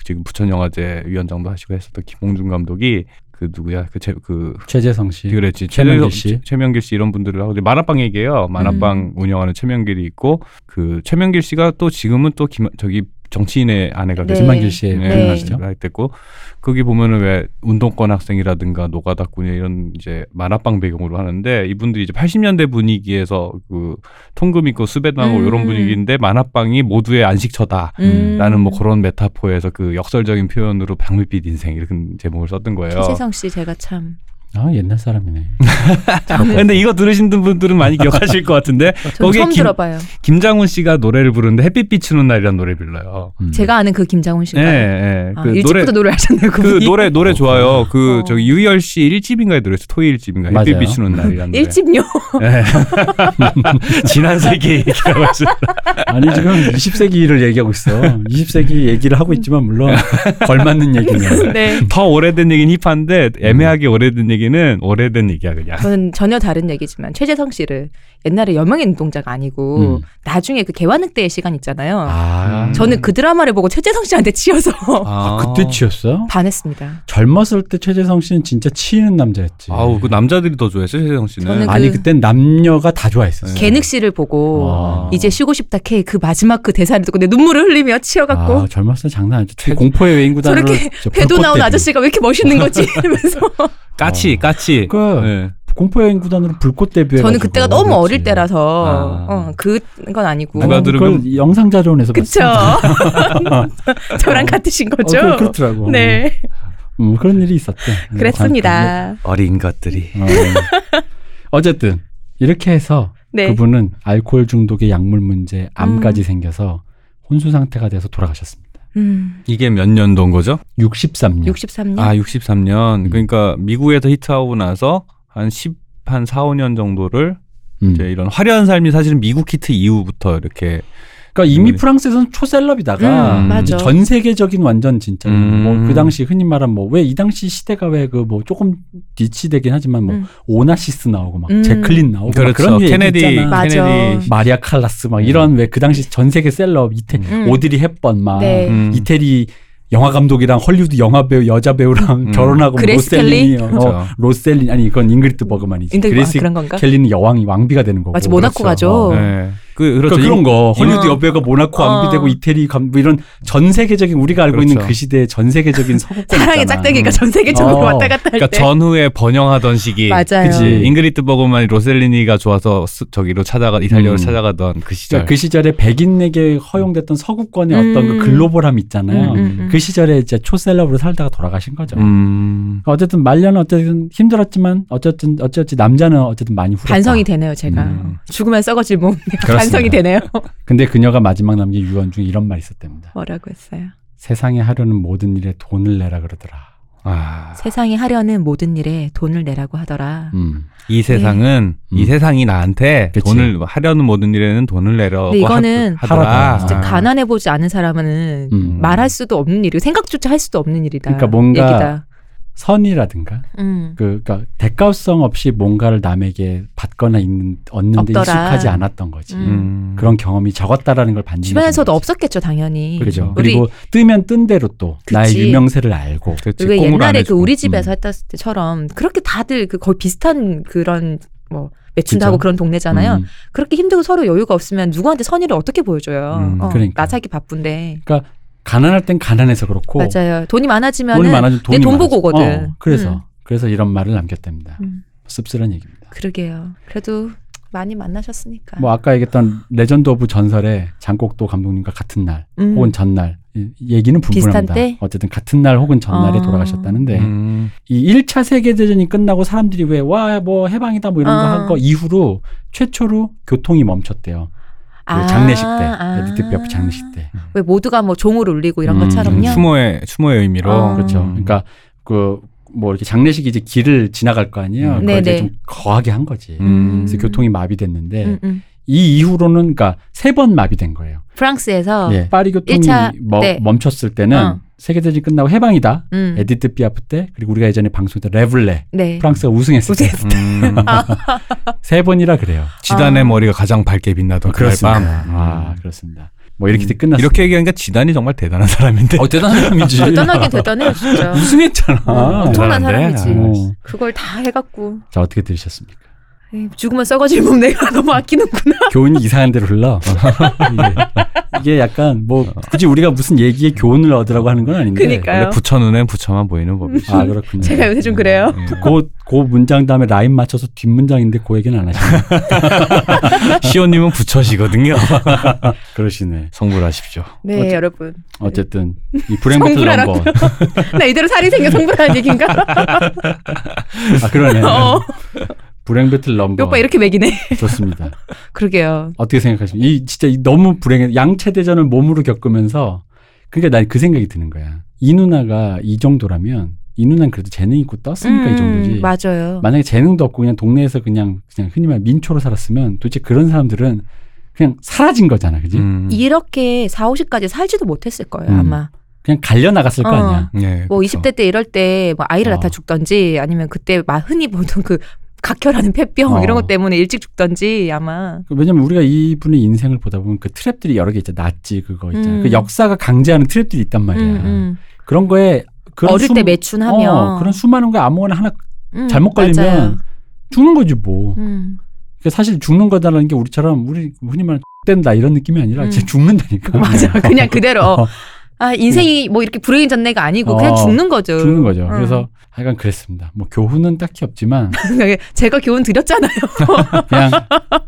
S3: 지금 부천영화제 위원장도 하시고 했었던 김홍준 감독이 그 누구야 그 제 그
S2: 최재성 씨.
S3: 그랬지
S2: 예, 최명길
S3: 최명길
S2: 씨. 음.
S3: 씨, 최명길 씨 이런 분들을 하고 이제 만화방이에요. 만화방 운영하는 최명길이 있고 그 최명길 씨가 또 지금은 또 김, 저기 정치인의 아내가
S1: 네.
S3: 됐어요.
S2: 김만길 씨의
S1: 네.
S2: 부인이시죠?
S3: 할 때고 거기 보면은 왜 운동권 학생이라든가 노가다꾼이 이런 이제 만화방 배경으로 하는데 이분들이 이제 80년대 분위기에서 그 통금 있고 수배당하고
S1: 음.
S3: 이런 분위기인데 만화방이 모두의 안식처다.
S1: 음.
S3: 라는 뭐 그런 메타포에서 그 역설적인 표현으로 방밋빛 인생 이렇게 제목을 썼던 거예요.
S1: 최재성 씨 제가 참
S2: 아 옛날 사람이네.
S3: 근데 이거 들으신 분들은 많이 기억하실 것 같은데
S1: 그 저
S3: 거기에
S1: 처음
S3: 김-
S1: 들어봐요.
S3: 김장훈 씨가 노래를 부르는데 햇빛 비추는 날이라는 노래를 불러요.
S2: 음.
S1: 제가 아는 그 김장훈
S3: 예,
S1: 씨가
S3: 예.
S1: 아,
S3: 그 노래
S1: 일찍부터 노래 하셨네요.
S3: 그
S1: 그분이.
S3: 노래 노래 좋아요. 그
S1: 어.
S3: 저기 유열 씨 1집인가에 들어있어. 토이 1집인가. 햇빛
S2: 맞아요.
S3: 비추는 날이라는 노래.
S1: 일집요.
S3: 예. 지난 세기 얘기라고 했어요.
S2: 아니 지금 20세기를 얘기하고 있어. 20세기 얘기를 하고 있지만 물론 걸맞는 얘기네요.
S1: 네.
S3: 더 오래된 얘기는 힙한데 애매하게 오래된 얘기는 오래된 얘기야 그냥.
S1: 저는 전혀 다른 얘기지만 최재성 씨를 옛날에 여명의 눈동자가 아니고
S2: 음.
S1: 나중에 그 개화늑대의 시간 있잖아요.
S2: 아,
S1: 저는 그 드라마를 보고 최재성 씨한테 치여서
S2: 아, 그때 취했어요?
S1: 반했습니다.
S2: 젊었을 때 최재성 씨는 진짜 치이는 남자였지.
S3: 아우 그 남자들이 더 좋아했어 최세정 씨는.
S1: 저는
S2: 아니
S1: 그-
S2: 그... 땐 남녀가 다 좋아했었어.
S1: 개늑 씨를 보고
S2: 네. 와.
S1: 이제 쉬고 싶다 K 그 마지막 그 대사를 듣고 내 눈물을 흘리며 치여갖고
S2: 아, 젊었을 때 장난 아니죠. 특히 공포의 외인 구단으로
S1: 저렇게
S2: 진짜
S1: 배도 나온
S2: 불꽃대비.
S1: 아저씨가 왜 이렇게 멋있는 거지? 이러면서
S3: 까치
S2: 어.
S3: 까치.
S2: 그
S3: 예.
S2: 공포의 외인 구단으로 불꽃 데뷔.
S1: 저는 그때가 너무 어릴 때라서
S3: 아.
S1: 어, 그건 아니고
S3: 누가 들은-
S2: 그걸 영상 자료원에서
S1: 그쵸? 저랑 같으신 거죠?
S2: 어, 그- 그렇더라고.
S1: 네,
S2: 음, 그런 일이 있었대. 음, 관-
S1: 그랬습니다.
S3: 어린 것들이.
S2: 어. 어쨌든 이렇게 해서
S1: 네.
S2: 그분은 알코올 중독의 약물 문제 암까지 생겨서 혼수 상태가 돼서 돌아가셨습니다.
S1: 음,
S3: 이게 몇 년도인 거죠?
S2: 63년.
S1: 63년.
S3: 아 63년.
S2: 음.
S3: 그러니까 미국에서 히트하고 나서 한 10. 한 4, 5년 정도를
S2: 음.
S3: 이제 이런 화려한 삶이 사실은 미국 히트 이후부터 이렇게
S2: 그러니까 이미
S3: 음.
S2: 프랑스에서는 초셀럽이다가
S1: 음,
S3: 이제
S1: 맞아.
S2: 전 세계적인 완전 진짜
S3: 음.
S2: 뭐 그 당시 흔히 말하면 뭐 왜 이 당시 시대가 왜 그 뭐 조금 뒤치되긴 하지만 뭐
S1: 음.
S2: 오나시스 나오고 막
S1: 음.
S2: 제클린 나오고 막
S3: 그렇죠.
S2: 그런 얘기
S3: 케네디 음.
S2: 있잖아.
S1: 맞아.
S3: 케네디
S2: 마리아 칼라스 막 이런 왜 그 당시 전 세계 셀럽 이태
S1: 음.
S2: 오드리 헵번 막
S1: 네.
S3: 음.
S2: 이태리 영화 감독이랑 헐리우드 영화 배우 여자 배우랑
S3: 음. 그렇죠.
S2: 결혼하고 뭐
S1: 그레이스
S2: 로셀린이
S1: 켈리?
S2: 어, 로셀린 아니 이건 잉그리드 버그만이지.
S1: 근데 아,
S2: 그레이스
S1: 그런 건가?
S2: 켈리는 여왕이 왕비가 되는 거고.
S1: 맞지, 모나코 가죠.
S2: 어.
S3: 예. 그
S2: 그러니까
S3: 그렇죠.
S2: 그런 거 헐리우드
S1: 어.
S2: 여배우가 모나코 왕비되고
S1: 어.
S2: 이태리 감 뭐 이런 전 세계적인 우리가 알고 있는
S3: 그렇죠.
S2: 그 시대의 전 세계적인 서구권
S1: 사랑의
S2: 있잖아.
S1: 짝대기가 전 세계적으로
S2: 그러니까 어.
S1: 왔다 갔다 할
S3: 그러니까
S1: 때.
S3: 전후에 번영하던 시기.
S1: 네. 맞아요. 네.
S2: 그치.
S3: 잉그리트 버그만이 로셀리니가 좋아서 스- 저기로 찾아가 이탈리아로
S2: 음.
S3: 찾아가던 그 시절.
S2: 그러니까 그 시절에 백인에게 허용됐던 서구권의 어떤 그
S1: 네. 음.
S2: 글로벌함 있잖아요.
S1: 음, 음, 음.
S2: 그 시절에 이제 초셀럽으로 살다가 돌아가신 거죠. 그러니까
S3: 음.
S2: 어쨌든 말년은 어쨌든 힘들었지만 어쨌든 어쨌든 남자는 어쨌든 많이 후렸다.
S1: 반성이 되네요, 제가.
S3: 음.
S1: 죽으면 썩어질 몸. 반성이 되네요.
S2: 근데 그녀가 마지막 남긴 유언 중에 이런 말이 있었답니다.
S1: 뭐라고 했어요?
S2: 세상에 하려는 모든 일에 돈을 내라 그러더라.
S3: 아,
S1: 세상이 하려는 모든 일에 돈을 내라고 하더라.
S2: 음.
S3: 이
S1: 네.
S3: 세상은
S2: 음.
S3: 이 세상이 나한테
S2: 그치.
S3: 돈을 하려는 모든 일에는 돈을 내라고
S1: 근데 이거는
S3: 하, 하더라.
S2: 하라다.
S1: 진짜
S3: 아.
S1: 가난해 보지 않은 사람은
S2: 음.
S1: 말할 수도 없는 일이고 생각조차 할 수도 없는 일이다.
S2: 그러니까 뭔가-
S1: 얘기다.
S2: 선이라든가
S1: 음.
S2: 그 그러니까 대가성 없이 뭔가를 남에게 받거나 있는 얻는데
S1: 없더라.
S2: 익숙하지 않았던 거지.
S1: 음.
S3: 음.
S2: 그런 경험이 적었다라는 걸 받는
S1: 주변에서도
S2: 거지.
S1: 없었겠죠, 당연히.
S2: 그죠.
S1: 우리
S2: 그리고 뜨면 뜬 대로 또
S1: 그치.
S2: 나의 유명세를 알고 음.
S3: 그렇지,
S1: 왜
S3: 공을 안
S1: 옛날에 그
S3: 해주고.
S1: 우리 집에서 했었을 때처럼 그렇게 다들 그 거의 비슷한 그런 뭐 매춘도
S2: 그죠.
S1: 하고 그런 동네잖아요.
S2: 음.
S1: 그렇게 힘들고 서로 여유가 없으면 누구한테 선의를 어떻게 보여줘요.
S3: 음,
S1: 어,
S2: 그러니까.
S1: 나사기 바쁜데.
S2: 가난할 땐 가난해서 그렇고
S1: 맞아요. 돈이 많아지면
S2: 돈이 많아지면 돈이
S1: 돈
S2: 많아져.
S1: 보고 오거든.
S2: 어, 그래서
S1: 음.
S2: 그래서 이런 말을 남겼답니다.
S1: 음.
S2: 씁쓸한 얘기입니다.
S1: 그러게요. 그래도 많이 만나셨으니까.
S2: 뭐 아까 얘기했던 레전드 오브 전설의 장곡도 감독님과 같은 날
S1: 음.
S2: 혹은 전날 이- 얘기는 분분합니다.
S1: 비슷한 때?
S2: 어쨌든 같은 날 혹은 전날에
S1: 아.
S2: 돌아가셨다는데
S3: 음.
S2: 이 1차 세계 대전이 끝나고 사람들이 왜 와 뭐 해방이다 뭐 이런
S1: 아.
S2: 거 한 거 이후로 최초로 교통이 멈췄대요. 그
S1: 아,
S2: 장례식 때
S1: 아.
S2: 에디트 피아프 장례식 때.
S1: 왜 모두가 뭐 종을 울리고 이런
S2: 음,
S1: 것처럼요.
S3: 추모의 추모의 의미로. 음.
S1: 어.
S2: 그렇죠. 그러니까 그 뭐 이렇게 장례식이 이제 길을 지나갈 거 아니에요.
S3: 음.
S2: 그걸 이제
S1: 네네.
S2: 좀 거하게 한 거지.
S3: 음.
S2: 그래서 교통이 마비됐는데
S1: 음, 음.
S2: 이 이후로는 그러니까 세 번 마비된 거예요.
S1: 프랑스에서
S2: 예. 파리 교통이
S1: 어. 1차
S2: 머-
S1: 때.
S2: 멈췄을 때는
S1: 어.
S2: 세계대전 이 끝나고 해방이다.
S1: 음.
S2: 에디트 피아프 때 그리고 우리가 예전에 방송했던 레블레
S1: 네.
S2: 프랑스가 우승했을 때 세
S1: 우승했을
S3: 음.
S2: 번이라 그래요.
S3: 지단의
S1: 아.
S3: 머리가 가장 밝게 빛나던 그날 밤.
S2: 아
S3: 음.
S2: 그렇습니다. 뭐 이렇게 음. 끝났어.
S3: 이렇게 얘기하니까 지단이 정말 대단한 사람인데.
S2: 어 대단한 사람이지.
S1: 아, 대단하게 대단해요, 진짜.
S2: 우승했잖아.
S1: 엄청난
S3: 대단한데?
S1: 사람이지.
S2: 어.
S1: 그걸 다 해갖고.
S2: 자 어떻게 들으셨습니까?
S1: 에이, 죽으면 썩어질 몸 내가 너무 아끼는구나.
S2: 교훈이 이상한 데로 흘러. 이게, 이게 약간 뭐 굳이 우리가 무슨 얘기에 교훈을 얻으라고 하는 건 아닌데.
S1: 그니까요.
S3: 원래 부처 눈엔 부처만 보이는 법이죠.
S2: 아 그렇군요.
S1: 제가 요새 좀 아, 그래요.
S3: 예.
S2: 그, 그 문장 다음에 라인 맞춰서 뒷문장인데 그 얘기는 안 하시네.
S3: 예. 시온님은 부처시거든요.
S2: 그러시네.
S3: 성불하십시오.
S1: 네,
S2: 어째-
S1: 여러분.
S2: 어쨌든 이 불행 배틀 넘버.
S1: 성불하라고요? 나 이대로 살이 생겨 성불하는 얘기인가?
S2: 아 그러네.
S1: 어,
S2: 불행 배틀 넘버.
S1: 오빠 이렇게 매기네.
S2: 좋습니다.
S1: 그러게요.
S2: 어떻게 생각하십니까? 이 진짜 이 너무 불행해. 양체 대전을 몸으로 겪으면서 그러니까 난 그 생각이 드는 거야. 이 누나가 이 정도라면 이 누나는 그래도 재능 있고 떴으니까 이 정도지.
S1: 음, 맞아요.
S2: 만약에 재능도 없고 그냥 동네에서 그냥 그냥 흔히 말 민초로 살았으면 도대체 그런 사람들은 그냥 사라진 거잖아, 그지?
S3: 음.
S1: 이렇게 4, 50까지 살지도 못했을 거예요,
S2: 음.
S1: 아마.
S2: 그냥 갈려 나갔을 거
S1: 어.
S2: 아니야.
S3: 예,
S1: 뭐
S3: 그쵸.
S1: 20대 때 이럴 때 뭐 아이를
S2: 어.
S1: 낳다 죽던지 아니면 그때 막 흔히 보던 그 각혈하는 폐병
S2: 어.
S1: 이런 것 때문에 일찍 죽던지 아마.
S2: 그 왜냐면 우리가 이분의 인생을 보다 보면 그 트랩들이 여러 개 있잖아. 낫지 그거 있잖아.
S1: 음.
S2: 그 역사가 강제하는 트랩들이 있단 말이야.
S1: 음, 음.
S2: 그런 거에 그런
S1: 어릴
S2: 수-
S1: 때 매춘하면
S2: 어, 그런 수많은 거 아무거나 하나
S1: 음,
S2: 잘못 걸리면
S1: 맞아요.
S2: 죽는 거지 뭐.
S1: 음.
S2: 그러니까 사실 죽는 거다라는 게 우리처럼 우리 흔히 말하는 된다 이런 느낌이 아니라
S1: 음.
S2: 진짜 죽는다니까.
S1: 맞아 그냥 그대로 어.
S2: 어.
S1: 아 인생이 뭐 이렇게 불행인 전례가 아니고
S2: 어,
S1: 그냥 죽는 거죠.
S2: 죽는 거죠.
S1: 어.
S2: 그래서 하여간 그랬습니다. 뭐 교훈은 딱히 없지만
S1: 제가 교훈 드렸잖아요.
S2: 그냥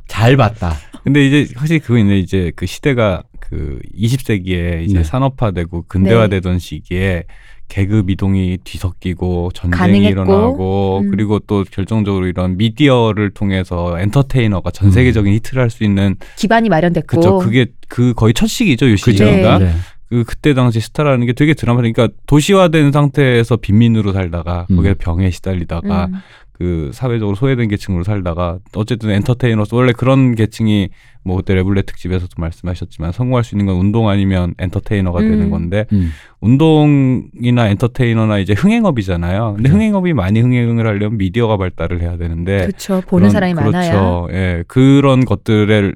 S2: 잘 봤다.
S3: 근데 이제 확실히 그거 있네. 이제 그 시대가 그 20세기에 이제
S2: 네.
S3: 산업화되고 근대화되던
S1: 네.
S3: 시기에 계급 이동이 뒤섞이고 전쟁이
S1: 가능했고.
S3: 일어나고
S1: 음.
S3: 그리고 또 결정적으로 이런 미디어를 통해서 엔터테이너가 전
S2: 음.
S3: 세계적인 히트를 할 수 있는
S1: 기반이 마련됐고.
S3: 그죠 그게 그 거의 첫 시기죠 요
S1: 그죠.
S3: 시기가
S2: 네.
S3: 그 그때 당시 스타라는 게 되게 드라마니까 그러니까 도시화된 상태에서 빈민으로 살다가
S2: 음.
S3: 거기에 병에
S2: 아,
S3: 시달리다가
S1: 음.
S3: 그 사회적으로 소외된 계층으로 살다가 어쨌든 엔터테이너로서 원래 그런 계층이 뭐 그때 레블레 특집에서도 말씀하셨지만 성공할 수 있는 건 운동 아니면 엔터테이너가 되는
S1: 음.
S3: 건데
S2: 음.
S3: 운동이나 엔터테이너나 이제 흥행업이잖아요. 근데
S2: 그렇죠.
S3: 흥행업이 많이 흥행을 하려면 미디어가 발달을 해야
S2: 예.
S3: 되는데
S1: 그쵸 보는
S3: 그런-
S1: 사람이
S3: 그렇죠.
S1: 많아야.
S3: 예. 그런 것들에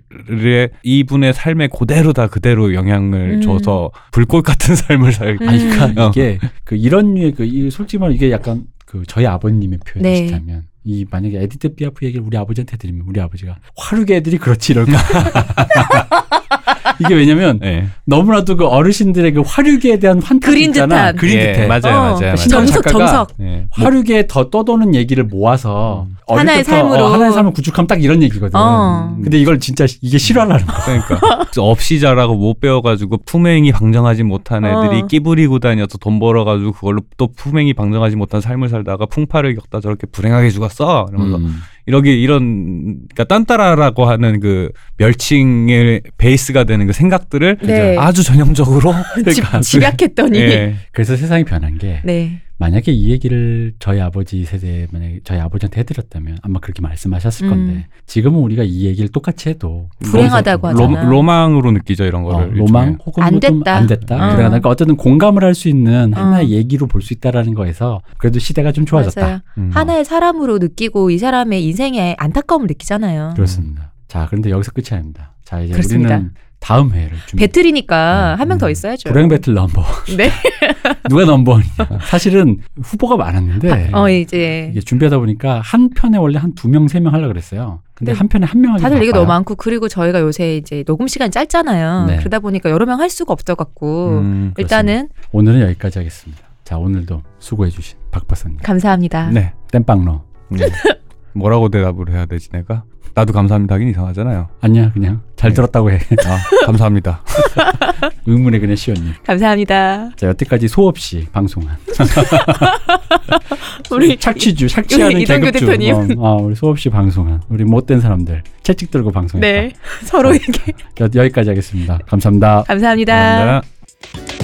S3: 이분의 삶에 그대로 다 그대로 영향을
S1: 음.
S3: 줘서 불꽃 같은 삶을 살게
S1: 음.
S2: 아니, 그러니까
S3: 어.
S2: 이게 그 이런 류의 그 이- 솔직히 말하면 이게 약간 그 저희 아버님의
S1: 네.
S2: 표현이시다면 이 만약에 에디트 피아프 얘기를 우리 아버지한테 드리면 우리 아버지가 화루게 애들이 그렇지 이럴까. 이게 왜냐면
S3: 예.
S2: 너무나도 그 어르신들의 그 화류계에 대한 환타
S1: 그린
S2: 있잖아.
S1: 듯한.
S2: 그린
S3: 예,
S2: 듯해.
S1: 어,
S3: 맞아요, 맞아요. 맞아요.
S1: 정석
S2: 작가가
S1: 정석.
S3: 예.
S2: 화류계에 더 떠도는 얘기를 모아서
S3: 음.
S2: 어릴
S1: 하나의
S2: 때부터,
S1: 삶으로.
S2: 어, 하나의 삶을 구축하면 딱 이런 얘기거든.
S1: 어.
S2: 근데 이걸 진짜 이게 실화라는 거야.
S3: 그러니까 그래서 없이 자라고 못 배워가지고 품행이 방정하지 못한 애들이
S1: 어.
S3: 끼부리고 다녀서 돈 벌어가지고 그걸로 또 품행이 방정하지 못한 삶을 살다가 풍파를 겪다 저렇게 불행하게 죽었어. 이러면서 이러기 이런 그러니까 딴따라라고 하는 그 멸칭의 베이스가 되는 그 생각들을
S1: 네.
S3: 아주 전형적으로
S1: 집, 집약했더니. 네.
S3: 예.
S2: 그러니까 그래서 세상이 변한 게 만약에 이 얘기를 저희 아버지 세대에 만약에 저희 아버지한테 해드렸다면 아마 그렇게 말씀하셨을
S1: 음.
S2: 건데 지금은 우리가 이 얘기를 똑같이 해도
S1: 불행하다고
S2: 거기서
S1: 하잖아.
S3: 로, 망으로 느끼죠 이런
S2: 로, 어,
S3: 거를
S2: 로망 혹은
S1: 안
S2: 뭐 좀
S1: 됐다.
S2: 안 됐다.
S1: 어.
S2: 그러니까 어쨌든 공감을 할 수 있는 하나의
S1: 어.
S2: 얘기로 볼 수 있다라는 거에서 그래도 시대가 좀 좋아졌다.
S1: 맞아요.
S3: 음.
S1: 하나의 사람으로 느끼고 이 사람의 인생에 안타까움을 느끼잖아요.
S2: 그렇습니다. 자, 그런데 여기서 끝이 아닙니다. 자, 이제
S1: 음. 그렇습니다.
S2: 우리는 다음 회를 준비.
S1: 배틀이니까
S2: 음,
S1: 한 명 더
S2: 음.
S1: 있어야죠.
S2: 불행 배틀 넘버.
S1: 네.
S2: 누가 넘버원이냐. 사실은 후보가 많았는데
S1: 어 이제
S2: 이게 준비하다 보니까 한 편에 원래 한 두 명, 세 명 하려고 그랬어요. 근데
S1: 네.
S2: 한 편에 한 명 하기
S1: 다들 얘기
S2: 바빠요.
S1: 너무 많고 그리고 저희가 요새 이제 녹음 시간이 짧잖아요.
S2: 네. 음,
S1: 그러다 보니까 여러 명 할 수가 없어 갖고
S3: 음.
S1: 일단은
S2: 오늘은 여기까지 하겠습니다. 자, 오늘도 수고해 주신 박 박사님.
S1: 감사합니다.
S3: 네.
S2: 땜빵러.
S3: 네. 뭐라고 대답을 해야 되지 내가 나도 감사합니다 하긴 이상하잖아요.
S2: 아니야, 그냥 잘
S3: 네.
S2: 들었다고 해.
S3: 아, 감사합니다.
S2: 의문의 그네 시원님.
S1: 감사합니다.
S2: 자, 여태까지 소 없이 방송한
S1: 우리
S2: 착취주, 착취하는
S1: 우리 이동규
S2: 계급주.
S1: 대표님.
S2: 어, 어, 우리 소 없이 방송한 우리 못된 사람들 채찍 들고 방송했다.
S1: 네 서로에게
S2: 여, 여기까지 하겠습니다. 감사합니다.
S1: 감사합니다.
S3: 감사합니다.